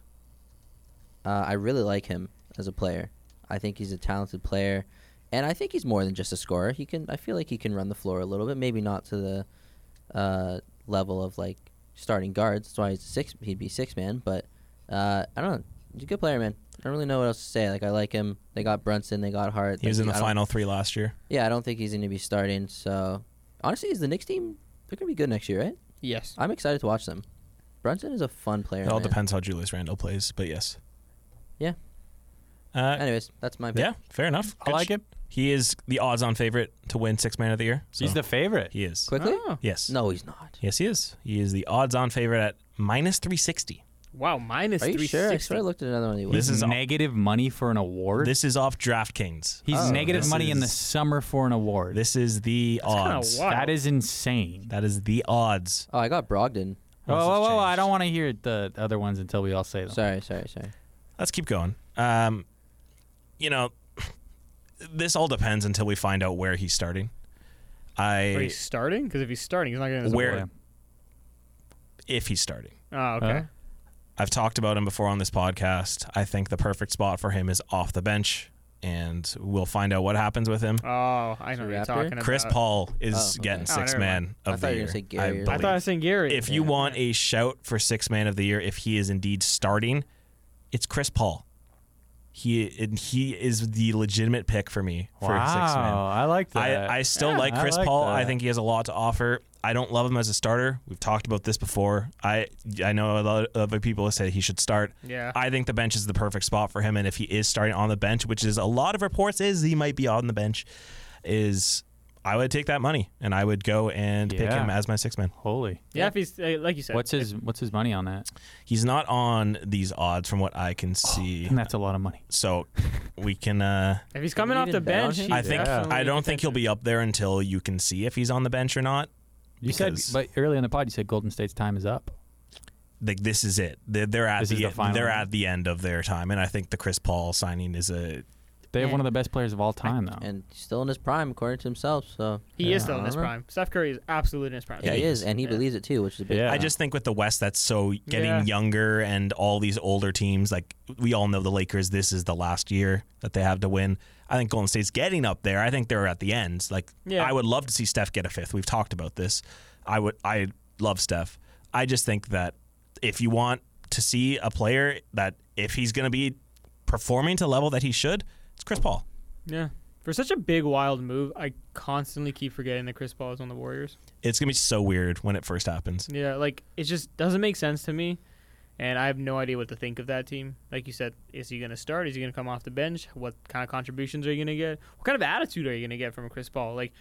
Speaker 3: Uh, I really like him as a player. I think he's a talented player, and I think he's more than just a scorer. He can. I feel like he can run the floor a little bit. Maybe not to the uh, level of like starting guards. That's why he's a six. He'd be six man. But uh, I don't know. He's a good player, man. I don't really know what else to say. Like I like him. They got Brunson. They got Hart.
Speaker 1: He was
Speaker 3: Like,
Speaker 1: in the
Speaker 3: I don't-
Speaker 1: final three last year.
Speaker 3: Yeah, I don't think he's going to be starting. So honestly, is the Knicks team? They're going to be good next year, right?
Speaker 2: Yes.
Speaker 3: I'm excited to watch them. Brunson is a fun player.
Speaker 1: It all
Speaker 3: man.
Speaker 1: depends how Julius Randle plays, but yes.
Speaker 3: Yeah.
Speaker 1: Uh,
Speaker 3: Anyways, that's my pick.
Speaker 1: yeah, fair enough.
Speaker 4: I like
Speaker 1: it.
Speaker 4: it.
Speaker 1: He is the odds-on favorite to win Six Man of the Year. So
Speaker 4: He's the favorite.
Speaker 1: he is.
Speaker 3: Quickly?
Speaker 2: Oh.
Speaker 1: Yes.
Speaker 3: No, he's not.
Speaker 1: Yes, he is. He is the odds-on favorite at minus three sixty.
Speaker 2: Wow, minus
Speaker 3: Are you sure? I
Speaker 2: 360.
Speaker 3: swear I looked at another one. He
Speaker 1: This
Speaker 3: was.
Speaker 4: He's
Speaker 1: is all-
Speaker 4: negative money for an award.
Speaker 1: This is off DraftKings.
Speaker 4: He's
Speaker 3: Oh,
Speaker 4: negative
Speaker 1: this
Speaker 4: money in the
Speaker 1: is-
Speaker 4: summer for an award.
Speaker 1: This is the
Speaker 2: kinda
Speaker 1: odds.
Speaker 2: wild.
Speaker 4: that is insane.
Speaker 1: That is the odds.
Speaker 3: Oh, I got Brogdon.
Speaker 4: Oh,
Speaker 1: This has
Speaker 4: whoa, whoa, whoa, I
Speaker 1: changed.
Speaker 4: don't want to hear the other ones until we all say
Speaker 1: Oh.
Speaker 4: them.
Speaker 3: Sorry, sorry, sorry.
Speaker 1: Let's keep going. Um, you know, this all depends until we find out where he's starting.
Speaker 2: Are
Speaker 1: I
Speaker 2: you starting? Because if he's starting, he's not going to.
Speaker 1: Where- if he's starting.
Speaker 2: Oh, okay.
Speaker 4: Huh?
Speaker 1: I've talked about him before on this podcast. I think the perfect spot for him is off the bench, and we'll find out what happens with him.
Speaker 2: Oh, I
Speaker 3: Is
Speaker 2: know
Speaker 3: it
Speaker 2: what you're
Speaker 3: Raptor?
Speaker 2: talking about.
Speaker 4: uh,
Speaker 1: Chris Paul is
Speaker 3: Oh, okay.
Speaker 1: getting
Speaker 2: Oh,
Speaker 1: six
Speaker 2: never
Speaker 1: man
Speaker 3: I
Speaker 1: of the
Speaker 3: thought you were
Speaker 1: year.
Speaker 3: gonna say Gary or
Speaker 2: I thought I was saying Gary.
Speaker 1: if you
Speaker 3: Yeah.
Speaker 1: want a shout for six man of the year, if he is indeed starting, it's Chris Paul. He and he is the legitimate pick for me for six man.
Speaker 4: Wow, I like that.
Speaker 1: I, I still
Speaker 4: Yeah,
Speaker 1: like
Speaker 4: I
Speaker 1: Chris
Speaker 4: like
Speaker 1: Paul.
Speaker 4: that.
Speaker 1: I think he has a lot to offer. I don't love him as a starter. We've talked about this before. I I know a lot of other people have said he should start.
Speaker 2: Yeah.
Speaker 1: I think the bench is the perfect spot for him. And if he is starting on the bench, which is a lot of reports is he might be on the bench, is I would take that money and I would go and pick
Speaker 4: Yeah.
Speaker 1: him as my six man.
Speaker 4: Holy.
Speaker 2: yeah, if he's uh, like you said,
Speaker 4: What's his What's his money on that?
Speaker 1: He's not on these odds from what I
Speaker 4: Oh,
Speaker 1: can see.
Speaker 4: And that's a lot of money.
Speaker 1: so we can uh
Speaker 2: if he's coming
Speaker 3: Can
Speaker 2: off
Speaker 3: we
Speaker 2: the
Speaker 3: even bet on
Speaker 2: bench,
Speaker 3: him?
Speaker 2: he's
Speaker 1: I think
Speaker 2: definitely
Speaker 1: I don't think he'll
Speaker 2: potential.
Speaker 1: be up there until you can see if he's on the bench or not.
Speaker 4: You said,
Speaker 1: Because-
Speaker 4: but early in the pod, you said Golden State's time is up.
Speaker 1: like this is it. They're, they're at
Speaker 4: This
Speaker 1: the,
Speaker 4: is the final
Speaker 1: they're
Speaker 4: one.
Speaker 1: at the end of their time, and I think the Chris Paul signing is a
Speaker 4: They have
Speaker 3: Yeah.
Speaker 4: one of the best players of all time, though.
Speaker 3: and he's still in his prime according to himself. So
Speaker 2: He is still in his
Speaker 3: Uh-huh.
Speaker 2: prime. Steph Curry is absolutely in his prime.
Speaker 3: yeah, he is, and he
Speaker 2: Yeah.
Speaker 3: believes it too, which is a big.
Speaker 4: Yeah.
Speaker 1: I just think with the West that's so getting
Speaker 2: Yeah.
Speaker 1: younger and all these older teams, like we all know the Lakers, this is the last year that they have to win. I think Golden State's getting up there. I think they're at the end. Like
Speaker 2: Yeah.
Speaker 1: I would love to see Steph get a fifth. We've talked about this. I would I love Steph. I just think that if you want to see a player that if he's going to be performing to the level that he should, it's Chris Paul.
Speaker 2: Yeah. For such a big wild move, I constantly keep forgetting that Chris Paul is on the Warriors.
Speaker 1: It's going to be so weird when it first happens.
Speaker 2: Yeah, like it just doesn't make sense to me, and I have no idea what to think of that team. Like you said, is he going to start? Is he going to come off the bench? What kind of contributions are you going to get? What kind of attitude are you going to get from Chris Paul? Like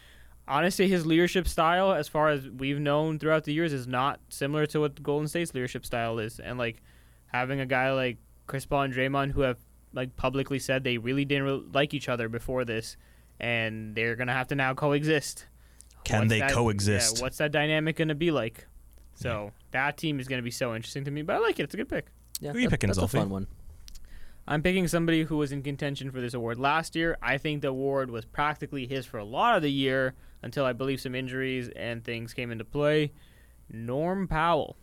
Speaker 2: honestly, his leadership style, as far as we've known throughout the years, is not similar to what Golden State's leadership style is. And like having a guy like Chris Paul and Draymond, who have like publicly said they really didn't re- like each other before this, and they're going to have to now coexist.
Speaker 1: Can
Speaker 2: What's
Speaker 1: they
Speaker 2: that-
Speaker 1: coexist?
Speaker 2: Yeah, what's that dynamic going to be like? So that team is going to be so interesting to me, but I like it. It's a good pick.
Speaker 3: Yeah,
Speaker 1: Who you
Speaker 3: that's-
Speaker 1: picking,
Speaker 3: That's
Speaker 1: Zolfi?
Speaker 3: a fun one.
Speaker 2: I'm picking somebody who was in contention for this award last year. I think the award was practically his for a lot of the year until I believe some injuries and things came into play. Norm Powell.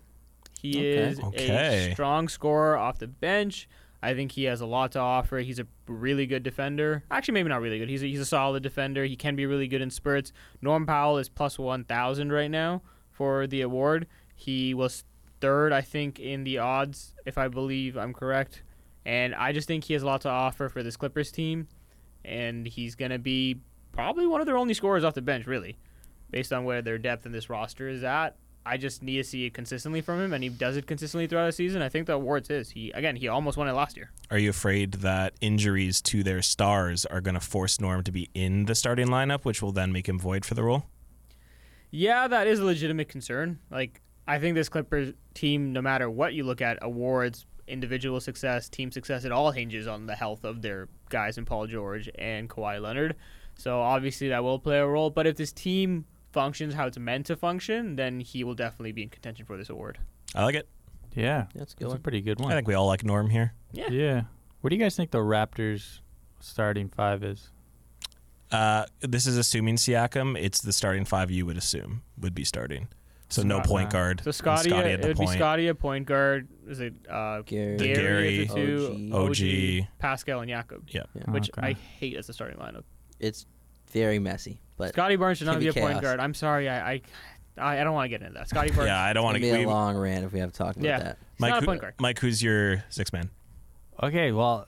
Speaker 2: He
Speaker 3: Okay.
Speaker 2: is
Speaker 1: Okay.
Speaker 2: a strong scorer off the bench. I think he has a lot to offer. He's a really good defender. Actually, maybe not really good. He's a, he's a solid defender. He can be really good in spurts. Norm Powell is plus 1,000 right now for the award. He was third, I think, in the odds, if I believe I'm correct. And I just think he has a lot to offer for this Clippers team. And he's going to be probably one of their only scorers off the bench, really, based on where their depth in this roster is at. I just need to see it consistently from him, and he does it consistently throughout the season. I think the award's his. He again, he almost won it last year.
Speaker 1: Are you afraid that injuries to their stars are going to force Norm to be in the starting lineup, which will then make him void for the role?
Speaker 2: Yeah, that is a legitimate concern. Like, I think this Clippers team, no matter what you look at, awards, individual success, team success, it all hinges on the health of their guys in Paul George and Kawhi Leonard. So obviously that will play a role. But if this team functions how it's meant to function, then he will definitely be in contention for this award.
Speaker 1: I like it.
Speaker 4: Yeah,
Speaker 3: That's a good
Speaker 4: that's a
Speaker 3: one.
Speaker 4: pretty good one.
Speaker 1: I think we all like Norm here.
Speaker 2: Yeah.
Speaker 4: yeah. What do you guys think the Raptors starting five is?
Speaker 1: Uh, this is assuming Siakam. It's the starting five you would assume would be starting. So no
Speaker 4: Scott-
Speaker 1: point guard.
Speaker 2: So Scotty,
Speaker 1: Scotty
Speaker 2: it would be Scotty at point guard. Is it uh,
Speaker 3: Gary,
Speaker 1: The
Speaker 2: Gary,
Speaker 1: Gary,
Speaker 2: at the two,
Speaker 3: OG.
Speaker 1: OG.
Speaker 2: Pascal, and Jakob,
Speaker 4: Oh,
Speaker 2: which
Speaker 4: okay.
Speaker 2: I hate as a starting lineup.
Speaker 3: It's very messy, but
Speaker 2: Scotty Barnes should not
Speaker 3: could
Speaker 2: be
Speaker 3: Uh, be
Speaker 2: a point
Speaker 3: chaos.
Speaker 2: guard. I'm sorry, I I, I I don't want to get into that. Scotty Barnes,
Speaker 1: Yeah, I don't want
Speaker 3: it'll
Speaker 1: to.
Speaker 3: be a
Speaker 1: We,
Speaker 3: long rant if we have to talk about
Speaker 2: Yeah.
Speaker 3: that.
Speaker 2: he's
Speaker 1: Mike,
Speaker 2: not a
Speaker 1: who-
Speaker 2: point guard.
Speaker 1: Mike, who's your six man?
Speaker 4: Okay, well,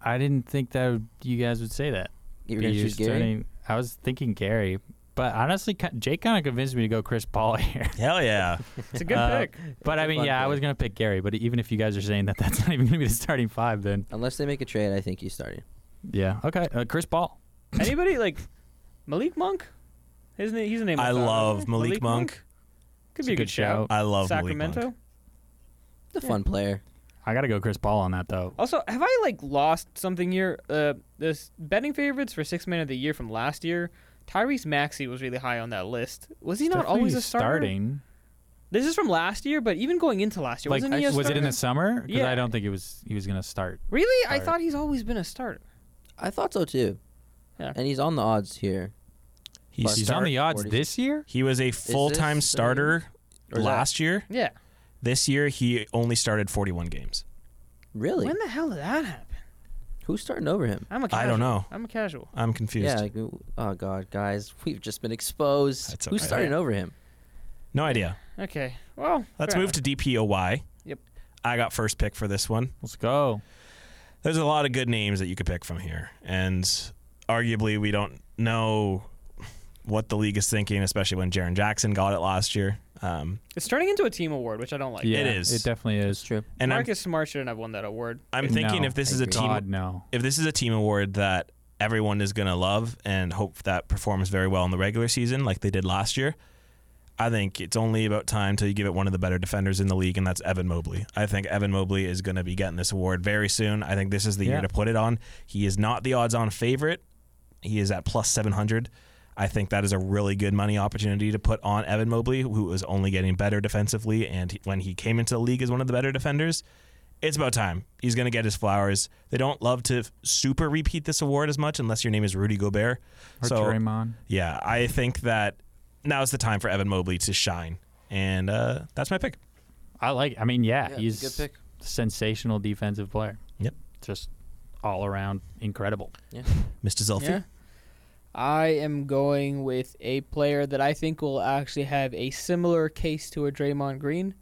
Speaker 4: I didn't think that would, you guys would say that.
Speaker 3: You're
Speaker 4: Be
Speaker 3: gonna
Speaker 4: your
Speaker 3: choose Gary.
Speaker 4: starting- I was thinking Gary, but honestly, ki- Jake kind of convinced me to go Chris Paul here.
Speaker 1: Hell yeah!
Speaker 2: It's a good
Speaker 4: Uh,
Speaker 2: pick.
Speaker 4: But I
Speaker 3: a
Speaker 4: mean,
Speaker 3: fun
Speaker 4: yeah, I
Speaker 3: pick.
Speaker 4: was gonna pick Gary. But even if you guys are saying that that's not even gonna be the starting five, then
Speaker 3: Unless they make a trade, I think he's starting.
Speaker 4: yeah, okay, uh, Chris Paul.
Speaker 2: Anybody like Malik Monk? His name, he's a name.
Speaker 1: I
Speaker 2: thought of.
Speaker 1: love Malik, Monk.
Speaker 2: Could
Speaker 4: It's
Speaker 2: be
Speaker 4: a
Speaker 2: a good
Speaker 4: good
Speaker 2: shout.
Speaker 4: shout.
Speaker 1: I love
Speaker 2: Sacramento.
Speaker 1: Malik Monk.
Speaker 3: The fun player.
Speaker 4: I gotta go Chris Paul on that though.
Speaker 2: Also, have I like lost something here? Uh, this betting favorites for six man of the year from last year. Tyrese Maxey was really high on that list. Was he not
Speaker 4: Definitely
Speaker 2: always a starter?
Speaker 4: starting.
Speaker 2: This is from last year, but even going into last year,
Speaker 4: Like,
Speaker 2: wasn't he? A
Speaker 4: was it
Speaker 2: starter?
Speaker 4: in the summer? Because
Speaker 2: Yeah.
Speaker 4: I don't think it was. He was gonna start.
Speaker 2: Really, I
Speaker 4: Sorry.
Speaker 2: thought he's always been a starter.
Speaker 3: I thought so too.
Speaker 2: Yeah.
Speaker 3: And he's on the odds here.
Speaker 1: He's,
Speaker 3: Plus-
Speaker 4: He's
Speaker 1: start-
Speaker 4: on the odds
Speaker 3: 46.
Speaker 4: this year.
Speaker 1: He was a full time
Speaker 3: this, uh,
Speaker 1: starter
Speaker 3: or is that-
Speaker 1: last year.
Speaker 2: Yeah.
Speaker 1: This year, he only started 41 games.
Speaker 3: Really?
Speaker 2: When the hell did that happen?
Speaker 3: Who's starting over him?
Speaker 2: I'm a
Speaker 1: I
Speaker 2: casual.
Speaker 1: don't know.
Speaker 2: I'm a casual.
Speaker 1: I'm confused.
Speaker 3: Yeah. Like, w- oh God, guys, we've just been exposed.
Speaker 1: That's
Speaker 3: Who's
Speaker 1: okay.
Speaker 3: starting over him?
Speaker 1: No idea.
Speaker 2: Okay. Well,
Speaker 1: Let's
Speaker 2: fair
Speaker 1: move to DPOY.
Speaker 2: Yep.
Speaker 1: I got first pick for this one.
Speaker 4: Let's go.
Speaker 1: there's a lot of good names that you could pick from here, and arguably we don't know what the league is thinking, especially when Jaron Jackson got it last year. Um,
Speaker 2: It's turning into a team award, which I don't like.
Speaker 4: Yeah,
Speaker 1: It is.
Speaker 4: It definitely
Speaker 3: It's
Speaker 4: is.
Speaker 3: true.
Speaker 1: and
Speaker 2: Marcus Smart shouldn't have won that award.
Speaker 1: I'm, I'm thinking
Speaker 4: No,
Speaker 1: if this
Speaker 3: I
Speaker 1: is a
Speaker 3: agree.
Speaker 1: team,
Speaker 4: God no.
Speaker 1: if this is a team award that everyone is going to love and hope that performs very well in the regular season like they did last year, I think it's only about time till you give it one of the better defenders in the league, and that's Evan Mobley. I think Evan Mobley is going to be getting this award very soon. I think this is the year
Speaker 4: Yeah.
Speaker 1: to put it on. He is not the odds on favorite, he is at plus 700. I think that is a really good money opportunity to put on Evan Mobley, who is only getting better defensively. And he- when he came into the league as one of the better defenders, it's about time. He's going to get his flowers. They don't love to f- super repeat this award as much unless your name is Rudy Gobert.
Speaker 4: Or
Speaker 1: so,
Speaker 4: Draymond.
Speaker 1: yeah, I think that now's the time for Evan Mobley to shine. And uh, that's my pick.
Speaker 4: I like. I mean, yeah,
Speaker 3: Yeah,
Speaker 4: he's
Speaker 3: good pick.
Speaker 4: sensational defensive player.
Speaker 1: Yep.
Speaker 4: Just all around incredible.
Speaker 1: Mr. Zelfi.
Speaker 2: Yeah. I am going with a player that I think will actually have a similar case to a Draymond Green.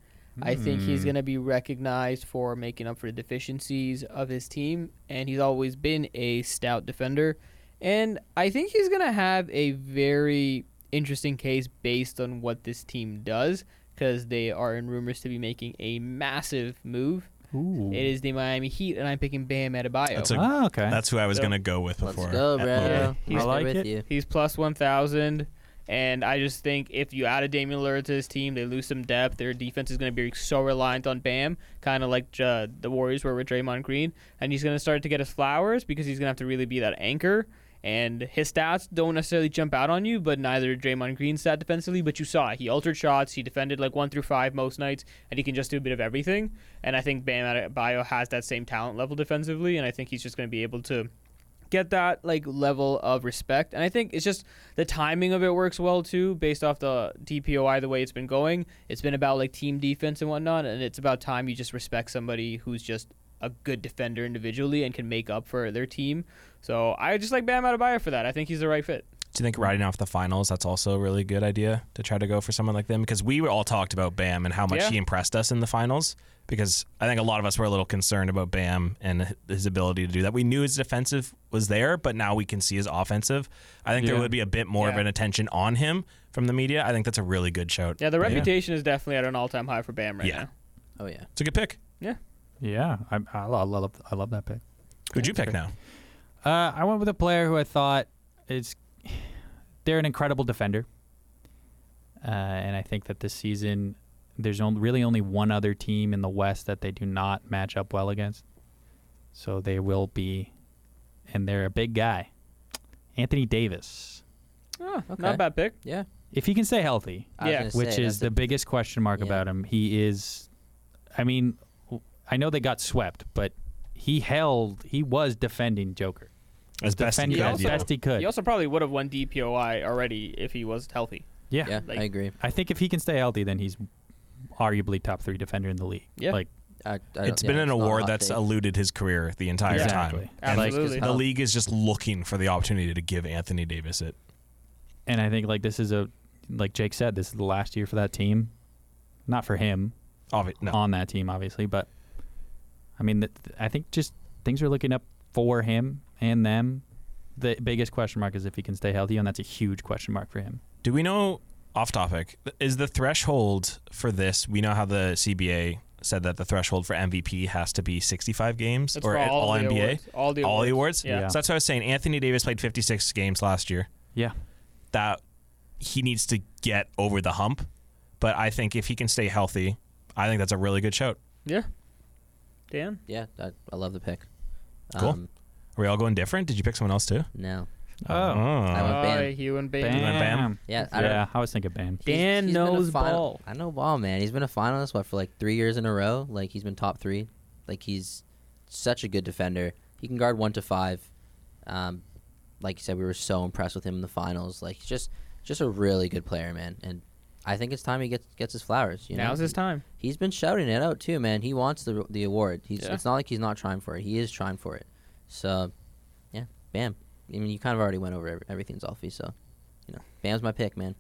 Speaker 2: I think he's
Speaker 1: Hmm.
Speaker 2: going to be recognized for making up for the deficiencies of his team, and he's always been a stout defender. And I think he's going to have a very interesting case based on what this team does, because they are in rumors to be making a massive move.
Speaker 4: Ooh.
Speaker 2: It is the Miami Heat, and I'm picking Bam Adebayo.
Speaker 1: That's a-
Speaker 4: oh, okay.
Speaker 1: That's who I was
Speaker 2: So-
Speaker 1: going to go with
Speaker 3: Let's
Speaker 1: before.
Speaker 3: go, bro.
Speaker 1: Evan Mobley.
Speaker 2: Yeah,
Speaker 3: I'm
Speaker 4: I like
Speaker 3: with
Speaker 4: it.
Speaker 3: you.
Speaker 2: He's plus 1,000. And I just think if you add a Damian Lillard to this team, they lose some depth. Their defense is going to be so reliant on Bam, kind of like uh, the Warriors were with Draymond Green. And he's going to start to get his flowers because he's going to have to really be that anchor. And his stats don't necessarily jump out on you, but neither did Draymond Green's stat defensively. But you saw it. he altered shots, he defended like one through five most nights, and he can just do a bit of everything. And I think Bam Adebayo has that same talent level defensively, and I think he's just going to be able to get that like level of respect. And I think it's just the timing of it works well too, based off the DPOI the way it's been going. It's been about like team defense and whatnot, and it's about time you just respect somebody who's just a good defender individually and can make up for their team. So I just like Bam Adebayo for that. I think he's the right fit.
Speaker 1: Do you think riding off the finals, that's also a really good idea to try to go for someone like them? Because we were all talked about Bam and how much
Speaker 2: Yeah.
Speaker 1: he impressed us in the finals. Because I think a lot of us were a little concerned about Bam and his ability to do that. We knew his defensive was there, but now we can see his offensive. I think there
Speaker 4: Yeah.
Speaker 1: would be a bit more of
Speaker 2: Yeah.
Speaker 1: an attention on him from the media. I think that's a really good shout.
Speaker 2: Yeah, the reputation is definitely at an all-time high for Bam right
Speaker 1: Yeah.
Speaker 2: now.
Speaker 3: Oh yeah.
Speaker 1: It's a good pick.
Speaker 4: yeah, I, I, lo- I love. I love that pick.
Speaker 1: Who'd you
Speaker 4: That's
Speaker 1: pick
Speaker 4: fair.
Speaker 1: now?
Speaker 4: Uh, I went with a player who I thought is they're an incredible defender, uh, and I think that this season there's only, really only one other team in the West that they do not match up well against. So they will be, and they're a big guy, Anthony Davis,
Speaker 2: Oh, Not
Speaker 3: Okay.
Speaker 2: a bad pick.
Speaker 3: Yeah.
Speaker 4: if he can stay healthy,
Speaker 3: I was
Speaker 2: Yeah.
Speaker 3: gonna
Speaker 4: which
Speaker 3: say,
Speaker 4: is
Speaker 3: that's
Speaker 4: the
Speaker 3: a-
Speaker 4: biggest question mark
Speaker 3: Yeah.
Speaker 4: about him. He is, I mean, w- I know they got swept, but he held, he was defending Joker,
Speaker 1: As best
Speaker 4: defending
Speaker 2: could,
Speaker 4: as
Speaker 2: yeah.
Speaker 4: best he could.
Speaker 2: He also probably would have won DPOI already if he was healthy.
Speaker 4: yeah.
Speaker 3: yeah.
Speaker 2: like-
Speaker 3: I agree.
Speaker 4: I think if he can stay healthy, then he's arguably top three defender in the league.
Speaker 2: Yeah.
Speaker 4: Like
Speaker 3: I, I don't-
Speaker 1: It's
Speaker 3: yeah,
Speaker 1: been an
Speaker 3: not a
Speaker 1: award
Speaker 3: hot
Speaker 1: that's
Speaker 3: take.
Speaker 1: eluded his career the entire
Speaker 4: Exactly.
Speaker 1: time. And
Speaker 3: Like,
Speaker 2: Absolutely.
Speaker 1: the league is just looking for the opportunity to give Anthony Davis it.
Speaker 4: and I think like this is a like Jake said, this is the last year for that team. Not for him
Speaker 1: Obvi- no.
Speaker 4: on that team, obviously, but I mean, th- I think just things are looking up for him and them. The biggest question mark is if he can stay healthy, and that's a huge question mark for him.
Speaker 1: Do we know off topic? Is the threshold for this? We know how the CBA said that the threshold for MVP has to be 65 games
Speaker 2: That's
Speaker 1: or
Speaker 2: for all, the
Speaker 1: NBA,
Speaker 2: awards. All the awards.
Speaker 1: all the awards.
Speaker 2: Yeah.
Speaker 4: Yeah.
Speaker 1: So that's what I was saying. Anthony Davis played 56 games last year.
Speaker 4: Yeah,
Speaker 1: That he needs to get over the hump. But I think if he can stay healthy, I think that's a really good shout.
Speaker 2: Yeah. Dan?
Speaker 3: Yeah, I, I love the pick. Um,
Speaker 1: Cool. Are we all going different? Did you pick someone else too? Ah,
Speaker 3: no.
Speaker 4: Oh.
Speaker 3: I went Bam.
Speaker 2: Oh, you and Bam.
Speaker 1: went Bam.
Speaker 3: Yeah. I don't,
Speaker 4: yeah. I was thinking Bam.
Speaker 3: He's-
Speaker 2: Dan
Speaker 3: he's been a
Speaker 2: knows
Speaker 3: final-
Speaker 2: ball.
Speaker 3: I know ball, man. He's been a finalist what for like three years in a row. Like he's been top three. Like he's such a good defender. He can guard one to five. Um, like you said, we were so impressed with him in the finals. Like he's just just a really good player, man. And I think it's time he gets gets his flowers. You
Speaker 2: Now's
Speaker 3: know?
Speaker 2: his time.
Speaker 3: He's been shouting it out too, man. He wants the the award. He's
Speaker 2: Yeah.
Speaker 3: it's not like he's not trying for it. He is trying for it. So, yeah, Bam. I mean, you kind of already went over every, everything, Zolfi. So, you know, Bam's my pick, man.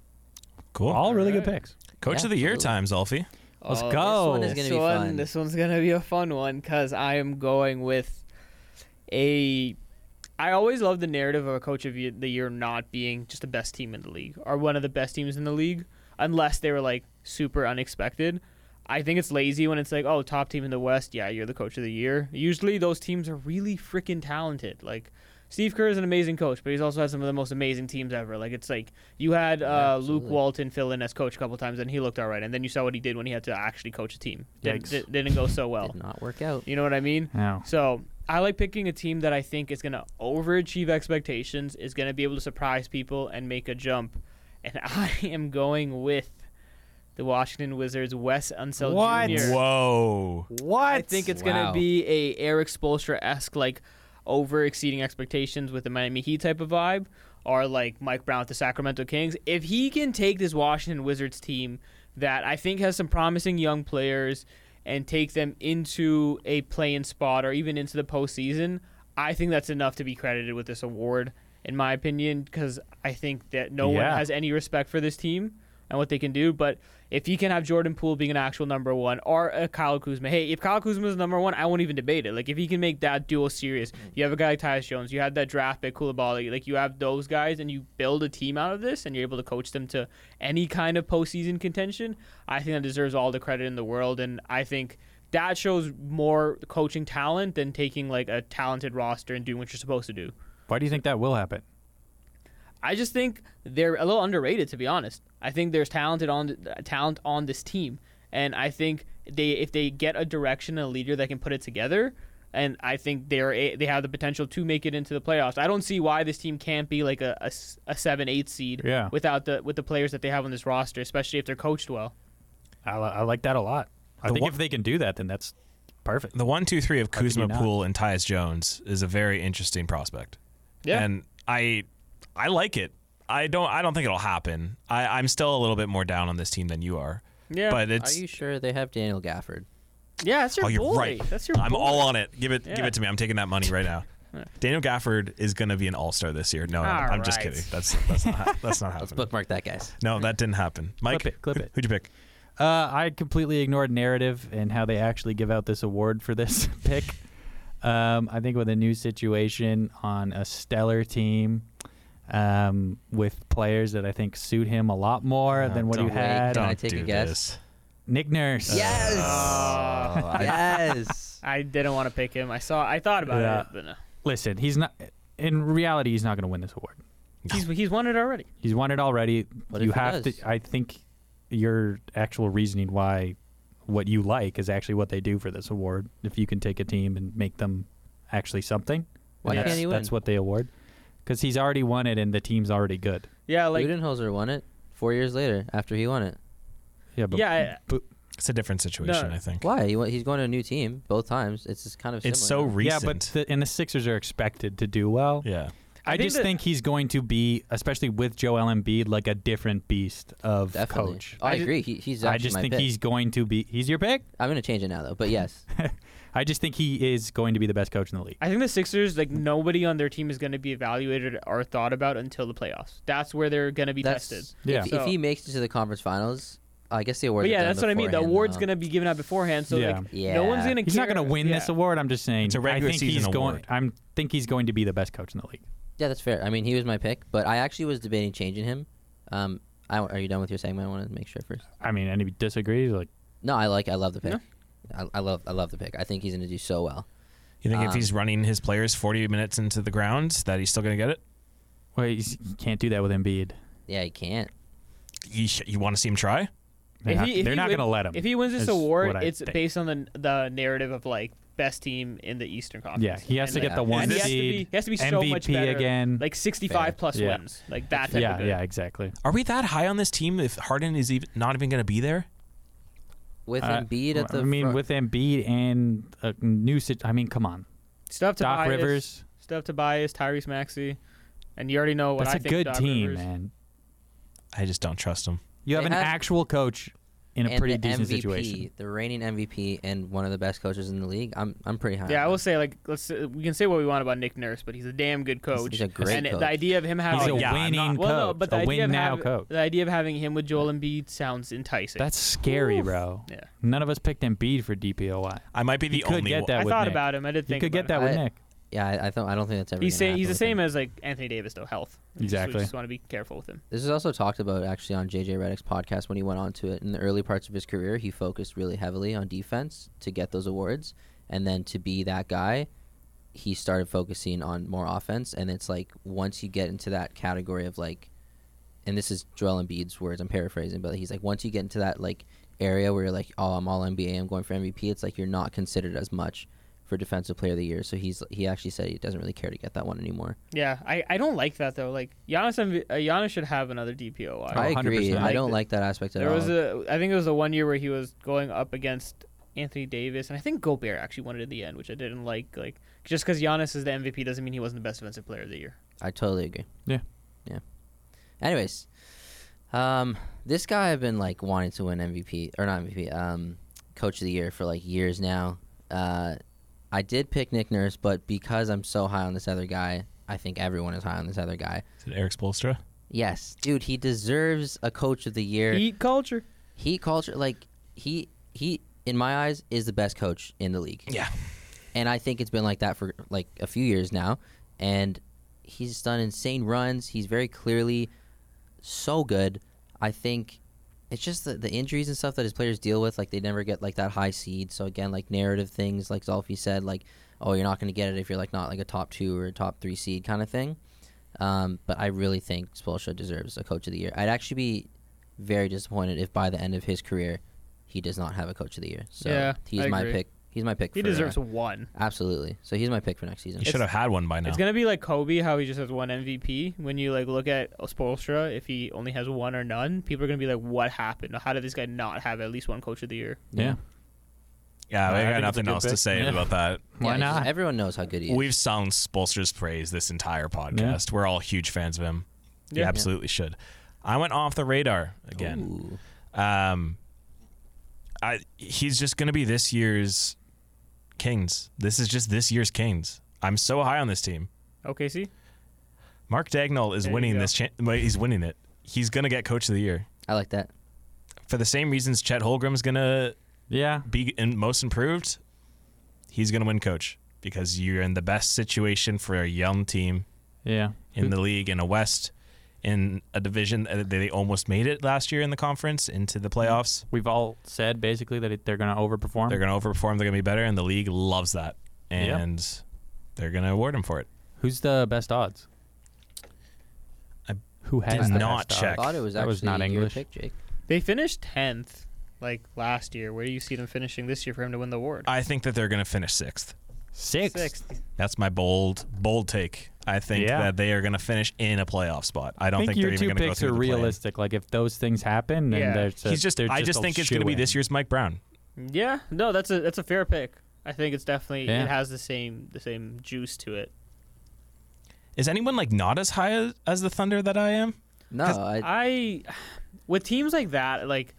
Speaker 1: Cool.
Speaker 4: All really good
Speaker 2: Alright.
Speaker 4: picks.
Speaker 1: Coach
Speaker 3: Yeah,
Speaker 1: of the year time,
Speaker 3: absolutely.
Speaker 1: Zolfi.
Speaker 4: Let's
Speaker 2: Oh,
Speaker 4: go.
Speaker 3: one is It's gonna be
Speaker 2: one-
Speaker 3: fun.
Speaker 2: This one's gonna be a fun one because I am going with a. I always love the narrative of a coach of the year not being just the best team in the league or one of the best teams in the league, unless they were like super unexpected. I think it's lazy when it's like, oh, top team in the West, yeah, you're the coach of the year. Usually those teams are really freaking talented. Like Steve Kerr is an amazing coach, but he's also had some of the most amazing teams ever. Like it's like you had uh, Luke
Speaker 3: absolutely.
Speaker 2: Walton fill in as coach a couple times, and he looked all right, and then you saw what he did when he had to actually coach a team. Didn't,
Speaker 4: Yikes.
Speaker 2: di- didn't go so well.
Speaker 3: Did not work out.
Speaker 2: You know what I mean?
Speaker 4: No.
Speaker 2: So I like picking a team that I think is going to overachieve expectations, is going to be able to surprise people and make a jump. And I am going with the Washington Wizards, Wes Unseld
Speaker 4: What?
Speaker 2: Jr.
Speaker 1: Whoa.
Speaker 4: What?
Speaker 2: I think it's going
Speaker 3: Wow.
Speaker 2: to be a Eric Spoelstra esque like over exceeding expectations with the Miami Heat type of vibe, or like Mike Brown with the Sacramento Kings. If he can take this Washington Wizards team that I think has some promising young players and take them into a play-in spot or even into the postseason, I think that's enough to be credited with this award, in my opinion, because I think that no one
Speaker 4: Yeah.
Speaker 2: has any respect for this team and what they can do. But if you can have Jordan Poole being an actual number one or a Kyle Kuzma, hey, if Kyle Kuzma is number one, I won't even debate it. Like if he can make that duo serious, you have a guy like Tyus Jones, you had that draft pick Koulibaly, like you have those guys, and you build a team out of this, and you're able to coach them to any kind of postseason contention. I think that deserves all the credit in the world, and I think. That shows more coaching talent than taking like a talented roster and doing what you're supposed to do.
Speaker 4: Why do you think that will happen?
Speaker 2: I just think they're a little underrated, to be honest. I think there's talented on talent on this team, and I think they if they get a direction and a leader that can put it together, and I think they're a, they have the potential to make it into the playoffs. I don't see why this team can't be like a, a s- a seven eight seed
Speaker 4: Yeah.
Speaker 2: without the with the players that they have on this roster, especially if they're coached well.
Speaker 4: I, li- I like that a lot. I
Speaker 1: The
Speaker 4: think
Speaker 1: wa-
Speaker 4: if they can do that, then that's perfect.
Speaker 1: The one, two, three of
Speaker 4: How could you
Speaker 1: Kuzma
Speaker 4: not?
Speaker 1: Poole and Tyus Jones is a very interesting prospect.
Speaker 2: Yeah.
Speaker 1: And I I like it. I don't I don't think it'll happen. I, I'm still a little bit more down on this team than you are.
Speaker 2: Yeah.
Speaker 1: But it's
Speaker 3: Are you sure they have Daniel Gafford?
Speaker 2: Yeah, that's your
Speaker 1: Oh, you're
Speaker 2: boy.
Speaker 1: right.
Speaker 2: That's your
Speaker 1: I'm
Speaker 2: boy.
Speaker 1: all on it. Give it give
Speaker 2: Yeah.
Speaker 1: it to me. I'm taking that money right now. Daniel Gafford is going to be an all-star this year. No, no, no,
Speaker 2: All
Speaker 1: I'm just
Speaker 2: right.
Speaker 1: kidding. That's that's not ha- that's not
Speaker 3: Let's
Speaker 1: happening.
Speaker 3: bookmark that, guys.
Speaker 1: No, that didn't happen. Mike,
Speaker 4: it, clip
Speaker 1: who-
Speaker 4: it.
Speaker 1: Who'd you pick?
Speaker 4: Uh, I completely ignored narrative and how they actually give out this award for this pick. Um, I think with a new situation on a stellar team um, with players that I think suit him a lot more than what
Speaker 3: don't
Speaker 4: you
Speaker 3: wait,
Speaker 4: had.
Speaker 3: don't.
Speaker 1: Don't
Speaker 3: I take a
Speaker 1: do
Speaker 3: guess?
Speaker 1: this.
Speaker 4: Nick Nurse.
Speaker 3: Yes.
Speaker 2: Oh, I-
Speaker 3: yes.
Speaker 2: I didn't want to pick him. I saw. I thought about
Speaker 4: Yeah.
Speaker 2: it, but no.
Speaker 4: Listen, he's not. In reality, he's not going to win this award.
Speaker 2: He's he's won it already.
Speaker 4: He's won it already.
Speaker 3: What
Speaker 4: you
Speaker 3: if he
Speaker 4: have
Speaker 3: does?
Speaker 4: to. I think your actual reasoning why what you like is actually what they do for this award. If you can take a team and make them actually something,
Speaker 3: Why
Speaker 4: that's,
Speaker 3: can't he win?
Speaker 4: that's what they award. Because he's already won it, and the team's already good.
Speaker 2: Yeah, like
Speaker 3: Budenholzer won it four years later after he won it.
Speaker 4: Yeah, but
Speaker 2: Yeah, I-
Speaker 4: but-
Speaker 1: It's a different situation,
Speaker 2: No.
Speaker 1: I think.
Speaker 3: Why? He, wa- he's going to a new team both times. It's just kind of
Speaker 1: It's so
Speaker 3: similar.
Speaker 4: yeah,
Speaker 1: recent.
Speaker 4: but the, and the Sixers are expected to do well.
Speaker 1: yeah.
Speaker 4: I,
Speaker 2: I think
Speaker 4: just
Speaker 2: that-
Speaker 4: think he's going to be, especially with Joel Embiid, like a different beast of
Speaker 3: Definitely.
Speaker 4: coach.
Speaker 3: Oh, I,
Speaker 2: I ju-
Speaker 3: agree. He, he's
Speaker 4: I
Speaker 3: actually
Speaker 4: just
Speaker 3: my
Speaker 4: think
Speaker 3: pick.
Speaker 4: he's going to be. He's your pick.
Speaker 3: I'm going to change it now though. But yes,
Speaker 4: I just think he is going to be the best coach in the league.
Speaker 2: I think the Sixers, like nobody on their team is going to be evaluated or thought about until the playoffs. That's where they're going to be
Speaker 3: that's
Speaker 2: tested.
Speaker 4: Yeah.
Speaker 3: If, if he makes it to the conference finals, I guess the award.
Speaker 2: But yeah, that's what I mean. The award's going to be given out beforehand, so
Speaker 4: Yeah.
Speaker 2: like
Speaker 3: Yeah.
Speaker 2: no one's going to.
Speaker 4: He's not going to win this award. I'm just saying.
Speaker 1: It's a regular
Speaker 4: I think he's
Speaker 1: season
Speaker 4: going.
Speaker 1: award.
Speaker 4: I'm think he's going to be the best coach in the league.
Speaker 3: Yeah, that's fair. I mean, he was my pick, but I actually was debating changing him. Um, I, are you done with your segment? I wanted to make sure first.
Speaker 4: I mean, and if he disagrees, like
Speaker 3: No, I like. I love the pick.
Speaker 2: No.
Speaker 3: I, I love. I love the pick. I think he's going to do so well.
Speaker 1: You think if
Speaker 3: Um,
Speaker 1: he's running his players 40 minutes into the ground, that he's still going to get it?
Speaker 4: well, he's, he can't do that with Embiid.
Speaker 3: Yeah, he can't.
Speaker 1: You, sh- you want to see him try?
Speaker 4: They're
Speaker 2: If
Speaker 4: not,
Speaker 2: he- if
Speaker 4: they're
Speaker 2: he
Speaker 4: not
Speaker 2: win-
Speaker 4: going to let him.
Speaker 2: If he wins
Speaker 4: is
Speaker 2: this
Speaker 4: what
Speaker 2: award,
Speaker 4: I
Speaker 2: it's
Speaker 4: think.
Speaker 2: based on the the narrative of like best team in the Eastern Conference.
Speaker 4: yeah, he has
Speaker 2: And,
Speaker 4: to
Speaker 2: like,
Speaker 4: get the
Speaker 3: and
Speaker 4: one
Speaker 2: and he has to
Speaker 4: seed.
Speaker 2: be, he has to be so much
Speaker 4: MVP
Speaker 2: better.
Speaker 4: again.
Speaker 2: like 65
Speaker 3: Fair.
Speaker 2: plus
Speaker 4: Yeah.
Speaker 2: wins, like that. Type
Speaker 4: yeah,
Speaker 2: of good.
Speaker 4: yeah, exactly.
Speaker 1: Are we that high on this team if Harden is even, not even going to be there?
Speaker 3: With
Speaker 4: Uh,
Speaker 3: Embiid at the.
Speaker 4: I mean,
Speaker 3: front-
Speaker 4: with Embiid and a new sit. I mean, come on,
Speaker 2: Stuff
Speaker 4: Doc
Speaker 2: Tobias,
Speaker 4: Rivers.
Speaker 2: stuff Tobias, Tyrese Maxey, and you already know what
Speaker 4: That's
Speaker 2: I
Speaker 4: a
Speaker 2: think.
Speaker 4: good
Speaker 2: Doc
Speaker 4: team,
Speaker 2: Rivers.
Speaker 4: man.
Speaker 1: I just don't trust him.
Speaker 4: You have
Speaker 3: They
Speaker 4: an
Speaker 3: have-
Speaker 4: actual coach in a
Speaker 3: and
Speaker 4: pretty
Speaker 3: the
Speaker 4: decent
Speaker 3: MVP,
Speaker 4: situation.
Speaker 3: The reigning MVP and one of the best coaches in the league. I'm I'm pretty high.
Speaker 2: Yeah, I
Speaker 3: on
Speaker 2: will
Speaker 3: him.
Speaker 2: say like let's uh, we can say what we want about Nick Nurse, but he's a damn good coach.
Speaker 3: he's a great
Speaker 2: and it-
Speaker 3: coach.
Speaker 2: the idea of him
Speaker 4: He's
Speaker 2: having
Speaker 4: a
Speaker 1: yeah, I'm
Speaker 4: winning
Speaker 1: not-
Speaker 4: coach.
Speaker 2: well, no, but the
Speaker 4: a
Speaker 2: idea
Speaker 4: win
Speaker 2: of
Speaker 4: now
Speaker 2: having,
Speaker 4: coach.
Speaker 2: the idea of having him with Joel Embiid sounds enticing.
Speaker 4: That's scary, bro.
Speaker 2: yeah.
Speaker 4: None of us picked Embiid for DPOY.
Speaker 1: I might be the
Speaker 4: He could
Speaker 1: only
Speaker 4: get
Speaker 1: one.
Speaker 4: that
Speaker 2: I
Speaker 4: with
Speaker 2: thought
Speaker 4: Nick.
Speaker 2: about him. I did
Speaker 4: You
Speaker 2: think
Speaker 4: could get
Speaker 2: about
Speaker 4: that
Speaker 3: it.
Speaker 4: with
Speaker 3: I-
Speaker 4: Nick.
Speaker 3: yeah, I, I, don't, I don't think that's ever.
Speaker 2: He's
Speaker 3: gonna
Speaker 2: saying he's
Speaker 3: happen
Speaker 2: the
Speaker 3: with
Speaker 2: same
Speaker 3: him.
Speaker 2: as like Anthony Davis though health. We just-
Speaker 4: Exactly.
Speaker 2: we just want to be careful with him.
Speaker 3: This is also talked about actually on JJ Redick's podcast when he went on to it. In the early parts of his career, he focused really heavily on defense to get those awards, and then to be that guy, he started focusing on more offense. And it's like once you get into that category of like, and this is Joel Embiid's words. I'm paraphrasing, but he's like, once you get into that like area where you're like, oh, I'm all NBA, I'm going for MVP. It's like you're not considered as much for Defensive Player of the Year. So he's he actually said he doesn't really care to get that one anymore.
Speaker 2: Yeah, I, I don't like that though. Like Giannis Embi- uh, Giannis should have another DPOY.
Speaker 3: I agree.
Speaker 4: 100%.
Speaker 3: I
Speaker 2: Like
Speaker 3: don't
Speaker 2: the-
Speaker 3: like that aspect at
Speaker 2: There
Speaker 3: all.
Speaker 2: was a, I think it was the one year where he was going up against Anthony Davis, and I think Gobert actually won it in the end, which I didn't like. Like just because Giannis is the MVP doesn't mean he wasn't the best defensive player of the year.
Speaker 3: I totally agree.
Speaker 4: Yeah.
Speaker 3: Yeah. Anyways, um, this guy I've been like wanting to win MVP or not MVP, um, Coach of the Year for like years now. Uh, I did pick Nick Nurse, but because I'm so high on this other guy, I think everyone is high on this other guy.
Speaker 1: Is it Eric Spolstra?
Speaker 3: Yes, dude, he deserves a Coach of the Year.
Speaker 2: Eat culture.
Speaker 3: He culture like he he in my eyes is the best coach in the league.
Speaker 1: Yeah.
Speaker 3: And I think it's been like that for like a few years now and he's done insane runs. He's very clearly so good. I think it's just the, the injuries and stuff that his players deal with. Like they never get like that high seed. So again, like narrative things, like Zolfi said, like oh you're not going to get it if you're like not like a top two or a top three seed kind of thing. Um, but I really think Spolstra deserves a coach of the year. I'd actually be very disappointed if by the end of his career he does not have a coach of the year. So
Speaker 2: Yeah,
Speaker 3: he's
Speaker 2: I
Speaker 3: my
Speaker 2: agree.
Speaker 3: pick. He's my pick.
Speaker 2: He
Speaker 3: for,
Speaker 2: deserves
Speaker 3: uh,
Speaker 2: one.
Speaker 3: absolutely. So he's my pick for next season.
Speaker 1: He should have had one by now.
Speaker 2: It's gonna be like Kobe, how he just has one MVP. When you like look at Spoelstra, if he only has one or none, people are gonna be like, "What happened? How did this guy not have at least one Coach of the Year?"
Speaker 4: Yeah.
Speaker 1: yeah, I
Speaker 4: I think
Speaker 1: got
Speaker 4: it's a
Speaker 1: nothing
Speaker 4: good
Speaker 1: else to
Speaker 4: pick.
Speaker 1: say
Speaker 4: Yeah.
Speaker 1: about that.
Speaker 4: Why
Speaker 3: it's just-
Speaker 4: not?
Speaker 3: Everyone knows how good he is.
Speaker 1: We've sung Spolster's praise this entire podcast. We're all huge fans of him. You
Speaker 2: Yeah.
Speaker 1: absolutely should. I went off the radar again.
Speaker 3: Ooh.
Speaker 1: Um, I he's just going to be this year's Kings. This is just this year's Kings. I'm so high on this team.
Speaker 2: Okay, see,
Speaker 1: Mark Dagnall is
Speaker 2: There you
Speaker 1: winning
Speaker 2: go.
Speaker 1: this. Cha- well, he's winning it. He's going to get Coach of the Year
Speaker 3: I like that.
Speaker 1: for the same reasons Chet Holmgren's going to
Speaker 4: Yeah.
Speaker 1: be in most improved, he's going to win coach because you're in the best situation for a young team
Speaker 4: Yeah.
Speaker 1: in
Speaker 2: Hmm.
Speaker 1: the league in a West in a division that they almost made it last year in the conference into
Speaker 2: Hmm.
Speaker 1: the playoffs.
Speaker 4: We've all said basically that it- they're going to overperform.
Speaker 1: They're going to overperform. They're going to be better, and the league loves that,
Speaker 4: Uh-huh. Yeah.
Speaker 1: and they're going to award him for it.
Speaker 4: Who's the best odds?
Speaker 1: I
Speaker 4: Who has
Speaker 1: did
Speaker 4: the
Speaker 1: not
Speaker 4: best
Speaker 1: check.
Speaker 3: I thought it was
Speaker 4: That
Speaker 3: actually
Speaker 4: was not
Speaker 3: your
Speaker 4: English.
Speaker 3: pick, Jake.
Speaker 2: they finished tenth like last year. Where do you see them finishing this year for him to win the award?
Speaker 1: I think that they're going to finish sixth.
Speaker 4: odds? Six.
Speaker 2: Sixth.
Speaker 1: That's my bold, bold take. I think
Speaker 4: Yeah.
Speaker 1: that they are going to finish in a playoff spot. I
Speaker 4: I
Speaker 1: don't
Speaker 4: think,
Speaker 1: think,
Speaker 4: your
Speaker 1: they're
Speaker 4: two
Speaker 1: even going to go
Speaker 4: picks
Speaker 1: through
Speaker 4: are
Speaker 1: the play-in.
Speaker 4: realistic. Like if those things happen, then
Speaker 2: Yeah.
Speaker 4: there's
Speaker 1: He's just.
Speaker 4: they're
Speaker 1: I just
Speaker 4: a
Speaker 1: think it's going to be
Speaker 4: shoo-in.
Speaker 1: this year's Mike Brown.
Speaker 2: Yeah, no, that's a that's a fair pick. I think it's definitely
Speaker 4: Yeah.
Speaker 2: it has the same the same juice to it.
Speaker 1: Is anyone like not as high as, as the Thunder that I am?
Speaker 3: No,
Speaker 1: 'Cause
Speaker 3: I,
Speaker 2: I with teams like that, like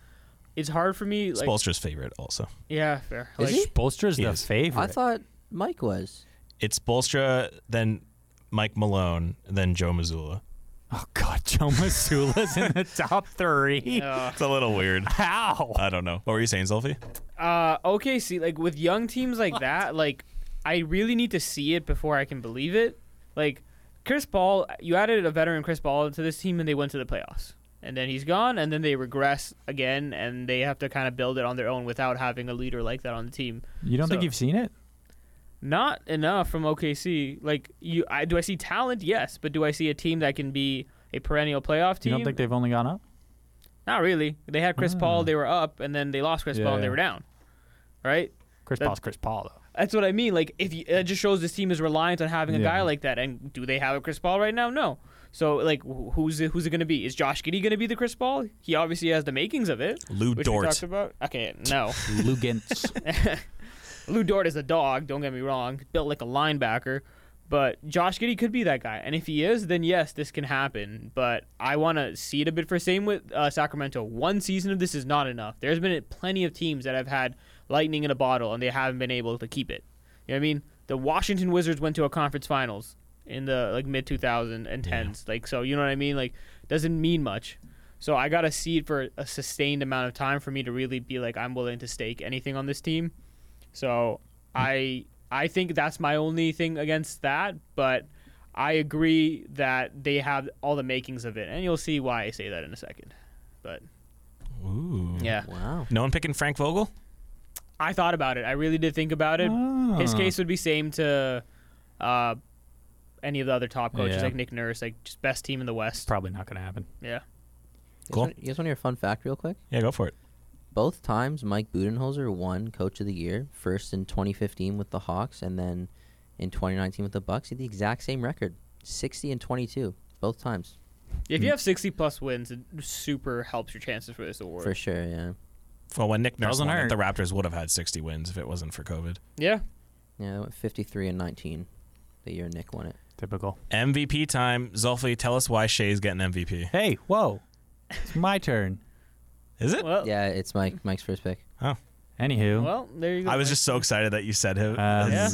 Speaker 2: it's hard for me. Like,
Speaker 1: Spolster's favorite also.
Speaker 2: yeah, fair.
Speaker 3: Is
Speaker 2: Like,
Speaker 3: he?
Speaker 4: Spoelstra's
Speaker 1: He
Speaker 4: the
Speaker 1: is.
Speaker 4: favorite.
Speaker 3: I thought Mike was.
Speaker 1: It's Spolstra, then Mike Malone, then Joe Missoula.
Speaker 4: oh God, Joe Missoula's in the top three.
Speaker 2: uh,
Speaker 1: It's a little weird.
Speaker 4: How?
Speaker 1: I don't know. What were you saying, Zulfi?
Speaker 2: Uh, okay, see, like with young teams like that, like I really need to see it before I can believe it. Like Chris Paul, you added a veteran Chris Paul to this team, and they went to the playoffs, and then he's gone, and then they regress again, and they have to kind of build it on their own without having a leader like that on the team.
Speaker 4: You don't think
Speaker 2: So-
Speaker 4: you've seen it?
Speaker 2: Not enough from OKC. Like you, I do I see talent? Yes, but do I see a team that can be a perennial playoff
Speaker 4: You
Speaker 2: team?
Speaker 4: don't think they've only gone up?
Speaker 2: Not really. They had Chris Paul, they were up, and then they lost Chris
Speaker 4: Yeah,
Speaker 2: Paul, and they
Speaker 4: yeah.
Speaker 2: were down. Right.
Speaker 4: Chris
Speaker 2: That-
Speaker 4: Paul's Chris Paul though.
Speaker 2: That's what I mean. Like, if you, it just shows this team is reliant on having a
Speaker 4: Yeah.
Speaker 2: guy like that, and do they have a Chris Paul right now? No. So, like, wh- who's it, who's it going to be? Is Josh Giddy going to be the Chris Paul? He obviously has the makings of it,
Speaker 1: Lou
Speaker 2: which we
Speaker 1: Dort.
Speaker 2: talked about. Okay, no,
Speaker 4: Lugent's.
Speaker 2: Lou Dort is a dog. Don't get me wrong, built like a linebacker, but Josh Giddy could be that guy. And if he is, then yes, this can happen. But I want to see it a bit for same with uh, Sacramento. One season of this is not enough. There's been plenty of teams that have had lightning in a bottle and they haven't been able to keep it. You know what I mean? The Washington Wizards went to a conference finals in the like mid 2010s. Like so, you know what I mean? Like doesn't mean much. So I got to see it for a sustained amount of time for me to really be like I'm willing to stake anything on this team. So I I think that's my only thing against that, but I agree that they have all the makings of it, and you'll see why I say that in a second. But
Speaker 1: Ooh.
Speaker 2: yeah,
Speaker 3: Wow.
Speaker 1: No one picking Frank Vogel?
Speaker 2: I thought about it. I really did think about it. His
Speaker 4: Ah.
Speaker 2: case would be same to uh, any of the other top coaches
Speaker 4: Yeah.
Speaker 2: like Nick Nurse, like just best team in the
Speaker 4: It's
Speaker 2: West.
Speaker 4: probably not going to happen.
Speaker 2: Yeah.
Speaker 3: You guys
Speaker 1: Cool.
Speaker 3: wanna- You guys want to hear a fun fact, real quick?
Speaker 1: Yeah, go for it.
Speaker 3: Both times Mike Budenholzer won Coach of the Year, first in 2015 with the Hawks, and then in 2019 with the Bucks. He had the exact same record, 60 and 22, both times
Speaker 2: If you have 60 plus wins, it super helps your chances for this award.
Speaker 3: for sure. Yeah,
Speaker 1: Well, when Nick Nurse
Speaker 4: Doesn't
Speaker 1: won it,
Speaker 4: hurt.
Speaker 1: the Raptors would have had 60 wins if it wasn't for COVID.
Speaker 2: Yeah.
Speaker 3: yeah, they went 53 and 19, the year Nick won it.
Speaker 4: Typical.
Speaker 1: MVP time. Zulfi, tell us why Shea's getting MVP.
Speaker 4: Hey, whoa. It's my turn.
Speaker 1: Is it?
Speaker 2: Well,
Speaker 3: Yeah, it's Mike Mike's first pick.
Speaker 4: Anywho,
Speaker 2: well, there you go.
Speaker 1: I was
Speaker 2: Mike.
Speaker 1: just so excited that you said him.
Speaker 4: um,
Speaker 2: Yeah.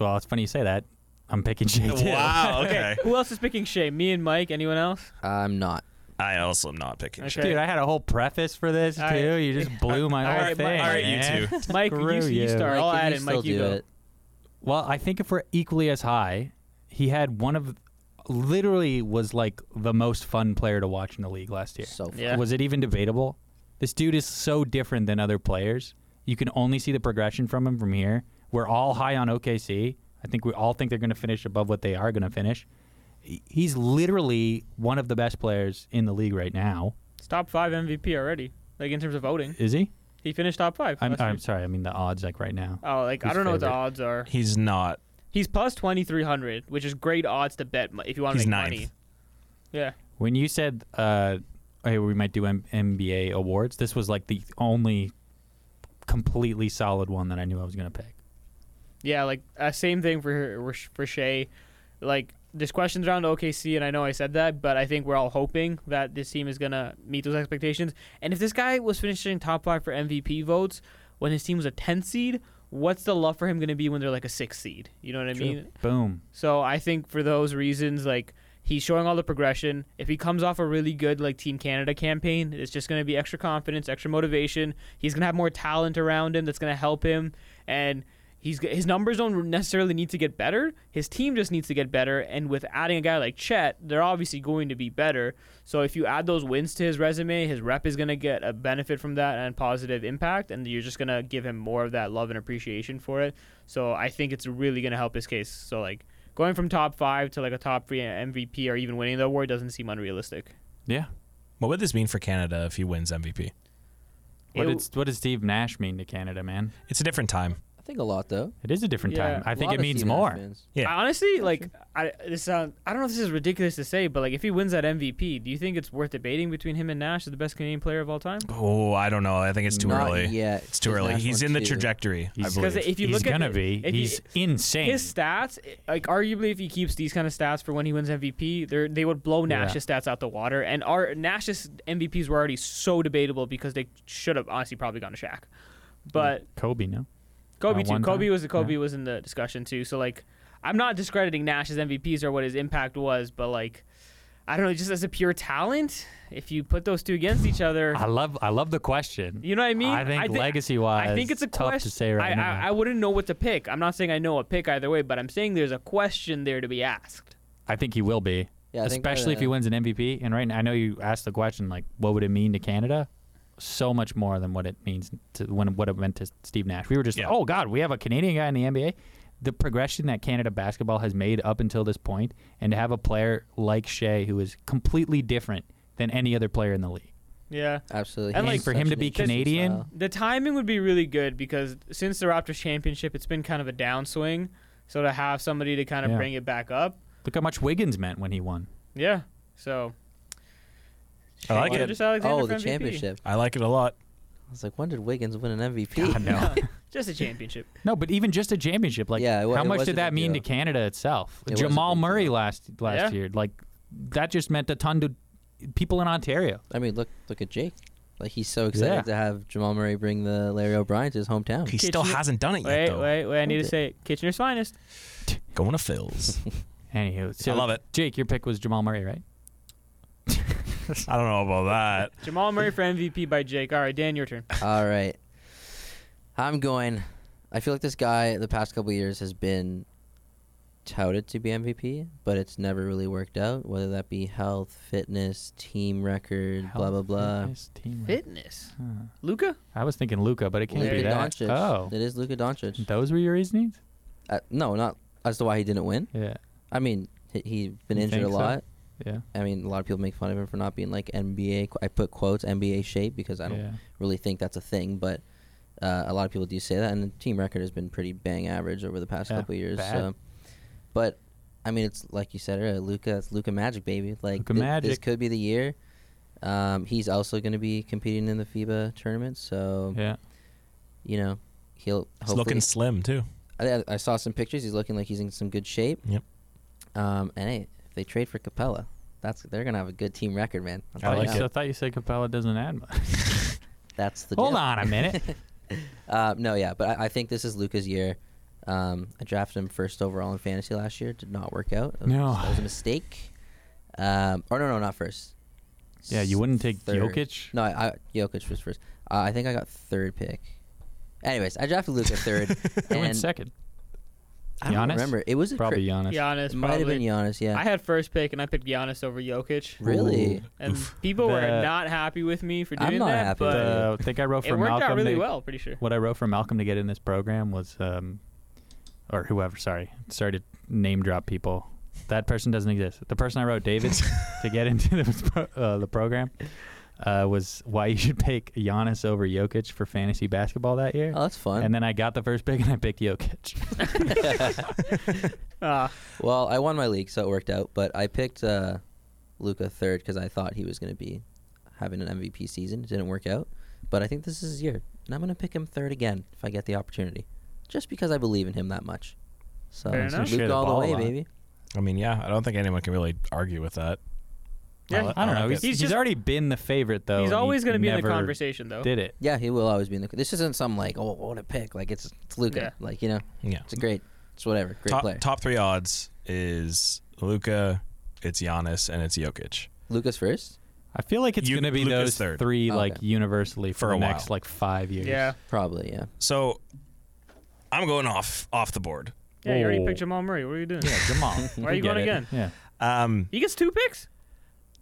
Speaker 4: well, it's funny you say that. I'm picking Jay. too.
Speaker 1: wow. Okay.
Speaker 2: Who else is picking Shay? Me and Mike. Anyone else?
Speaker 3: I'm not.
Speaker 1: I also am not picking
Speaker 2: Okay.
Speaker 1: Shea.
Speaker 4: Dude, I had a whole preface for this too.
Speaker 2: All right.
Speaker 4: You just blew my
Speaker 2: All
Speaker 4: whole
Speaker 2: right,
Speaker 4: thing.
Speaker 2: Mike.
Speaker 1: All right,
Speaker 4: man.
Speaker 1: you two.
Speaker 2: Mike, you,
Speaker 4: Screw
Speaker 2: you
Speaker 4: you.
Speaker 2: start.
Speaker 3: Mike,
Speaker 2: I'll
Speaker 3: you
Speaker 2: add it.
Speaker 3: still
Speaker 2: Mike, you
Speaker 3: do
Speaker 2: go.
Speaker 3: it.
Speaker 4: Well, I think if we're equally as high, he had one of literally was like the most fun player to watch in the league last year.
Speaker 3: So
Speaker 2: Yeah.
Speaker 4: Was it even debatable? This dude is so different than other players. You can only see the progression from him from here. We're all high on OKC. I think we all think they're going to finish above what they are going to finish. He- He's literally one of the best players in the league right now.
Speaker 2: It's top five MVP already. Like in terms of voting,
Speaker 4: Is he?
Speaker 2: he finished top five.
Speaker 4: I'm,
Speaker 2: last
Speaker 4: I'm
Speaker 2: year.
Speaker 4: sorry. I mean the odds like right now.
Speaker 2: Oh, like I
Speaker 4: Who's
Speaker 2: don't know what the
Speaker 4: favorite?
Speaker 2: odds are.
Speaker 1: He's not.
Speaker 2: He's plus twenty three hundred, which is great odds to bet mo- if you want to
Speaker 1: He's
Speaker 2: make
Speaker 1: ninth.
Speaker 2: money. Yeah,
Speaker 4: When you said, uh, "Hey, we might do M- NBA awards," this was like the only completely solid one that I knew I was going to pick.
Speaker 2: yeah. Like uh, same thing for for Shea. Like there's questions around OKC, and I know I said that, but I think we're all hoping that this team is gonna meet those expectations. And if this guy was finishing top five for MVP votes when his team was a ten seed, what's the love for him gonna be when they're like a six seed? You know what I mean?
Speaker 4: Boom.
Speaker 2: So I think for those reasons, like he's showing all the progression. If he comes off a really good like Team Canada campaign, it's just going to be extra confidence, extra motivation. He's going to have more talent around him that's going to help him, and he's g- his numbers don't necessarily need to get better. His team just needs to get better, and with adding a guy like Chet, they're obviously going to be better. So if you add those wins to his resume, his rep is going to get a benefit from that and positive impact, and you're just going to give him more of that love and appreciation for it. So I think it's really going to help his case. So like going from top five to like a top three MVP or even winning the award doesn't seem unrealistic.
Speaker 4: Yeah.
Speaker 1: What would this mean for Canada if he wins MVP?
Speaker 4: What
Speaker 2: It-
Speaker 4: did what did Steve Nash mean to Canada, man?
Speaker 1: It's a different time.
Speaker 3: I think a lot though.
Speaker 4: It is a different
Speaker 2: Yeah.
Speaker 4: time. I
Speaker 3: A
Speaker 4: think
Speaker 3: lot
Speaker 4: it
Speaker 3: of
Speaker 4: means
Speaker 3: Steve Nash
Speaker 4: more.
Speaker 3: fans.
Speaker 1: Yeah.
Speaker 2: I honestly like I this sound, I don't know if this is ridiculous to say, but like if he wins that MVP, do you think it's worth debating between him and Nash as the best Canadian player of all time?
Speaker 1: Oh, I don't know. I think it's too
Speaker 3: Not
Speaker 1: early.
Speaker 3: yet.
Speaker 1: It's too
Speaker 3: His
Speaker 1: early.
Speaker 3: Nash
Speaker 1: He's
Speaker 3: one
Speaker 1: in the
Speaker 3: too.
Speaker 1: trajectory. I
Speaker 4: He's-
Speaker 1: believe.
Speaker 2: Because if you
Speaker 4: He's
Speaker 2: look
Speaker 4: gonna
Speaker 2: at the-
Speaker 4: be.
Speaker 2: if you-
Speaker 4: He's insane.
Speaker 2: his stats, like arguably, if he keeps these kind of stats for when he wins MVP, they they would blow
Speaker 4: Yeah.
Speaker 2: Nash's stats out the water. And our Nash's MVPs were already so debatable because they should have honestly probably gone to Shaq, but
Speaker 4: Kobe, no.
Speaker 2: Kobe
Speaker 4: At
Speaker 2: too.
Speaker 4: one
Speaker 2: Kobe
Speaker 4: time?
Speaker 2: was Kobe
Speaker 4: Yeah.
Speaker 2: was in the discussion too. So like, I'm not discrediting Nash's MVPs or what his impact was, but like, I don't know, just as a pure talent, if you put those two against each other,
Speaker 4: I love I love the question.
Speaker 2: you know what I mean?
Speaker 4: I think
Speaker 2: thi-
Speaker 4: legacy wise,
Speaker 2: I think it's a
Speaker 4: tough
Speaker 2: question.
Speaker 4: to say right
Speaker 2: I,
Speaker 4: now.
Speaker 2: I, I wouldn't know what to pick. I'm not saying I know a pick either way, but I'm saying there's a question there to be asked.
Speaker 4: I think he will be.
Speaker 3: Yeah, I think uh, by
Speaker 4: especially if
Speaker 3: the-
Speaker 4: he wins an MVP. And right now, I know you asked the question, like, what would it mean to Canada? So much more than what it means to when what it meant to Steve Nash. We were just,
Speaker 1: Yeah.
Speaker 4: oh God, we have a Canadian guy in the NBA. The progression that Canada basketball has made up until this point, and to have a player like Shea who is completely different than any other player in the league.
Speaker 2: Yeah.
Speaker 3: Absolutely.
Speaker 2: And,
Speaker 3: He's
Speaker 2: like, for
Speaker 3: such
Speaker 4: him to
Speaker 3: an
Speaker 4: be
Speaker 3: interesting
Speaker 4: Canadian-
Speaker 3: style.
Speaker 2: The timing would be really good because since the Raptors championship, it's been kind of a downswing. So to have somebody to kind of
Speaker 4: Yeah.
Speaker 2: bring it back up,
Speaker 4: Look how much Wiggins meant when he won.
Speaker 2: yeah. So
Speaker 1: I like
Speaker 2: Shea
Speaker 1: it.
Speaker 2: Gilgeous Alexander
Speaker 3: Oh,
Speaker 2: for
Speaker 3: the
Speaker 2: MVP.
Speaker 3: championship.
Speaker 1: I like it a lot.
Speaker 3: I was like, when did Wiggins win an MVP?
Speaker 4: God, no.
Speaker 2: Just a championship.
Speaker 4: No, but even just a championship, like
Speaker 3: Yeah, it wa-
Speaker 4: how
Speaker 3: it
Speaker 4: much
Speaker 3: wasn't
Speaker 4: did that
Speaker 3: a
Speaker 4: mean to
Speaker 3: deal.
Speaker 4: Canada itself?
Speaker 3: It was a
Speaker 4: Jamal
Speaker 3: big
Speaker 4: Murray
Speaker 3: deal.
Speaker 4: last last
Speaker 2: Yeah.
Speaker 4: year, like that just meant a ton to people in Ontario.
Speaker 3: I mean, look look at Jake. Like he's so excited
Speaker 4: Yeah.
Speaker 3: to have Jamal Murray bring the Larry O'Brien to his hometown.
Speaker 1: He still
Speaker 2: Kitchener-
Speaker 1: hasn't done it yet,
Speaker 2: Wait,
Speaker 1: though.
Speaker 2: wait, wait! I need to
Speaker 3: Okay.
Speaker 2: say it. Kitchener's finest.
Speaker 1: Going to Phil's.
Speaker 4: Anywho, so
Speaker 1: I love it.
Speaker 4: Jake, your pick was Jamal Murray, right?
Speaker 1: I don't know about that.
Speaker 2: Jamal Murray for MVP by Jake. All right, Dan, your turn.
Speaker 3: All right. I'm going I feel like this guy the past couple years has been touted to be MVP, but it's never really worked out. Whether that be health, fitness, team record, blah blah
Speaker 4: Health,
Speaker 3: blah.
Speaker 4: fitness, team rec-
Speaker 2: Fitness.
Speaker 4: Huh.
Speaker 2: Luca?
Speaker 4: I was thinking Luca, but it can't be
Speaker 3: Luka
Speaker 4: that.
Speaker 3: Doncic.
Speaker 4: Oh,
Speaker 3: It is Luka Doncic.
Speaker 4: those were your reasonings?
Speaker 3: Uh, no, not as to why he didn't win.
Speaker 4: Yeah,
Speaker 3: I mean, he, he's been
Speaker 4: You
Speaker 3: injured a
Speaker 4: think so?
Speaker 3: lot.
Speaker 4: yeah.
Speaker 3: I mean, a lot of people make fun of him for not being like NBA. qu- I put quotes NBA shape because I don't
Speaker 4: yeah.
Speaker 3: really think that's a thing, but uh, a lot of people do say that. And the team record has been pretty bang average over the past
Speaker 4: Yeah,
Speaker 3: couple years.
Speaker 4: bad.
Speaker 3: So, but I mean, it's like you said earlier, Luca, it's Luca Magic, baby. Like
Speaker 4: Luka
Speaker 3: thi- this
Speaker 4: Magic.
Speaker 3: could be the year. Um, he's also going to be competing in the FIBA tournament, so
Speaker 4: Yeah.
Speaker 3: you know he'll.
Speaker 1: He's looking slim too.
Speaker 3: I, I saw some pictures. He's looking like he's in some good shape.
Speaker 1: Yep.
Speaker 3: Um, and hey, if they trade for Capella, that's they're gonna have a good team record, man.
Speaker 1: I
Speaker 3: I'm
Speaker 4: I,
Speaker 3: telling
Speaker 1: like
Speaker 3: you
Speaker 1: it.
Speaker 4: thought
Speaker 3: now.
Speaker 4: you- I thought you said Capella doesn't add much.
Speaker 3: That's the
Speaker 4: Hold
Speaker 3: deal.
Speaker 4: on a minute.
Speaker 3: Uh, no, yeah, but I, I think this is Luca's year. Um, I drafted him first overall in fantasy last year. Did not work out. That was-
Speaker 4: No.
Speaker 3: that was a mistake. Um, or no, no, not first.
Speaker 4: yeah, you wouldn't take
Speaker 3: Third.
Speaker 4: Jokic.
Speaker 3: No, I, I, Jokic was first. Uh, I think I got third pick. Anyways, I drafted Luca third,
Speaker 4: I went
Speaker 3: and
Speaker 4: second.
Speaker 3: I don't
Speaker 4: Giannis?
Speaker 3: remember. It was a
Speaker 4: Probably
Speaker 3: cra-
Speaker 4: Giannis.
Speaker 2: Giannis.
Speaker 3: It might have
Speaker 2: probably.
Speaker 3: been Giannis. Yeah.
Speaker 2: I had first pick and I picked Giannis over Jokic.
Speaker 3: really?
Speaker 1: Ooh.
Speaker 2: And
Speaker 1: Oof.
Speaker 2: people were
Speaker 4: That-
Speaker 2: not happy with me for
Speaker 3: I'm
Speaker 2: doing
Speaker 3: not
Speaker 2: that,
Speaker 3: happy with
Speaker 2: but
Speaker 4: The- I think I wrote for
Speaker 2: it worked
Speaker 4: Malcolm.
Speaker 2: out really
Speaker 4: to-
Speaker 2: well, pretty sure.
Speaker 4: What I wrote for Malcolm to get in this program was, um, or whoever. Sorry, sorry to name drop people. That person doesn't exist. The person I wrote David to get into this pro- uh, the program uh, was why you should pick Giannis over Jokic for fantasy basketball that year.
Speaker 3: Oh, that's fun.
Speaker 4: And then I got the first pick and I picked Jokic.
Speaker 2: Uh,
Speaker 3: Well, I won my league, so it worked out. But I picked uh, Luca third because I thought he was going to be having an MVP season. It didn't work out, but I think this is his year, and I'm going to pick him third again if I get the opportunity, just because I believe in him that much. So
Speaker 2: Fair enough.
Speaker 4: Share
Speaker 3: Luca
Speaker 4: the
Speaker 3: all
Speaker 4: ball
Speaker 3: the
Speaker 4: a
Speaker 3: way,
Speaker 4: lot.
Speaker 3: baby.
Speaker 1: I mean, yeah, I don't think anyone can really argue with that.
Speaker 2: Yeah,
Speaker 1: Well,
Speaker 4: I don't know.
Speaker 1: like
Speaker 4: He's,
Speaker 1: it.
Speaker 2: He's
Speaker 4: he's
Speaker 2: just-
Speaker 4: already been the favorite though.
Speaker 2: he's
Speaker 4: and he
Speaker 2: always going to be in the
Speaker 4: never
Speaker 2: conversation, though.
Speaker 4: Did it?
Speaker 3: Yeah, he will always be in the. This isn't some like oh what a pick like it's it's Luca
Speaker 2: Yeah.
Speaker 3: like you know
Speaker 1: yeah.
Speaker 3: it's a great it's whatever great
Speaker 1: top,
Speaker 3: player.
Speaker 1: top three odds is Luca, it's Giannis, and it's Jokic.
Speaker 3: Luca's first
Speaker 4: I feel like it's
Speaker 1: You-
Speaker 4: going to be
Speaker 1: Luka's
Speaker 4: those
Speaker 1: third.
Speaker 4: three
Speaker 3: Okay.
Speaker 4: like universally
Speaker 1: For
Speaker 4: the
Speaker 1: a while.
Speaker 4: next like five years.
Speaker 2: Oh, Yeah.
Speaker 3: probably yeah.
Speaker 1: So I'm going off off the board.
Speaker 2: Yeah, you already
Speaker 4: Whoa.
Speaker 2: picked Jamal Murray. What are you doing?
Speaker 4: Yeah, Jamal.
Speaker 2: Why are
Speaker 4: We
Speaker 2: you
Speaker 4: get
Speaker 2: going
Speaker 4: it.
Speaker 2: again?
Speaker 4: Yeah.
Speaker 1: Um,
Speaker 2: He gets two picks?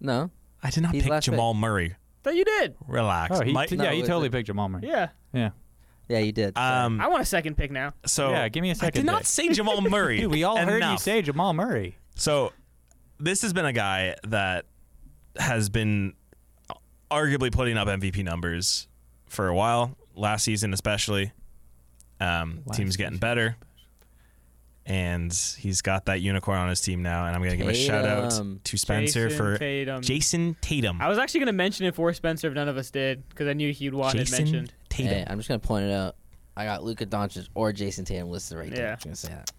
Speaker 3: No,
Speaker 1: I did not
Speaker 3: He's
Speaker 1: pick
Speaker 3: last pick.
Speaker 1: Jamal Murray.
Speaker 2: Thought you did.
Speaker 1: Relax.
Speaker 4: Oh, he,
Speaker 1: My-
Speaker 4: t-
Speaker 3: No,
Speaker 4: yeah, he
Speaker 3: it-
Speaker 4: totally
Speaker 3: it-
Speaker 4: picked Jamal Murray.
Speaker 2: Yeah.
Speaker 4: Yeah.
Speaker 3: yeah you did. Sorry.
Speaker 1: um,
Speaker 2: I want a second pick now.
Speaker 1: so
Speaker 4: yeah, give me a
Speaker 1: I
Speaker 4: second.
Speaker 1: did not
Speaker 4: pick.
Speaker 1: say Jamal Murray.
Speaker 4: Dude, we all heard you
Speaker 1: Enough.
Speaker 4: say Jamal Murray.
Speaker 1: So this has been a guy that has been arguably putting up MVP numbers for a while, last season especially. Um,
Speaker 4: Last
Speaker 1: team's getting
Speaker 4: season.
Speaker 1: better. And he's got that unicorn on his team now, and I'm gonna give a shout
Speaker 3: Tatum.
Speaker 1: out to Spencer
Speaker 2: Jason
Speaker 1: for
Speaker 2: Tatum.
Speaker 1: Jason Tatum.
Speaker 2: I was actually going to mention it for Spencer if none of us did, because I knew he'd want it
Speaker 1: Jason
Speaker 2: mentioned.
Speaker 1: Tatum.
Speaker 3: Hey, I'm just gonna point it out. I got Luca Doncic or Jason Tatum listed right there.
Speaker 2: Yeah.
Speaker 3: I'm just gonna say that.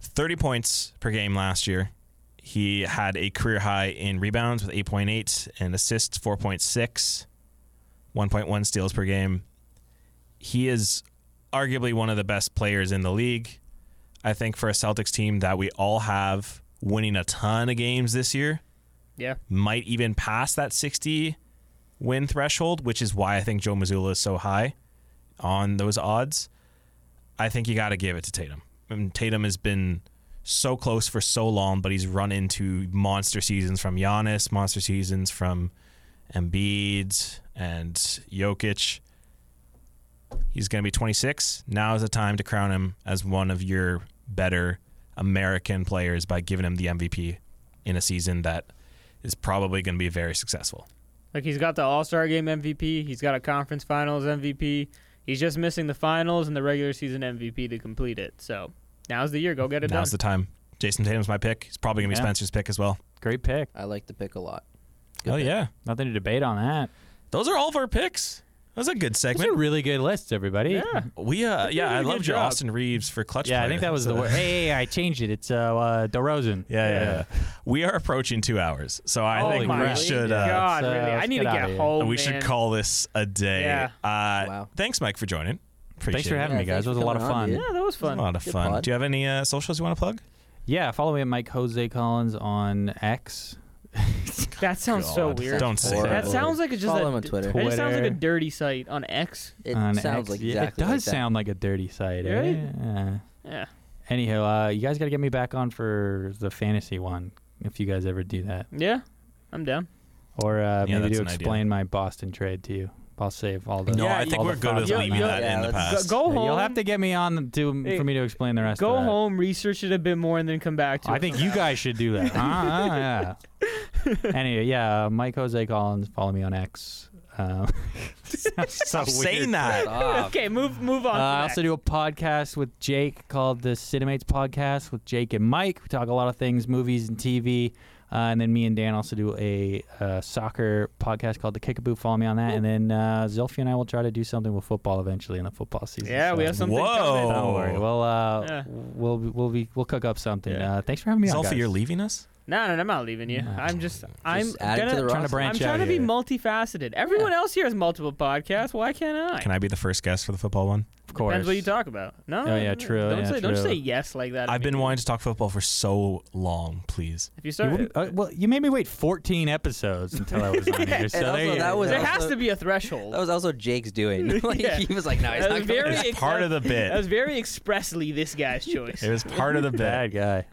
Speaker 1: 30 points per game last year. He had a career high in rebounds with 8.8 and assists 4.6, 1.1 steals per game. He is arguably one of the best players in the league. I think for a Celtics team that we all have winning a ton of games this year,
Speaker 2: Yeah.
Speaker 1: might even pass that 60 win threshold, which is why I think Joe Missoula is so high on those odds. I think you got to give it to Tatum. I mean, Tatum has been so close for so long, but he's run into monster seasons from Giannis, monster seasons from Embiid and Jokic. He's going to be 26. Now is the time to crown him as one of your better American players by giving him the MVP in a season that is probably going to be very successful.
Speaker 2: Like, he's got the All Star Game MVP. He's got a Conference Finals MVP. He's just missing the finals and the regular season MVP to complete it. So now's the year. Go get it
Speaker 1: Now's
Speaker 2: done.
Speaker 1: the time. Jason Tatum's my pick. He's probably going to be
Speaker 4: Yeah.
Speaker 1: Spencer's pick as well.
Speaker 4: Great pick.
Speaker 3: I like the pick a lot. Good
Speaker 1: Oh,
Speaker 3: pick.
Speaker 1: yeah.
Speaker 4: Nothing to debate on that.
Speaker 1: Those are all of our picks. That was a good
Speaker 4: Those are
Speaker 1: segment.
Speaker 4: really good lists, everybody.
Speaker 2: yeah.
Speaker 1: We uh,
Speaker 2: you
Speaker 1: yeah,
Speaker 2: did
Speaker 1: I
Speaker 2: a
Speaker 1: loved
Speaker 2: good
Speaker 1: your
Speaker 2: job.
Speaker 1: Austin Reeves for clutch.
Speaker 4: Yeah, I
Speaker 1: player.
Speaker 4: think that was the
Speaker 1: That's a-
Speaker 4: word. Hey, hey, hey, I changed it. It's uh, uh DeRozan.
Speaker 1: Yeah, yeah, yeah. We are approaching two hours, so I
Speaker 2: oh
Speaker 1: think
Speaker 2: my
Speaker 1: we should uh,
Speaker 2: God,
Speaker 4: Let's, uh,
Speaker 2: really. I
Speaker 4: let's
Speaker 2: need
Speaker 4: get
Speaker 2: to
Speaker 4: outta
Speaker 2: get
Speaker 4: here.
Speaker 2: home.
Speaker 1: we should
Speaker 2: man.
Speaker 1: call this a day.
Speaker 2: Yeah.
Speaker 1: Uh,
Speaker 3: Wow.
Speaker 1: Thanks, Mike, for joining. Appreciate
Speaker 4: Thanks for
Speaker 1: it.
Speaker 4: having
Speaker 3: Yeah,
Speaker 4: me, guys.
Speaker 3: thanks
Speaker 4: It was
Speaker 3: for
Speaker 4: a lot of
Speaker 3: coming on,
Speaker 4: fun.
Speaker 2: Yeah, that was
Speaker 1: It was a
Speaker 2: fun.
Speaker 1: lot of
Speaker 3: Good
Speaker 1: fun.
Speaker 3: pod.
Speaker 1: Do you have any uh, socials you want to plug?
Speaker 4: Yeah, follow me at Mike Jose Collins on X.
Speaker 2: That sounds so
Speaker 1: God,
Speaker 2: weird.
Speaker 1: Don't say
Speaker 3: Horrible.
Speaker 1: that.
Speaker 2: That sounds like it's just
Speaker 3: Follow
Speaker 2: a,
Speaker 3: him on Twitter.
Speaker 2: It just sounds like a
Speaker 4: Twitter.
Speaker 2: dirty site on X.
Speaker 3: It
Speaker 4: on
Speaker 3: sounds
Speaker 4: X.
Speaker 3: like
Speaker 4: Yeah,
Speaker 3: exactly.
Speaker 4: It
Speaker 3: like
Speaker 4: does
Speaker 3: that.
Speaker 4: sound like a dirty site. eh?
Speaker 2: Right?
Speaker 4: Yeah.
Speaker 2: Yeah.
Speaker 4: Anyhow, uh, you guys got to get me back on for the fantasy one if you guys ever do that,
Speaker 2: Yeah. I'm down.
Speaker 4: or uh,
Speaker 1: Yeah,
Speaker 4: maybe
Speaker 1: that's
Speaker 4: to
Speaker 1: an idea.
Speaker 4: explain my Boston trade to you. I'll save all the.
Speaker 1: No,
Speaker 2: Yeah,
Speaker 1: I think
Speaker 4: all the
Speaker 1: we're good with
Speaker 4: thoughts on
Speaker 1: leaving
Speaker 4: that.
Speaker 1: that
Speaker 3: Yeah,
Speaker 1: in the
Speaker 3: let's
Speaker 1: past.
Speaker 3: go-
Speaker 2: Go, go
Speaker 4: Yeah,
Speaker 2: home.
Speaker 4: You'll have to get me on to
Speaker 2: Hey,
Speaker 4: for me to explain the rest.
Speaker 2: go
Speaker 4: of that.
Speaker 2: home, research it a bit more, and then come back to
Speaker 4: I
Speaker 2: it.
Speaker 4: think you guys should do that. uh, uh, yeah. Anyway, yeah, uh, Mike Jose Collins, follow me on X. Um, sounds so
Speaker 1: Stop saying
Speaker 4: weird.
Speaker 1: that.
Speaker 3: Stop.
Speaker 2: okay, move move
Speaker 4: Uh,
Speaker 2: on.
Speaker 4: I
Speaker 2: to
Speaker 4: also do a podcast with Jake called the Cinemates Podcast with Jake and Mike. We talk a lot of things, movies and TV. Uh, and then me and Dan also do a uh, soccer podcast called The Kickaboo. Follow me on that. And then uh, Zilphi and I will try to do something with football eventually in the football
Speaker 2: next.
Speaker 4: season.
Speaker 2: yeah, we
Speaker 4: So
Speaker 2: have something
Speaker 1: Whoa.
Speaker 2: coming.
Speaker 4: Don't worry. We'll uh,
Speaker 2: Yeah.
Speaker 4: we'll we'll be we'll cook up something.
Speaker 2: Yeah.
Speaker 4: Uh, thanks for having me on.
Speaker 1: Zolfi,
Speaker 4: guys.
Speaker 1: you're leaving us?
Speaker 2: No, no, no, I'm not leaving you.
Speaker 4: No.
Speaker 2: I'm just, I'm
Speaker 3: add it to
Speaker 2: gonna,
Speaker 3: the roster.
Speaker 4: Trying to branch
Speaker 2: I'm trying
Speaker 4: out
Speaker 2: to be
Speaker 4: here.
Speaker 2: multifaceted. Everyone else here has multiple podcasts. Why can't I?
Speaker 1: Can I be the first guest for the football one?
Speaker 4: Of course.
Speaker 2: Depends what you talk about. No.
Speaker 4: Oh, yeah,
Speaker 2: no,
Speaker 4: true,
Speaker 2: Don't
Speaker 4: yeah,
Speaker 2: say don't
Speaker 4: true.
Speaker 2: say yes like that.
Speaker 1: I've been
Speaker 2: immediately.
Speaker 1: wanting to talk football for so long, please.
Speaker 2: If you
Speaker 4: You
Speaker 2: start,
Speaker 4: wouldn't- uh, well, you made me wait 14 episodes until I was on here. So
Speaker 3: And
Speaker 4: there
Speaker 3: also
Speaker 4: you
Speaker 3: that was-
Speaker 2: there has
Speaker 3: also-
Speaker 2: to be a threshold.
Speaker 3: That was also Jake's doing. like,
Speaker 2: Yeah.
Speaker 3: He was like, no, he's
Speaker 2: That
Speaker 3: not
Speaker 2: was
Speaker 3: coming
Speaker 2: very
Speaker 3: back."
Speaker 1: It's part of the bit.
Speaker 2: That was very expressly this guy's choice.
Speaker 1: It was part of the bit.
Speaker 4: bad guy.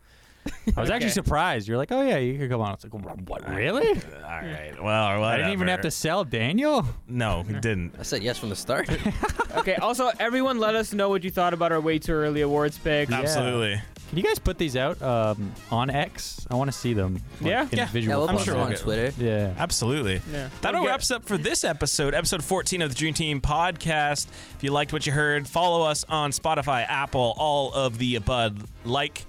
Speaker 4: I was
Speaker 2: Okay.
Speaker 4: actually surprised. You're like, oh yeah, you could come on. I was like, "Wha- what? Really?
Speaker 1: All right. Well,
Speaker 4: I didn't even have to sell Daniel.
Speaker 1: No, he didn't.
Speaker 3: I said yes from the start. Can
Speaker 2: okay. Also, everyone, let us know what you thought about our way too early awards pick.
Speaker 4: Yeah.
Speaker 1: Absolutely.
Speaker 4: Can you guys put these out um, on X? I want to see them. like,
Speaker 2: Yeah.
Speaker 4: in
Speaker 1: Yeah.
Speaker 4: visual
Speaker 3: yeah, we'll
Speaker 1: I'm
Speaker 3: post
Speaker 1: sure
Speaker 3: him
Speaker 1: we'll
Speaker 3: on
Speaker 1: get-
Speaker 3: Twitter.
Speaker 4: Yeah.
Speaker 1: Absolutely.
Speaker 2: Yeah.
Speaker 1: That
Speaker 2: We'll get-
Speaker 1: wraps up for this episode, episode 14 of the Dream Team podcast. If you liked what you heard, follow us on Spotify, Apple, all of the above. Like,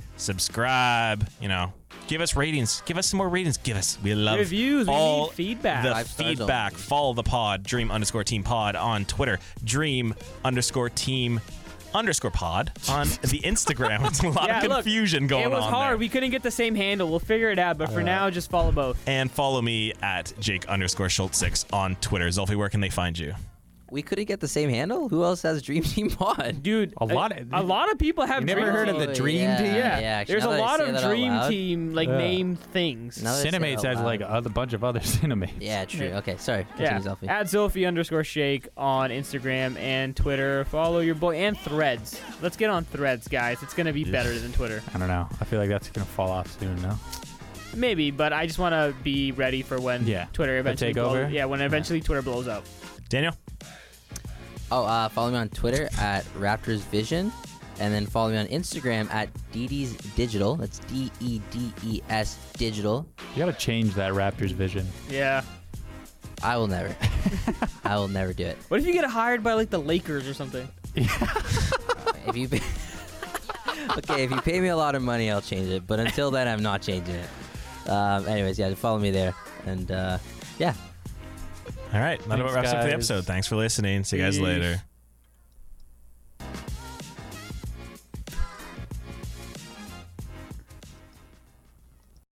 Speaker 1: subscribe, you know, give us ratings. Give us some more ratings. Give us. We love
Speaker 2: Reviews, we
Speaker 1: all
Speaker 2: need feedback.
Speaker 1: The
Speaker 3: Five stars
Speaker 1: feedback.
Speaker 3: only.
Speaker 1: Follow the pod, Dream underscore Team Pod on Twitter, Dream underscore Team underscore Pod on the Instagram. It's a lot
Speaker 2: Yeah,
Speaker 1: of
Speaker 2: look,
Speaker 1: confusion going on.
Speaker 2: It was hard.
Speaker 1: there.
Speaker 2: We couldn't get the same handle. We'll figure it out. But for now, just follow both.
Speaker 1: and follow me at Jake underscore Schultz six on Twitter. Zolfi, where can they find you?
Speaker 3: We couldn't get the same handle. Who else has Dream Team Pod?
Speaker 2: Dude,
Speaker 4: A lot of-
Speaker 2: a lot of people have
Speaker 4: You never
Speaker 2: dream
Speaker 4: heard of
Speaker 2: team.
Speaker 4: the Dream Team?
Speaker 3: Yeah,
Speaker 2: Yeah,
Speaker 3: yeah actually,
Speaker 2: there's
Speaker 3: now
Speaker 2: a
Speaker 3: that I
Speaker 2: lot
Speaker 3: say
Speaker 2: of
Speaker 3: that out
Speaker 2: dream
Speaker 3: loud-
Speaker 2: team like
Speaker 4: Yeah.
Speaker 2: named things.
Speaker 3: Now that I say it
Speaker 4: Cinemates
Speaker 3: out
Speaker 4: has
Speaker 3: loud.
Speaker 4: like a other bunch of other cinemates.
Speaker 3: Yeah, true.
Speaker 2: Yeah.
Speaker 3: Okay, sorry.
Speaker 2: yeah,
Speaker 3: Continue, Zelfie.
Speaker 2: at Zilphi underscore Shake on Instagram and Twitter. Follow your boy and Threads. Let's get on Threads, guys. It's gonna be better than Twitter,
Speaker 4: I don't know. I feel like that's gonna fall off soon. No.
Speaker 2: maybe. But I just want to be ready for when
Speaker 4: Yeah.
Speaker 2: Twitter
Speaker 4: The
Speaker 2: eventually
Speaker 4: takeover?
Speaker 2: blows. Yeah, when eventually Twitter blows up.
Speaker 1: Daniel?
Speaker 3: Oh, uh, follow me on Twitter at Raptors Vision, and then follow me on Instagram at DD's Digital. That's D E D E S Digital.
Speaker 4: You gotta change that Raptors vision.
Speaker 2: Yeah.
Speaker 3: I will never. I will never do it.
Speaker 2: What if you get hired by like the Lakers or something?
Speaker 3: If you pay- okay, if you pay me a lot of money, I'll change it. But until then, I'm not changing it. Um, anyways, yeah, follow me there, and uh, yeah.
Speaker 1: All right, that about
Speaker 4: Thanks,
Speaker 1: wraps up the
Speaker 4: guys.
Speaker 1: episode. Thanks for listening. See you guys
Speaker 2: Peace.
Speaker 1: later.